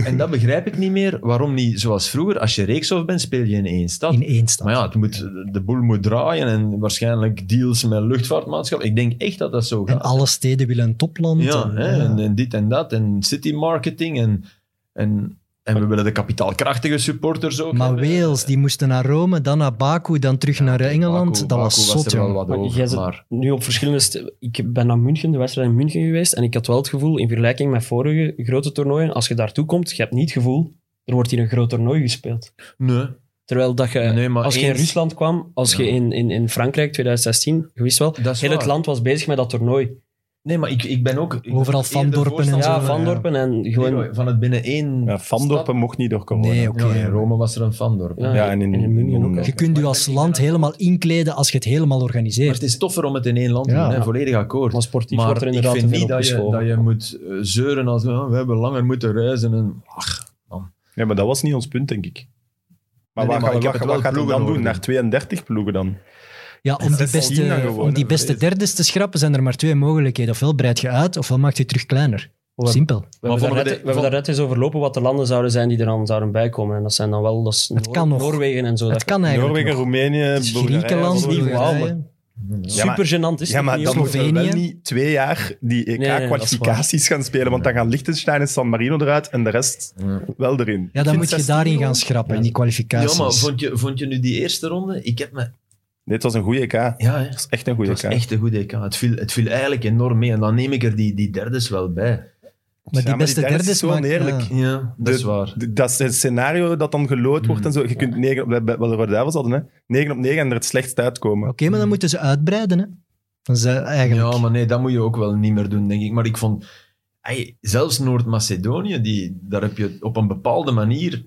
Speaker 4: En dat begrijp ik niet meer. Waarom niet zoals vroeger? Als je reekshof bent, speel je in één stad.
Speaker 2: In één stad.
Speaker 4: Maar ja, het moet, de boel moet draaien en waarschijnlijk deals met luchtvaartmaatschappij. Ik denk echt dat dat zo
Speaker 2: En
Speaker 4: gaat.
Speaker 2: alle steden willen een topland.
Speaker 4: Ja,
Speaker 2: en,
Speaker 4: hè,
Speaker 2: ja.
Speaker 4: en, en dit en dat. En city marketing. En, en, en we willen de kapitaalkrachtige supporters ook.
Speaker 2: Maar
Speaker 4: hebben.
Speaker 2: Wales, die moesten naar Rome, dan naar Baku, dan terug naar eh,
Speaker 4: Baku-
Speaker 2: Engeland. dat
Speaker 4: Baku
Speaker 2: was zot,
Speaker 4: er wel
Speaker 2: jongen.
Speaker 4: wat
Speaker 5: Maar jij
Speaker 4: over.
Speaker 5: zit-
Speaker 4: Maar
Speaker 5: nu op verschillende... st- Ik ben naar München, de wedstrijd in München geweest, en ik had wel het gevoel, in vergelijking met vorige grote toernooien, als je daartoe komt, je hebt niet het gevoel, er wordt hier een groot toernooi gespeeld.
Speaker 4: nee,
Speaker 5: Terwijl dat je,
Speaker 4: Nee, maar
Speaker 5: als je in
Speaker 4: eens-
Speaker 5: Rusland kwam, als je
Speaker 4: Ja.
Speaker 5: in, in, in Frankrijk 2016, je wist wel,
Speaker 4: dat is
Speaker 5: heel het
Speaker 4: waar.
Speaker 5: land was bezig met dat toernooi.
Speaker 4: Nee, maar ik, ik ben ook... ik
Speaker 2: Overal
Speaker 4: ben eerder
Speaker 2: Vandorpen en
Speaker 4: voorstander
Speaker 2: zo,
Speaker 5: Ja,
Speaker 2: ja.
Speaker 5: Van Dorpen en
Speaker 4: van-
Speaker 5: gewoon...
Speaker 4: Leroy, van het binnen één...
Speaker 1: Ja, Van Dorpen mocht niet door corona.
Speaker 2: Nee, oké.
Speaker 4: Ja, in Rome was er een Vandorp.
Speaker 5: Ja,
Speaker 1: Ja, en in,
Speaker 5: En in München ook,
Speaker 1: in-
Speaker 5: hè.
Speaker 2: Je kunt je als land helemaal inkleden als je het helemaal
Speaker 4: Maar
Speaker 2: organiseert.
Speaker 4: het is toffer om het in één land te
Speaker 2: Ja.
Speaker 4: doen, hè, volledig akkoord.
Speaker 5: Maar sportief
Speaker 4: Maar
Speaker 5: wordt er inderdaad
Speaker 4: ik vind
Speaker 5: te
Speaker 4: niet
Speaker 5: veel
Speaker 4: dat je,
Speaker 5: opgeschoven.
Speaker 4: dat je moet eh, zeuren als "Ah, we hebben langer moeten reizen. En, ach,
Speaker 1: Ja, maar dat was niet ons punt, denk ik. Maar
Speaker 4: nee,
Speaker 1: wat
Speaker 4: maar
Speaker 1: gaan
Speaker 4: ik
Speaker 1: we-
Speaker 4: heb
Speaker 1: wat
Speaker 4: het
Speaker 1: wat
Speaker 4: wel
Speaker 1: gaat hij
Speaker 4: ploegen
Speaker 1: dan doen?
Speaker 4: nodig.
Speaker 1: Naar 32 ploegen dan?
Speaker 2: Ja, om die
Speaker 1: is China
Speaker 2: beste,
Speaker 1: gewoon,
Speaker 2: om die
Speaker 1: hè,
Speaker 2: beste
Speaker 1: vrees.
Speaker 2: derdes te schrappen zijn er maar twee mogelijkheden. Ofwel breid je uit, ofwel maak je het terug kleiner.
Speaker 5: Wat-
Speaker 2: Simpel.
Speaker 5: We hebben,
Speaker 4: vonden we
Speaker 5: daar net,
Speaker 4: de-
Speaker 5: we hebben
Speaker 4: vond-
Speaker 5: daar net eens over lopen wat de landen zouden zijn die er dan zouden bijkomen. En dat zijn dan wel dat is Noor-
Speaker 2: kan nog.
Speaker 5: Noorwegen en zo.
Speaker 2: Het kan eigenlijk
Speaker 1: Noorwegen,
Speaker 2: nog.
Speaker 1: Roemenië,
Speaker 2: Het is
Speaker 1: Bulgarije,
Speaker 2: Griekenland,
Speaker 5: dat is niet
Speaker 1: Slovenië.
Speaker 5: wauw,
Speaker 2: Bulgarije.
Speaker 1: Ja, maar-
Speaker 5: Super gênant is
Speaker 1: Ja, maar
Speaker 5: het
Speaker 1: dan
Speaker 5: niet,
Speaker 1: moeten we wel
Speaker 2: Slovenië.
Speaker 1: niet twee jaar die
Speaker 5: nee, dat is
Speaker 1: EK-kwalificaties gaan spelen, want dan gaan Liechtenstein en San Marino eruit en de rest wel erin.
Speaker 2: Ja, dan
Speaker 1: Ik
Speaker 2: moet
Speaker 1: vind
Speaker 2: je
Speaker 1: 16
Speaker 2: daarin
Speaker 1: gewoon-
Speaker 2: gaan schrappen, in die kwalificaties.
Speaker 4: ja, maar vond je, vond je nu die eerste ronde? Ik heb me...
Speaker 1: Nee, het was een goede EK. Het
Speaker 4: Ja, hè.
Speaker 1: was echt een goede
Speaker 4: Het
Speaker 1: EK.
Speaker 4: was echt een goede EK. Het viel, het viel eigenlijk enorm mee. En dan neem ik er die, die derdes wel bij.
Speaker 2: Maar die
Speaker 1: Ja,
Speaker 2: beste
Speaker 1: derde
Speaker 2: derdes
Speaker 1: is zo
Speaker 2: maakt-
Speaker 1: oneerlijk.
Speaker 2: ja.
Speaker 4: Ja, dat
Speaker 1: De-
Speaker 4: is waar.
Speaker 1: de- Dat is het scenario dat dan gelood
Speaker 2: Mm.
Speaker 1: wordt en zo. Je kunt 9 op, wat de Rode Duivels hadden, hè. 9 op 9 en er het slechtst uitkomen.
Speaker 2: Oké, maar dan moeten ze uitbreiden. Hè? Dan zijn eigenlijk...
Speaker 4: hmm. Ja, maar nee, dat moet je ook wel niet meer doen, denk ik. Maar ik vond... ey, zelfs Noord-Macedonië, die- daar heb je op een bepaalde manier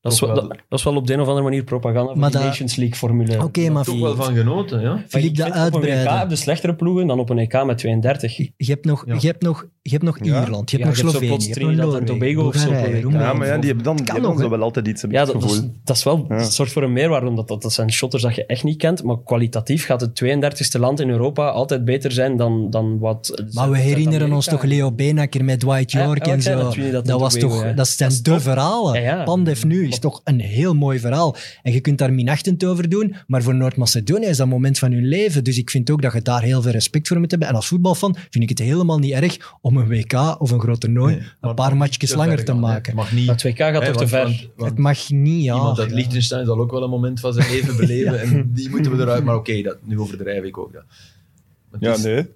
Speaker 5: dat, is wel,
Speaker 4: toch
Speaker 5: dat,
Speaker 4: wel-
Speaker 5: dat is wel op de een of andere manier propaganda van
Speaker 2: Maar
Speaker 5: de
Speaker 2: dat-
Speaker 5: Nations League-formule.
Speaker 2: Oké, maar
Speaker 4: toch wel van genoten. Ja?
Speaker 5: Maar ik
Speaker 2: Filip, dat
Speaker 5: vind op een WK heb
Speaker 2: uitbreiden.
Speaker 5: je slechtere ploegen dan op een EK met 32.
Speaker 2: Je hebt nog,
Speaker 4: Ja.
Speaker 2: je hebt nog, je hebt nog
Speaker 1: Ja.
Speaker 2: Ierland, je
Speaker 5: Ja,
Speaker 2: hebt nog
Speaker 5: je
Speaker 2: Slovenië,
Speaker 5: hebt zo
Speaker 2: je
Speaker 5: plots
Speaker 2: hebt nog
Speaker 5: Trinidad en
Speaker 2: Noorwegen,
Speaker 5: Tobago of zo op
Speaker 2: Bulgarije,
Speaker 5: een WK.
Speaker 2: Roemenië.
Speaker 1: Ja, maar ja, die hebben dan, die
Speaker 2: Kan
Speaker 1: hebben
Speaker 2: nog,
Speaker 1: zo
Speaker 2: hè.
Speaker 1: wel altijd iets, heb ik
Speaker 5: Ja,
Speaker 1: het
Speaker 5: dat, dat,
Speaker 1: gevoel.
Speaker 5: is, dat is wel
Speaker 1: Ja.
Speaker 5: dat zorgt voor een meerwaarde, omdat dat, dat zijn shotters dat je echt niet kent. Maar kwalitatief gaat het 32e land in Europa altijd beter zijn dan, dan wat...
Speaker 2: Maar we herinneren ons toch Leo Benaker met Dwight
Speaker 5: Ja,
Speaker 2: York
Speaker 5: ja,
Speaker 2: en
Speaker 5: ik zei
Speaker 2: zo.
Speaker 5: dat, Trinidad
Speaker 2: Dat,
Speaker 5: en
Speaker 2: was
Speaker 5: Tobago,
Speaker 2: toch,
Speaker 5: hè.
Speaker 2: dat zijn de verhalen.
Speaker 5: Ja, ja.
Speaker 2: Pandev nu is toch een heel mooi verhaal. En je kunt daar minachtend over doen, maar voor Noord-Macedonië is dat een moment van hun leven. Dus ik vind ook dat je daar heel veel respect voor moet hebben. En als voetbalfan vind ik het helemaal niet erg om een WK of een groot toernooi
Speaker 4: Nee,
Speaker 2: een paar matchjes langer te maken.
Speaker 4: Mag niet.
Speaker 5: Dat 2K gaat
Speaker 4: Hè,
Speaker 5: toch te
Speaker 4: want-
Speaker 5: ver.
Speaker 4: want- want
Speaker 2: het mag niet, ja.
Speaker 4: iemand uit
Speaker 2: ja.
Speaker 4: Liechtenstein zal ook wel een moment van zijn leven
Speaker 2: [LAUGHS]
Speaker 4: beleven. En die moeten we eruit. Maar oké, dat, nu overdrijf ik ook. Dat. Maar het
Speaker 1: Ja,
Speaker 4: is-
Speaker 1: nee.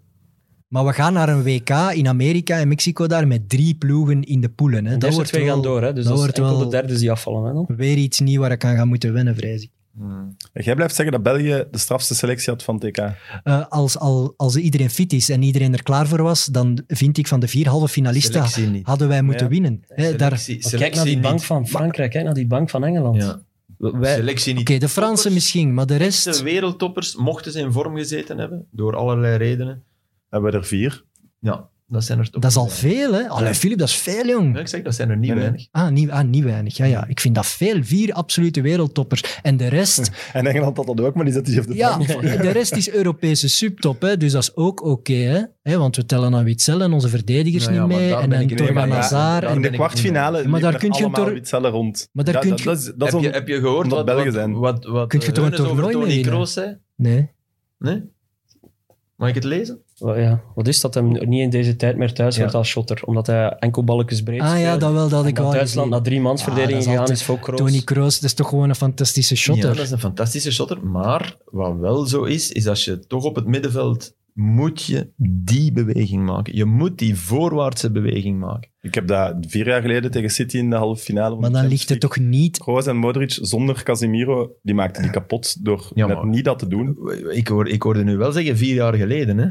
Speaker 2: Maar we gaan naar een WK in Amerika en Mexico daar met drie ploegen in de poelen. Hè.
Speaker 5: De
Speaker 2: Dat
Speaker 5: eerste
Speaker 2: wordt
Speaker 5: twee
Speaker 2: wel-
Speaker 5: gaan door, hè.
Speaker 2: dat
Speaker 5: Dus dat,
Speaker 2: wordt
Speaker 5: is enkel
Speaker 2: wel-
Speaker 5: de derdes die afvallen, hè. Dan.
Speaker 2: Weer iets nieuws waar ik aan ga moeten wennen, vrees ik.
Speaker 4: Hmm.
Speaker 1: Jij blijft zeggen dat België de strafste selectie had van TK.
Speaker 2: Eh, als, al, als iedereen fit is en iedereen er klaar voor was, dan vind ik van de vier halve finalisten
Speaker 4: Selectie niet.
Speaker 2: hadden wij moeten
Speaker 1: Ja.
Speaker 2: winnen. Hè, daar, Oké,
Speaker 4: Selectie,
Speaker 5: Maar Kijk naar
Speaker 4: selectie
Speaker 5: die bank
Speaker 4: niet.
Speaker 5: van Frankrijk, kijk naar die bank van Engeland.
Speaker 4: Ja.
Speaker 5: Wij,
Speaker 4: Selectie niet.
Speaker 2: de Fransen misschien, maar de
Speaker 4: De
Speaker 2: rest...
Speaker 4: wereldtoppers mochten ze in vorm gezeten hebben, door allerlei redenen.
Speaker 1: Hebben we er vier?
Speaker 4: Ja, dat zijn er toch.
Speaker 2: Dat is al
Speaker 4: weinig.
Speaker 2: veel, hè? Allee, Filip, dat is veel, jong.
Speaker 4: Ja, ik zeg, dat zijn er niet
Speaker 1: Nee, nee.
Speaker 4: weinig.
Speaker 2: Ah niet, ah, niet weinig. Ja, ja. Ik vind dat veel. Vier absolute wereldtoppers. En de
Speaker 4: [LAUGHS]
Speaker 2: rest,
Speaker 1: En Engeland had dat ook, maar die zet hij op de
Speaker 2: ja,
Speaker 1: bank.
Speaker 2: de rest is Europese subtop. Hè, dus dat is ook oké. hè, hè, want we tellen aan Witzel en onze verdedigers
Speaker 4: Nou ja,
Speaker 2: niet
Speaker 4: maar
Speaker 2: mee.
Speaker 4: daar
Speaker 2: En
Speaker 4: ben ik
Speaker 2: dan
Speaker 4: niet mee,
Speaker 2: Torgan
Speaker 1: maar ja,
Speaker 2: Hazard.
Speaker 4: daar
Speaker 2: en-
Speaker 1: In
Speaker 4: ben
Speaker 1: de
Speaker 4: ik niet
Speaker 1: kwartfinale
Speaker 2: Maar daar
Speaker 1: liepen er
Speaker 2: kun je hem
Speaker 1: allemaal
Speaker 2: toch-
Speaker 1: Witzel rond.
Speaker 2: Maar daar
Speaker 1: Ja,
Speaker 2: kun
Speaker 1: dat-
Speaker 2: je-
Speaker 1: Dat is, dat is
Speaker 4: heb, je,
Speaker 1: een-
Speaker 4: heb je gehoord
Speaker 1: omdat
Speaker 4: wat,
Speaker 1: Belgen
Speaker 4: wat,
Speaker 1: zijn.
Speaker 4: wat, wat
Speaker 2: Kun je
Speaker 4: eh,
Speaker 2: toch een
Speaker 4: Heunes over
Speaker 2: toernooi
Speaker 4: Tony
Speaker 2: mee winnen?
Speaker 4: Kroos zei?
Speaker 2: Nee.
Speaker 4: Nee? Mag ik het lezen?
Speaker 5: wa- ja, wat is dat hem niet in deze tijd meer thuis
Speaker 4: Ja.
Speaker 5: wordt als shotter? Omdat hij enkel balkjes breed
Speaker 2: Ah ja,
Speaker 5: speelt.
Speaker 2: dat wel. Dat had ik
Speaker 5: En
Speaker 2: al
Speaker 5: dat Duitsland
Speaker 2: gezien.
Speaker 5: naar drie mans
Speaker 2: Ja,
Speaker 5: verdediging
Speaker 2: dat is
Speaker 5: gegaan
Speaker 2: altijd
Speaker 5: is voor Kroos.
Speaker 2: Tony Kroos, dat is toch gewoon een fantastische
Speaker 4: Ja,
Speaker 2: shotter.
Speaker 4: dat is een fantastische shotter. Maar wat wel zo is, is als je toch op het middenveld moet je die beweging maken. Je moet die voorwaartse beweging maken.
Speaker 1: Ik heb dat vier jaar geleden tegen City in de halve finale. van de
Speaker 2: maar dan
Speaker 1: Champions
Speaker 2: ligt het
Speaker 1: League.
Speaker 2: toch niet...
Speaker 1: Kroos en Modric zonder Casemiro, die maakten die kapot door
Speaker 4: Ja,
Speaker 1: net
Speaker 4: maar-
Speaker 1: niet dat te doen.
Speaker 4: Ik, hoor, ik hoorde nu wel zeggen, vier jaar geleden. Hè?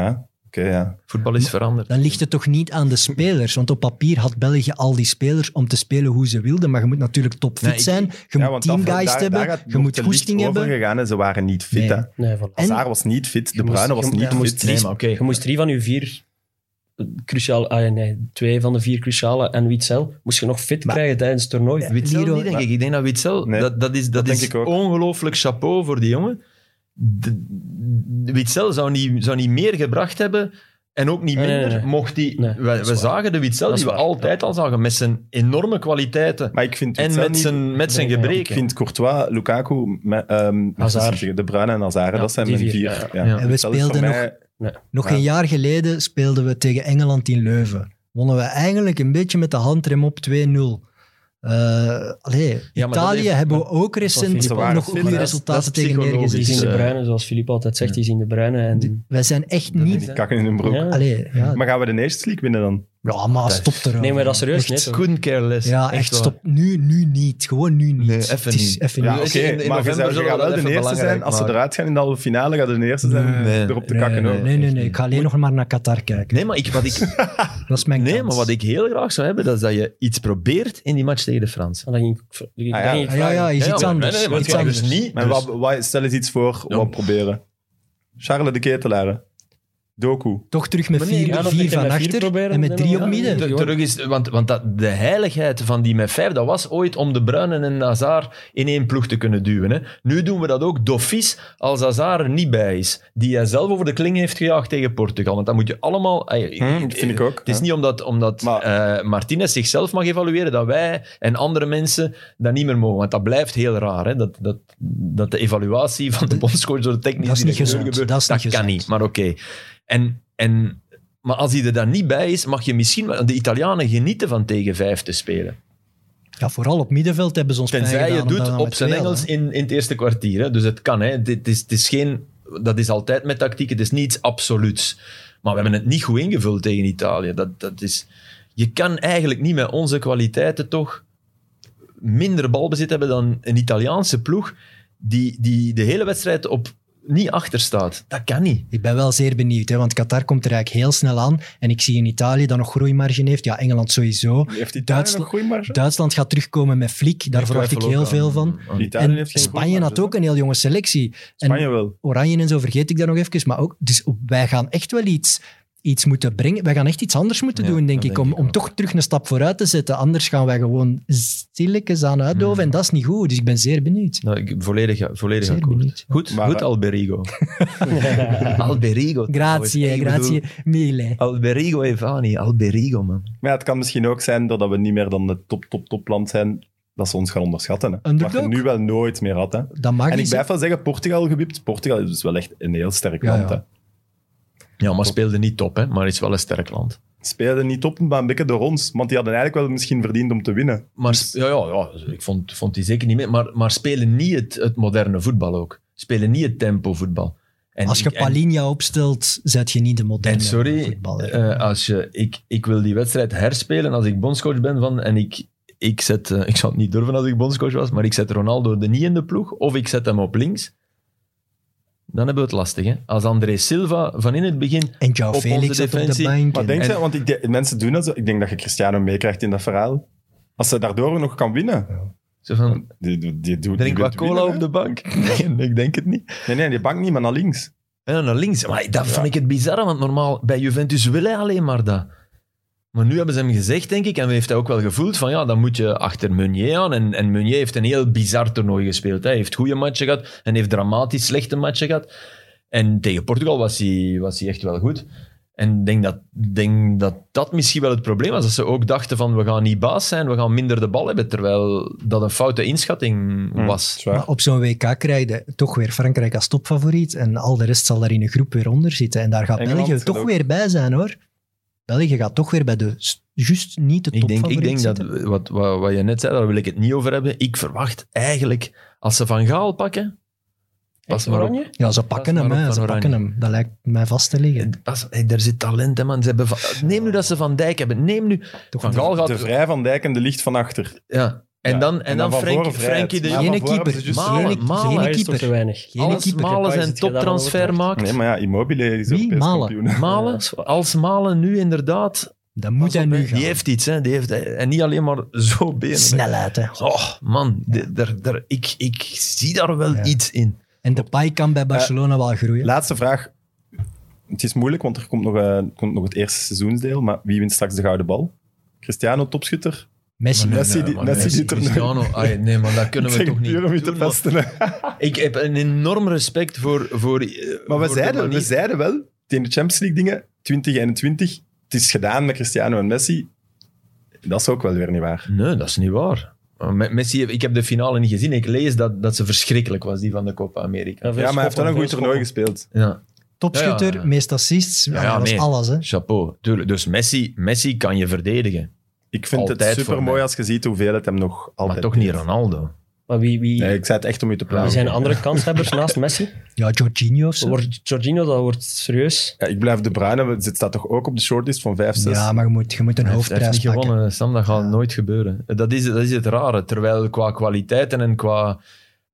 Speaker 1: Ja, oké, ja.
Speaker 4: Voetbal is veranderd.
Speaker 2: Dan ligt het toch niet aan de spelers. Want op papier had België al die spelers om te spelen hoe ze wilden. Maar je moet natuurlijk topfit
Speaker 4: Nee, ik-
Speaker 2: zijn. Je
Speaker 1: ja
Speaker 2: moet
Speaker 1: dat-
Speaker 2: teamgeist
Speaker 1: daar-
Speaker 2: hebben.
Speaker 1: daar gaat
Speaker 2: je moet
Speaker 1: te licht
Speaker 2: goesting
Speaker 1: over
Speaker 2: hebben.
Speaker 1: gegaan en ze waren niet fit.
Speaker 2: Nee.
Speaker 1: Hè.
Speaker 5: Nee, voilà.
Speaker 2: En-
Speaker 1: Hazard was niet fit, De
Speaker 5: Je moest-
Speaker 1: Bruyne was
Speaker 5: je-
Speaker 1: niet
Speaker 5: je moest
Speaker 1: fit.
Speaker 5: drie-
Speaker 4: Nee, maar oké.
Speaker 5: Je moest drie van je vier eh, cruciale... Ah, nee, twee van de vier cruciale en Witzel moest je nog fit
Speaker 2: Maar-
Speaker 5: krijgen tijdens het toernooi.
Speaker 2: Ja.
Speaker 4: Witzel
Speaker 2: Leroy-
Speaker 4: niet, denk ik. Ik denk dat Witzel...
Speaker 1: Nee,
Speaker 4: dat, dat is, dat
Speaker 1: denk
Speaker 4: is
Speaker 1: ik ook.
Speaker 4: ongelooflijk chapeau voor die jongen. De, de- Witzel zou niet, zou niet meer gebracht hebben... En ook niet
Speaker 5: Nee,
Speaker 4: minder,
Speaker 5: nee, nee.
Speaker 4: mocht die...
Speaker 5: Nee,
Speaker 4: we
Speaker 5: dat
Speaker 4: we
Speaker 5: is waar.
Speaker 4: zagen de Witzel,
Speaker 5: Dat
Speaker 4: die
Speaker 5: is
Speaker 4: we
Speaker 5: waar,
Speaker 4: altijd al zagen, met zijn enorme kwaliteiten
Speaker 1: Maar ik vind,
Speaker 4: en
Speaker 1: Witzel
Speaker 4: met
Speaker 1: niet-
Speaker 4: zijn, met zijn
Speaker 5: Nee, nee,
Speaker 1: ik
Speaker 4: gebreken.
Speaker 1: vind Courtois, Lukaku, me- ehm,
Speaker 5: Hazard.
Speaker 1: De Bruyne en Hazard,
Speaker 5: Ja,
Speaker 1: dat zijn
Speaker 5: die
Speaker 1: mijn vier.
Speaker 5: vier, ja,
Speaker 1: Ja.
Speaker 4: Ja.
Speaker 2: En we
Speaker 1: Witzel is voor
Speaker 2: speelden
Speaker 1: mij-
Speaker 2: Nog
Speaker 1: Ja.
Speaker 2: een jaar geleden speelden we tegen Engeland in Leuven. Wonnen we eigenlijk een beetje met de handrem op 2-0. Eh, allee,
Speaker 4: Ja, maar dat
Speaker 2: Italië
Speaker 4: heeft-
Speaker 2: hebben we
Speaker 4: maar-
Speaker 2: ook recent
Speaker 1: ze waren
Speaker 2: nog
Speaker 1: fit,
Speaker 2: goede
Speaker 1: hè.
Speaker 2: resultaten
Speaker 4: Dat is
Speaker 2: tegen
Speaker 4: psychologisch.
Speaker 5: Die zien
Speaker 2: neergezien.
Speaker 5: de
Speaker 4: eh,
Speaker 5: bruine, zoals Filip altijd zegt, die zien de bruine. En,
Speaker 2: Wij zijn echt
Speaker 4: is
Speaker 2: niet...
Speaker 4: het.
Speaker 1: Die kakken in hun broek.
Speaker 5: Ja.
Speaker 2: Allee, ja.
Speaker 1: Maar gaan we de Nations League winnen dan?
Speaker 2: ja, maar stop er.
Speaker 5: Neem maar dat serieus,
Speaker 2: Echt.
Speaker 5: nee, toch?
Speaker 4: Couldn't care less.
Speaker 2: Ja, echt,
Speaker 4: waar.
Speaker 2: stop. Nu, nu niet. Gewoon nu niet.
Speaker 4: Nee, even
Speaker 2: Het is
Speaker 4: niet.
Speaker 2: even
Speaker 1: Ja,
Speaker 2: niet.
Speaker 1: oké.
Speaker 4: dus in- in
Speaker 1: maar
Speaker 4: november
Speaker 1: je, zou- je
Speaker 4: zullen we
Speaker 1: gaat
Speaker 4: dat
Speaker 1: wel de
Speaker 4: even
Speaker 1: eerste zijn.
Speaker 4: belangrijk
Speaker 1: Als ze
Speaker 4: maken.
Speaker 1: eruit gaan in de halve finale, gaat de eerste zijn
Speaker 4: Nee.
Speaker 1: erop te
Speaker 2: Nee,
Speaker 1: kakken.
Speaker 2: nee,
Speaker 1: hoor.
Speaker 2: nee, nee,
Speaker 4: Echt
Speaker 2: Ik ga alleen nog maar naar Qatar kijken.
Speaker 4: Nee, maar ik, wat ik,
Speaker 2: dat is mijn
Speaker 4: nee,
Speaker 2: kans.
Speaker 4: maar wat ik heel graag zou hebben, dat is dat je iets probeert in die match tegen de Fransen.
Speaker 5: en dan ging ik, ik-
Speaker 1: Ah,
Speaker 5: dan
Speaker 1: ja. [LAUGHS]
Speaker 5: ging ik
Speaker 2: Ah, ja, ja, is
Speaker 4: Ja,
Speaker 2: iets
Speaker 4: maar-
Speaker 2: anders.
Speaker 4: nee, nee, maar
Speaker 2: iets
Speaker 4: het gaat dus
Speaker 2: anders.
Speaker 4: niet.
Speaker 1: Maar
Speaker 4: Dus-
Speaker 1: wat, wat- stel eens iets voor,
Speaker 4: Ja.
Speaker 1: wat proberen. Charles de Ketelaar. Doku.
Speaker 2: Toch terug met
Speaker 5: Maar nee,
Speaker 2: vier,
Speaker 5: ja, dat
Speaker 2: vier
Speaker 5: ik er
Speaker 2: van
Speaker 5: met vier
Speaker 2: achter
Speaker 5: proberen,
Speaker 2: en met
Speaker 5: dan
Speaker 2: drie
Speaker 5: wel.
Speaker 2: op midden.
Speaker 4: Te- terug is, want want dat, de heiligheid van die met vijf, dat was ooit om de Bruinen en Hazard in één ploeg te kunnen duwen. Hè. Nu doen we dat ook dofies als Hazard er niet bij is. Die hij zelf over de kling heeft gejaagd tegen Portugal. Want dat moet je allemaal... ey,
Speaker 1: Hm, dat vind ik ook.
Speaker 4: Het is
Speaker 1: Ja.
Speaker 4: niet omdat, omdat
Speaker 1: Maar-
Speaker 4: eh, Martinez zichzelf mag evalueren dat wij en andere mensen dat niet meer mogen. Want dat blijft heel raar. Hè? Dat, dat, dat de evaluatie van de bondscoach door de technische
Speaker 2: Dat is niet
Speaker 4: directeur
Speaker 2: gezond.
Speaker 4: gebeurt.
Speaker 2: Dat is niet
Speaker 4: kan
Speaker 2: gezond.
Speaker 4: niet, maar oké. En, en, maar als hij er dan niet bij is, mag je misschien... wel- De Italianen genieten van tegen vijf te spelen.
Speaker 2: Ja, vooral op middenveld hebben ze ons pijn
Speaker 4: Tenzij je
Speaker 2: gedaan, omdat
Speaker 4: doet
Speaker 2: we
Speaker 4: op
Speaker 2: met
Speaker 4: zijn
Speaker 2: twee
Speaker 4: Engels
Speaker 2: hadden.
Speaker 4: in, in het eerste kwartier. Hè? Dus het kan. Hè? Het, het is, het is geen, dat is altijd met tactiek. Het is niets absoluuts. Maar we hebben het niet goed ingevuld tegen Italië. Dat, dat is, je kan eigenlijk niet met onze kwaliteiten toch minder balbezit hebben dan een Italiaanse ploeg die, die de hele wedstrijd op niet achter staat. Dat kan niet.
Speaker 2: Ik ben wel zeer benieuwd, hè, want Qatar komt er eigenlijk heel snel aan. En ik zie in Italië dat nog groeimarge heeft. Ja, Engeland sowieso.
Speaker 1: Heeft die
Speaker 2: Duitsland-
Speaker 1: Duitsland goede marge?
Speaker 2: Duitsland gaat terugkomen met Flick, daar verwacht ik
Speaker 4: twijfel ook
Speaker 2: heel
Speaker 4: aan-
Speaker 2: veel van.
Speaker 4: aan-
Speaker 1: Italië
Speaker 2: En
Speaker 1: heeft geen goede
Speaker 2: Spanje had
Speaker 1: marge,
Speaker 2: ook een heel jonge selectie.
Speaker 1: hè?
Speaker 2: En
Speaker 1: Spanje wel.
Speaker 2: Oranje en zo vergeet ik daar nog even. Maar ook, dus wij gaan echt wel iets, iets moeten brengen. Wij gaan echt iets anders moeten
Speaker 4: Ja,
Speaker 2: doen, denk
Speaker 4: dat
Speaker 2: ik.
Speaker 4: denk
Speaker 2: om,
Speaker 4: ik
Speaker 2: om
Speaker 4: ook.
Speaker 2: toch terug een stap vooruit te zetten. Anders gaan wij gewoon stilletjes aan uitdoven.
Speaker 4: Hmm.
Speaker 2: En dat is niet goed. Dus ik ben zeer benieuwd.
Speaker 4: Nou, ik, volledig volledig
Speaker 2: Zeer
Speaker 4: akkoord.
Speaker 2: benieuwd.
Speaker 4: Goed,
Speaker 1: Maar-
Speaker 4: goed Alberigo. Alberigo.
Speaker 2: Grazie,
Speaker 4: Ik bedoel-
Speaker 2: grazie, mille.
Speaker 4: Alberigo Evani, Alberigo, man.
Speaker 1: Maar ja, het kan misschien ook zijn doordat we niet meer dan het top, top, topland zijn, dat ze ons gaan onderschatten. Hè. Wat
Speaker 2: Underdog?
Speaker 1: je nu wel nooit meer had. Hè.
Speaker 2: Dat mag
Speaker 1: En ik
Speaker 2: niet.
Speaker 1: blijf wel zeggen, Portugal gewipt. Portugal is dus wel echt een heel sterk
Speaker 2: Ja,
Speaker 1: land.
Speaker 2: ja.
Speaker 1: Hè.
Speaker 4: Ja, maar speelde niet top, hè? maar is wel een sterk land.
Speaker 1: speelden niet op, maar een beetje door ons. Want die hadden eigenlijk wel misschien verdiend om te winnen.
Speaker 4: Maar sp- ja, ja, ja ik vond, vond die zeker niet mee. Maar, maar spelen niet het, het moderne voetbal ook. Spelen niet het tempo voetbal. En
Speaker 2: Als je
Speaker 4: ik- en-
Speaker 2: Palinja opstelt, zet je niet de moderne
Speaker 4: En sorry,
Speaker 2: voetballer.
Speaker 4: eh, als je, ik, ik wil die wedstrijd herspelen als ik bondscoach ben van, en ik, ik zet, eh, ik zou het niet durven als ik bondscoach was, maar ik zet Ronaldo er niet in de ploeg, of ik zet hem op links, dan hebben we het lastig. Hè? Als André Silva van in het begin...
Speaker 2: en João
Speaker 4: op
Speaker 2: Felix
Speaker 4: onze
Speaker 2: zat op de
Speaker 4: defensie.
Speaker 2: bank.
Speaker 1: Maar
Speaker 2: en-
Speaker 1: denk
Speaker 4: En-
Speaker 1: je, want ik, de- mensen doen dat zo. Ik denk dat je Cristiano meekrijgt in dat verhaal. Als ze daardoor nog kan winnen.
Speaker 4: Zo van,
Speaker 1: Die, die, die doet
Speaker 4: drink
Speaker 1: die
Speaker 4: wat
Speaker 1: wilt
Speaker 4: cola
Speaker 1: winnen,
Speaker 4: op de bank? [LAUGHS] Nee, ik denk het niet.
Speaker 1: hè. Nee, nee, die bank niet, maar naar links.
Speaker 4: En dan naar links. Maar dat vond ik het bizarre, want normaal bij Juventus wil hij alleen maar dat. Maar nu hebben ze hem gezegd, denk ik, en heeft hij ook wel gevoeld van ja, dan moet je achter Meunier aan. En, en Meunier heeft een heel bizar toernooi gespeeld. Hij heeft goede matchen gehad en heeft dramatisch slechte matchen gehad. En tegen Portugal was hij, was hij echt wel goed. En ik denk dat, denk dat dat misschien wel het probleem was. Dat ze ook dachten van we gaan niet baas zijn, we gaan minder de bal hebben. Terwijl dat een foute inschatting
Speaker 1: Hm,
Speaker 4: Mm. was.
Speaker 1: zwaar.
Speaker 2: Maar op zo'n WK krijg je toch weer Frankrijk als topfavoriet. En al de rest zal daar in een groep weer onder zitten. En daar gaat
Speaker 1: Engeland
Speaker 2: België
Speaker 1: gaat
Speaker 2: toch
Speaker 1: ook.
Speaker 2: weer bij zijn, hoor. België gaat toch weer bij de s- juist niet de
Speaker 4: Ik denk,
Speaker 2: topfavoriet
Speaker 4: ik denk dat,
Speaker 2: zitten.
Speaker 4: wat, wat, wat je net zei, daar wil ik het niet over hebben. Ik verwacht eigenlijk, als ze Van Gaal pakken... Pas
Speaker 5: Echt
Speaker 4: maar op.
Speaker 5: oranje?
Speaker 2: Ja, ze pakken
Speaker 4: maar
Speaker 2: hem,
Speaker 4: op
Speaker 2: hè.
Speaker 4: van
Speaker 2: Ze
Speaker 4: Oranje.
Speaker 2: pakken hem. Dat lijkt mij vast te liggen.
Speaker 4: Eh, Pas, hey, daar zit talent, hè, man. Ze hebben van- neem nu dat ze Van Dijk hebben. Neem nu...
Speaker 2: Toch
Speaker 4: Van Gaal
Speaker 1: De
Speaker 4: gaat...
Speaker 1: Vrij van Dijk en de Licht van achter.
Speaker 4: Ja. En dan, en dan,
Speaker 1: van
Speaker 4: Frank,
Speaker 1: voren vrijheid.
Speaker 4: Frankie de
Speaker 1: Maar
Speaker 4: Jong.
Speaker 2: Ene
Speaker 1: van voren hebben
Speaker 2: keeper.
Speaker 1: ze juist
Speaker 4: Malen,
Speaker 1: gewonnen.
Speaker 2: Geen
Speaker 4: Malen.
Speaker 5: Daar Ah, is toch
Speaker 2: keeper.
Speaker 5: te weinig.
Speaker 2: Geen
Speaker 4: Als
Speaker 2: keeper.
Speaker 4: Malen
Speaker 5: Waar is
Speaker 4: zijn
Speaker 5: het gedaan
Speaker 4: toptransfer
Speaker 5: over?
Speaker 4: maakt...
Speaker 1: Nee, maar ja, Immobile is
Speaker 2: Wie?
Speaker 1: Europees
Speaker 2: Malen.
Speaker 1: kampioen. [LAUGHS]
Speaker 4: Malen, als Malen nu inderdaad...
Speaker 2: Dat moet hij nu gaan.
Speaker 4: Die heeft iets, hè. Die heeft, en niet alleen maar [LAUGHS] zo benen.
Speaker 2: Snelheid, hè.
Speaker 4: Oh, man. de- daar- daar- ik, ik zie daar wel
Speaker 2: Ja.
Speaker 4: iets in.
Speaker 2: En de paai kan bij Barcelona wel groeien.
Speaker 1: Laatste vraag. Het is moeilijk, want er komt nog, eh, komt nog het eerste seizoensdeel. Maar wie wint straks de gouden bal? Cristiano, topschutter?
Speaker 2: Messi.
Speaker 1: Maar Messi die-
Speaker 4: maar
Speaker 1: Messi die er nu-
Speaker 4: Cristiano, ah, nee, maar dat kunnen
Speaker 1: Ik
Speaker 4: we
Speaker 1: zeg
Speaker 4: toch niet
Speaker 1: puur om je te
Speaker 4: doen, man.
Speaker 1: pesten, hè.
Speaker 4: Ik heb een enorm respect voor... voor eh,
Speaker 1: Maar
Speaker 4: voor
Speaker 1: we
Speaker 4: de
Speaker 1: zeiden,
Speaker 4: manier-
Speaker 1: we zeiden wel, in de Champions League dingen, 2021, het is gedaan met Cristiano en Messi. Dat is ook wel weer niet waar.
Speaker 4: Nee, dat is niet waar. Me- Messi, heeft- ik heb de finale niet gezien. Ik lees dat, dat ze verschrikkelijk was, die van de Copa America.
Speaker 1: Ja, maar hij heeft wel een goed toernooi gespeeld.
Speaker 4: Ja,
Speaker 2: Topschutter,
Speaker 4: Ja, ja.
Speaker 2: meest assists. Ja,
Speaker 4: ja,
Speaker 2: dat
Speaker 4: nee.
Speaker 2: is alles, hè.
Speaker 4: chapeau. Tuurlijk. Dus Messi, Messi kan je verdedigen.
Speaker 1: Ik vind
Speaker 4: Altijd
Speaker 1: het super
Speaker 4: voor
Speaker 1: mooi
Speaker 4: mij.
Speaker 1: als je ziet hoeveel het hem nog altijd
Speaker 4: maar toch niet
Speaker 1: deed.
Speaker 4: Ronaldo.
Speaker 5: Maar wie, wie,
Speaker 1: Nee, ik zei het echt om je te
Speaker 5: er
Speaker 1: plagen.
Speaker 5: zijn andere [LAUGHS] kanshebbers naast Messi.
Speaker 2: Ja, Jorginho of zo.
Speaker 5: Wordt Jorginho, dat wordt serieus.
Speaker 1: Ja, ik blijf De Bruyne, want het staat toch ook op de shortlist van 5, 6?
Speaker 2: Ja, maar je moet, je moet een
Speaker 4: Hij heeft- hij heeft
Speaker 2: hoofdprijs
Speaker 4: niet
Speaker 2: pakken.
Speaker 4: gewonnen, Sam. Dat gaat nooit gebeuren. Dat is, dat is het rare. Terwijl qua kwaliteiten en qua...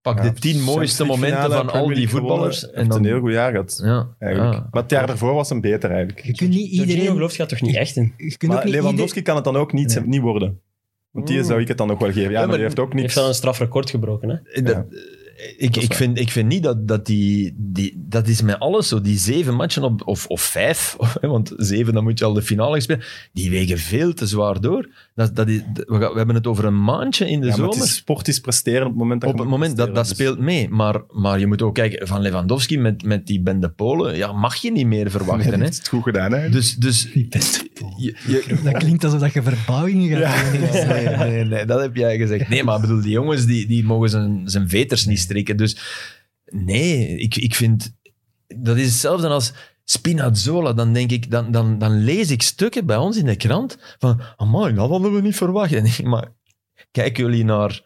Speaker 4: Pak
Speaker 1: Ja,
Speaker 4: de tien mooiste
Speaker 1: Champions League
Speaker 4: momenten
Speaker 1: finale,
Speaker 4: van al
Speaker 1: Premier
Speaker 4: die
Speaker 1: League
Speaker 4: voetballers.
Speaker 1: gewonnen. Hij heeft een heel goed jaar gehad,
Speaker 4: ja,
Speaker 1: eigenlijk.
Speaker 4: ja.
Speaker 1: Maar het jaar daarvoor was hem beter,
Speaker 2: Je
Speaker 1: eigenlijk.
Speaker 2: kunt niet
Speaker 5: Jorginho
Speaker 2: iedereen...
Speaker 5: gelooft je toch niet echt in?
Speaker 2: Je kunt ook
Speaker 1: Maar
Speaker 2: niet
Speaker 1: Lewandowski
Speaker 2: iedereen...
Speaker 1: kan het dan ook niet, niet worden. Want die
Speaker 5: Mm.
Speaker 1: zou ik het dan ook wel geven. Ja,
Speaker 4: Hmm. Ja,
Speaker 1: maar,
Speaker 4: maar
Speaker 1: die heeft ook
Speaker 5: Hij
Speaker 1: niks.
Speaker 5: heeft al een strafrecord gebroken, hè?
Speaker 4: Eh, Dat-
Speaker 1: Ja.
Speaker 4: ik,
Speaker 1: is
Speaker 4: ik,
Speaker 1: waar.
Speaker 4: vind, ik vind niet dat, dat die, die... Dat is met alles zo. Die zeven matchen, op, of, of vijf, [LAUGHS] hè, want zeven, dan moet je al de finale spelen. Die wegen veel te zwaar door. Dat, dat is, we, gaan- we hebben het over een maandje in de
Speaker 1: Ja, maar
Speaker 4: zomer.
Speaker 1: het is sport is presteren op het moment dat
Speaker 4: op
Speaker 1: je
Speaker 4: het
Speaker 1: moet
Speaker 4: moment, dat, dat
Speaker 1: presteren, dus.
Speaker 4: speelt mee. Maar, maar je moet ook kijken, van Lewandowski met, met die bende Polen, ja, mag je niet
Speaker 1: [LAUGHS]
Speaker 4: meer
Speaker 1: dus-
Speaker 4: verwachten.
Speaker 1: Dat
Speaker 4: Hè?
Speaker 1: is het goed gedaan, hè?
Speaker 4: Dus, dus
Speaker 2: Die beste
Speaker 4: je,
Speaker 1: [LAUGHS]
Speaker 4: je-
Speaker 2: Dat klinkt alsof dat je verbouwingen gaat doen.
Speaker 4: Nee, nee, nee, dat heb jij gezegd. Nee, maar ik bedoel, die jongens die, die mogen zijn, zijn veters niet strikken. Dus nee, ik, ik vind... Dat is hetzelfde als Spinazzola. Dan denk ik, dan, dan, dan lees ik stukken bij ons in de krant van... Amai, nou, dat hadden we niet verwacht. En ik, maar kijken jullie naar,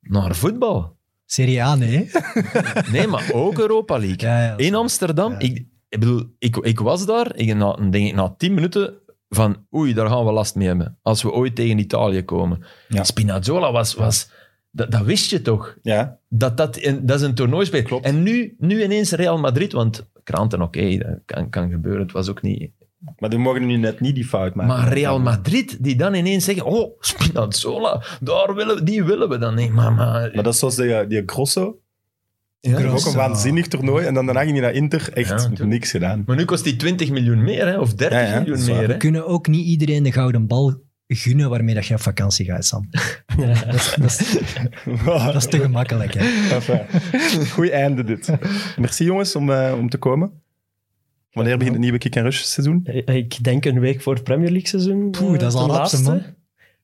Speaker 4: naar voetbal?
Speaker 2: Serie A, nee. hè?
Speaker 4: Nee, maar ook Europa League.
Speaker 2: Ja, ja.
Speaker 4: In Amsterdam,
Speaker 2: Ja.
Speaker 4: ik, ik bedoel, ik, ik was daar, ik, na, denk ik, na tien minuten van oei, daar gaan we last mee hebben. Als we ooit tegen Italië komen.
Speaker 1: Ja.
Speaker 4: Spinazzola was, was dat, dat wist je toch?
Speaker 1: Ja,
Speaker 4: Dat, dat, een, dat is een toernooispeel.
Speaker 1: Klopt.
Speaker 4: En nu, nu ineens Real Madrid, want kranten, oké, dat kan, kan gebeuren, het was ook niet...
Speaker 1: maar die mogen nu net niet die fout maken.
Speaker 4: Maar Real Madrid, die dan ineens zeggen, oh, Spinazzola, daar willen, we- die willen we dan niet, maar... maar,
Speaker 1: Maar dat is zoals die, die Grosso.
Speaker 4: Ja.
Speaker 1: Die heeft
Speaker 2: Grosso.
Speaker 1: Ook een waanzinnig toernooi. En dan daarna ging hij naar Inter.
Speaker 4: Ja,
Speaker 1: Echt
Speaker 4: natuurlijk.
Speaker 1: niks gedaan. [LAUGHS]
Speaker 4: Maar nu kost die 20 miljoen meer, hè, of 30
Speaker 1: Ja, ja, dat
Speaker 4: miljoen
Speaker 1: is waar.
Speaker 4: meer. Hè.
Speaker 2: We kunnen ook niet iedereen de gouden bal gunnen waarmee dat je op vakantie gaat, Sam. Dat is, dat is, dat is te gemakkelijk, hè.
Speaker 1: Enfin, Goeie einde dit. Merci jongens om, eh, om te komen. Wanneer begint het nieuwe Kick and Rush seizoen?
Speaker 5: Eh, Ik denk een week voor het Premier League seizoen.
Speaker 2: Poeh,
Speaker 5: eh,
Speaker 2: dat is
Speaker 5: de
Speaker 2: al
Speaker 5: laatste.
Speaker 2: lapsen, man.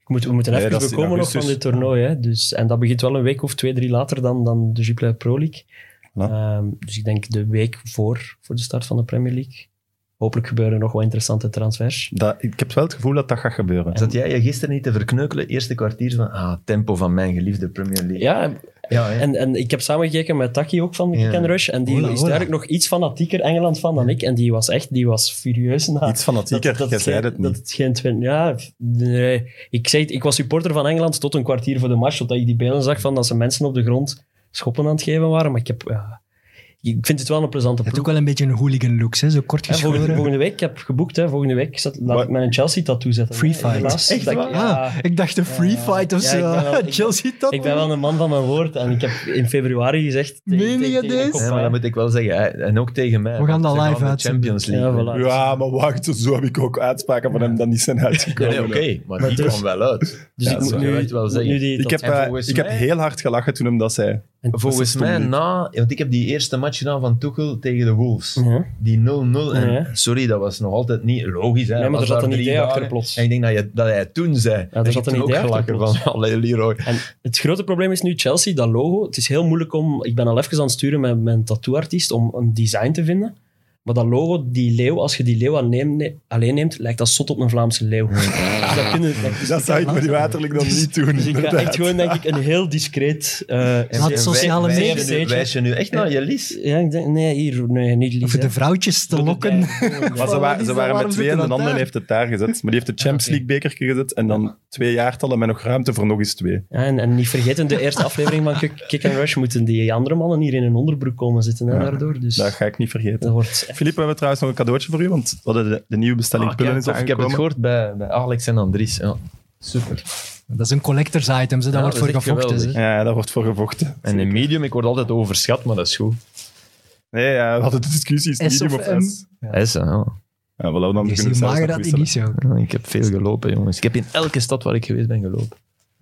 Speaker 5: Ik moet, we moeten
Speaker 1: Nee,
Speaker 5: even
Speaker 1: dat is in
Speaker 5: bekomen nog van
Speaker 1: augustus.
Speaker 5: dit toernooi. Hè. Dus, en dat begint wel een week of twee, drie later dan, dan de Jupiler Pro League.
Speaker 1: Voilà.
Speaker 5: Ehm, dus ik denk de week voor, voor de start van de Premier League. hopelijk gebeuren er nog wel interessante transfers.
Speaker 1: Dat, ik heb wel het gevoel dat dat gaat gebeuren.
Speaker 4: Zat jij je gisteren niet te verkneukelen? Eerste kwartier van, ah, tempo van mijn geliefde Premier League.
Speaker 5: Ja,
Speaker 4: ja, hè.
Speaker 5: en, en ik heb samengekeken met Taki ook van Kick
Speaker 4: Ja.
Speaker 5: and Rush. En die
Speaker 2: Hola,
Speaker 5: is
Speaker 2: hola.
Speaker 5: duidelijk nog iets fanatieker Engeland van dan ik. En die was echt, die was furieus na
Speaker 1: Iets fanatieker, jij zei het
Speaker 5: dat
Speaker 1: niet.
Speaker 5: het geen twin- Ja, nee. Ik, zei, het, ik was supporter van Engeland tot een kwartier voor de match, omdat ik die beelden zag van dat ze mensen op de grond schoppen aan het geven waren. Maar ik, heb, ja, ik vind het wel een plezante
Speaker 2: Het
Speaker 5: ploeg.
Speaker 2: is ook wel een beetje een hooligan look, hè? zo kort
Speaker 5: Hè, volgende,
Speaker 2: geschoren.
Speaker 5: volgende week, ik heb geboekt, hè, volgende week zet, laat
Speaker 1: Wat?
Speaker 5: ik mijn Chelsea-tattoo zetten.
Speaker 2: Free
Speaker 5: hè,
Speaker 2: fight. Ah.
Speaker 5: helaas.
Speaker 4: Echt
Speaker 5: Dat ik-
Speaker 4: waar?
Speaker 2: Ja, ik dacht een free
Speaker 5: Ja.
Speaker 2: fight of
Speaker 5: Ja,
Speaker 2: zo.
Speaker 5: ik ben wel- ik ben-
Speaker 2: [LAUGHS] Chelsea dat
Speaker 5: Ik ben wel een man van mijn woord en ik heb in februari gezegd... tegen-
Speaker 2: Meen je
Speaker 5: tegen- tegen
Speaker 2: dit?
Speaker 5: Koppen,
Speaker 4: Ja, maar dat moet ik wel zeggen. hè. En ook tegen mij.
Speaker 2: We gaan dat
Speaker 4: want ze
Speaker 2: live
Speaker 4: gaan de
Speaker 2: uitzenden.
Speaker 4: Champions League.
Speaker 5: Ja,
Speaker 4: hè.
Speaker 5: voilà.
Speaker 1: Ja, maar wacht, zo heb ik ook uitspraken van hem dat niet zijn
Speaker 4: Nee,
Speaker 1: uitgekomen.
Speaker 4: nee, oké, maar die
Speaker 5: dus-
Speaker 4: kwam wel uit.
Speaker 5: Dus
Speaker 1: Ja,
Speaker 5: ik
Speaker 1: dat
Speaker 5: moet
Speaker 4: zou
Speaker 5: nu,
Speaker 4: je echt wel
Speaker 5: moet
Speaker 4: zeggen.
Speaker 5: nu die
Speaker 1: [LAUGHS] Ik heb,
Speaker 5: tattoo-
Speaker 4: En
Speaker 1: eh,
Speaker 4: volgens
Speaker 1: ik heb
Speaker 4: mij-
Speaker 1: heel hard gelachen toen hem dat zei.
Speaker 4: Volgens
Speaker 1: Dat is
Speaker 4: mij
Speaker 1: stom,
Speaker 4: na, want ik heb die eerste match gedaan van Tuchel tegen de Wolves.
Speaker 5: Ja.
Speaker 4: Die 0-0. en-
Speaker 5: Ja.
Speaker 4: Sorry, dat was nog altijd niet logisch. Hè.
Speaker 5: Nee, maar
Speaker 4: Was
Speaker 5: er zat
Speaker 4: daar
Speaker 5: een
Speaker 4: drie
Speaker 5: idee achter
Speaker 4: dagen.
Speaker 5: plots.
Speaker 4: En ik denk dat, je, dat hij het toen zei.
Speaker 5: er
Speaker 4: Ik
Speaker 5: zat
Speaker 4: heb
Speaker 5: een
Speaker 4: toen
Speaker 5: idee
Speaker 4: ook
Speaker 5: achter
Speaker 4: gelachen van, [LAUGHS] allee Leroy.
Speaker 5: En het grote probleem is nu Chelsea, dat logo. Het is heel moeilijk om... Ik ben al even aan het sturen met mijn tattooartiest om een design te vinden. Maar dat logo, die leeuw, als je die leeuw alleen, ne- alleen neemt, lijkt dat zot op een Vlaamse leeuw. Dus dat kunnen, dat, dus
Speaker 1: Dat zou ik met die waterlijk dan niet
Speaker 4: [LAUGHS]
Speaker 1: doen.
Speaker 5: ik ga
Speaker 1: inderdaad.
Speaker 5: echt gewoon, denk ik, een heel discreet... eh,
Speaker 4: En
Speaker 2: Laat
Speaker 4: wij-
Speaker 2: sociale
Speaker 4: wijs je
Speaker 5: media-
Speaker 4: nu- Wijs je nu echt naar je lies?
Speaker 5: ja, ik denk... Nee, hier, nee niet
Speaker 2: Of
Speaker 5: Lisa.
Speaker 2: de vrouwtjes te lokken.
Speaker 1: Maar ze, wa-
Speaker 2: Waarom
Speaker 1: ze
Speaker 2: is
Speaker 1: waren
Speaker 2: dat- waarom
Speaker 1: met
Speaker 2: zit
Speaker 1: twee
Speaker 2: er
Speaker 1: en de
Speaker 2: dat
Speaker 1: ander
Speaker 2: daar? Ah,
Speaker 1: heeft het daar gezet. Maar die heeft de Champions League bekertje gezet en dan twee jaartallen met nog ruimte voor nog eens twee.
Speaker 5: Ja, en, en niet vergeten, de eerste aflevering van Kick, Kick and Rush moeten die andere mannen hier in een onderbroek komen zitten. Hè,
Speaker 1: Ja.
Speaker 5: daardoor. Dus
Speaker 1: Dat
Speaker 5: dat
Speaker 1: ga ik niet vergeten.
Speaker 5: wordt echt-
Speaker 1: Philippe, we hebben trouwens nog een cadeautje voor u, want we hadden de, de nieuwe bestelling
Speaker 4: Ah,
Speaker 1: Pullen
Speaker 4: kijk,
Speaker 1: is
Speaker 4: tof, ik heb het
Speaker 1: aangekomen.
Speaker 4: gehoord bij, bij Alex en Andries. Ja. Super.
Speaker 2: Dat is een collectors item, hè. daar
Speaker 4: Ja,
Speaker 2: wordt
Speaker 4: dat
Speaker 2: voor
Speaker 4: is echt
Speaker 2: gevochten.
Speaker 4: geweldig.
Speaker 2: hè.
Speaker 1: Ja, daar wordt voor gevochten.
Speaker 4: En in medium, ik word altijd overschat, maar dat is goed.
Speaker 1: Nee, ja, we hadden de discussies,
Speaker 2: S
Speaker 1: medium
Speaker 2: of
Speaker 1: of
Speaker 2: M.
Speaker 1: S.
Speaker 4: Hij is, ja.
Speaker 1: Ja, voilà, dan
Speaker 2: Die
Speaker 1: kunnen
Speaker 2: is
Speaker 1: we
Speaker 2: niet
Speaker 1: zelfs
Speaker 2: mager
Speaker 1: nog
Speaker 2: dat die
Speaker 1: wisselen.
Speaker 2: niet zo.
Speaker 4: Ja, Ik heb veel gelopen, jongens. Ik heb in elke stad waar ik geweest ben gelopen.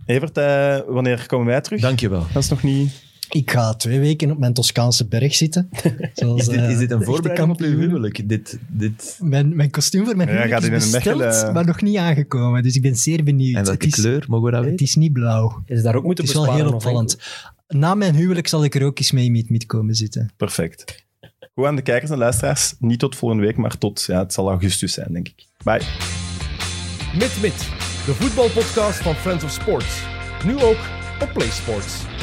Speaker 1: Evert, eh, wanneer komen wij terug?
Speaker 4: Dankjewel.
Speaker 1: Dat is nog niet...
Speaker 2: Ik ga twee weken op mijn Toscaanse berg
Speaker 4: [LAUGHS]
Speaker 2: zitten. Zoals,
Speaker 4: Is dit,
Speaker 2: eh,
Speaker 4: is dit een
Speaker 2: echte
Speaker 4: voorbereiding op uw
Speaker 2: kampioenen.
Speaker 4: huwelijk? Dit, dit...
Speaker 2: Mijn, mijn kostuum voor mijn
Speaker 1: Ja, gaat
Speaker 2: huwelijk
Speaker 1: in een
Speaker 2: is besteld,
Speaker 1: Mechelen-
Speaker 2: maar nog niet aangekomen. Dus ik ben zeer benieuwd.
Speaker 4: En welke
Speaker 2: het, is,
Speaker 4: kleur, mogen we dat
Speaker 2: het
Speaker 4: weten?
Speaker 2: is niet blauw.
Speaker 5: is daar ook
Speaker 2: Het
Speaker 5: moeten
Speaker 2: is wel
Speaker 5: besparen.
Speaker 2: heel
Speaker 5: of
Speaker 2: opvallend. Na mijn huwelijk zal ik er ook eens mee in het komen zitten.
Speaker 1: Perfect. Goed aan de kijkers en luisteraars. Niet tot volgende week, maar tot... Ja, het zal augustus zijn, denk ik. Bye.
Speaker 3: Mit Mit, de voetbalpodcast van Friends of Sports. Nu ook op PlaySports.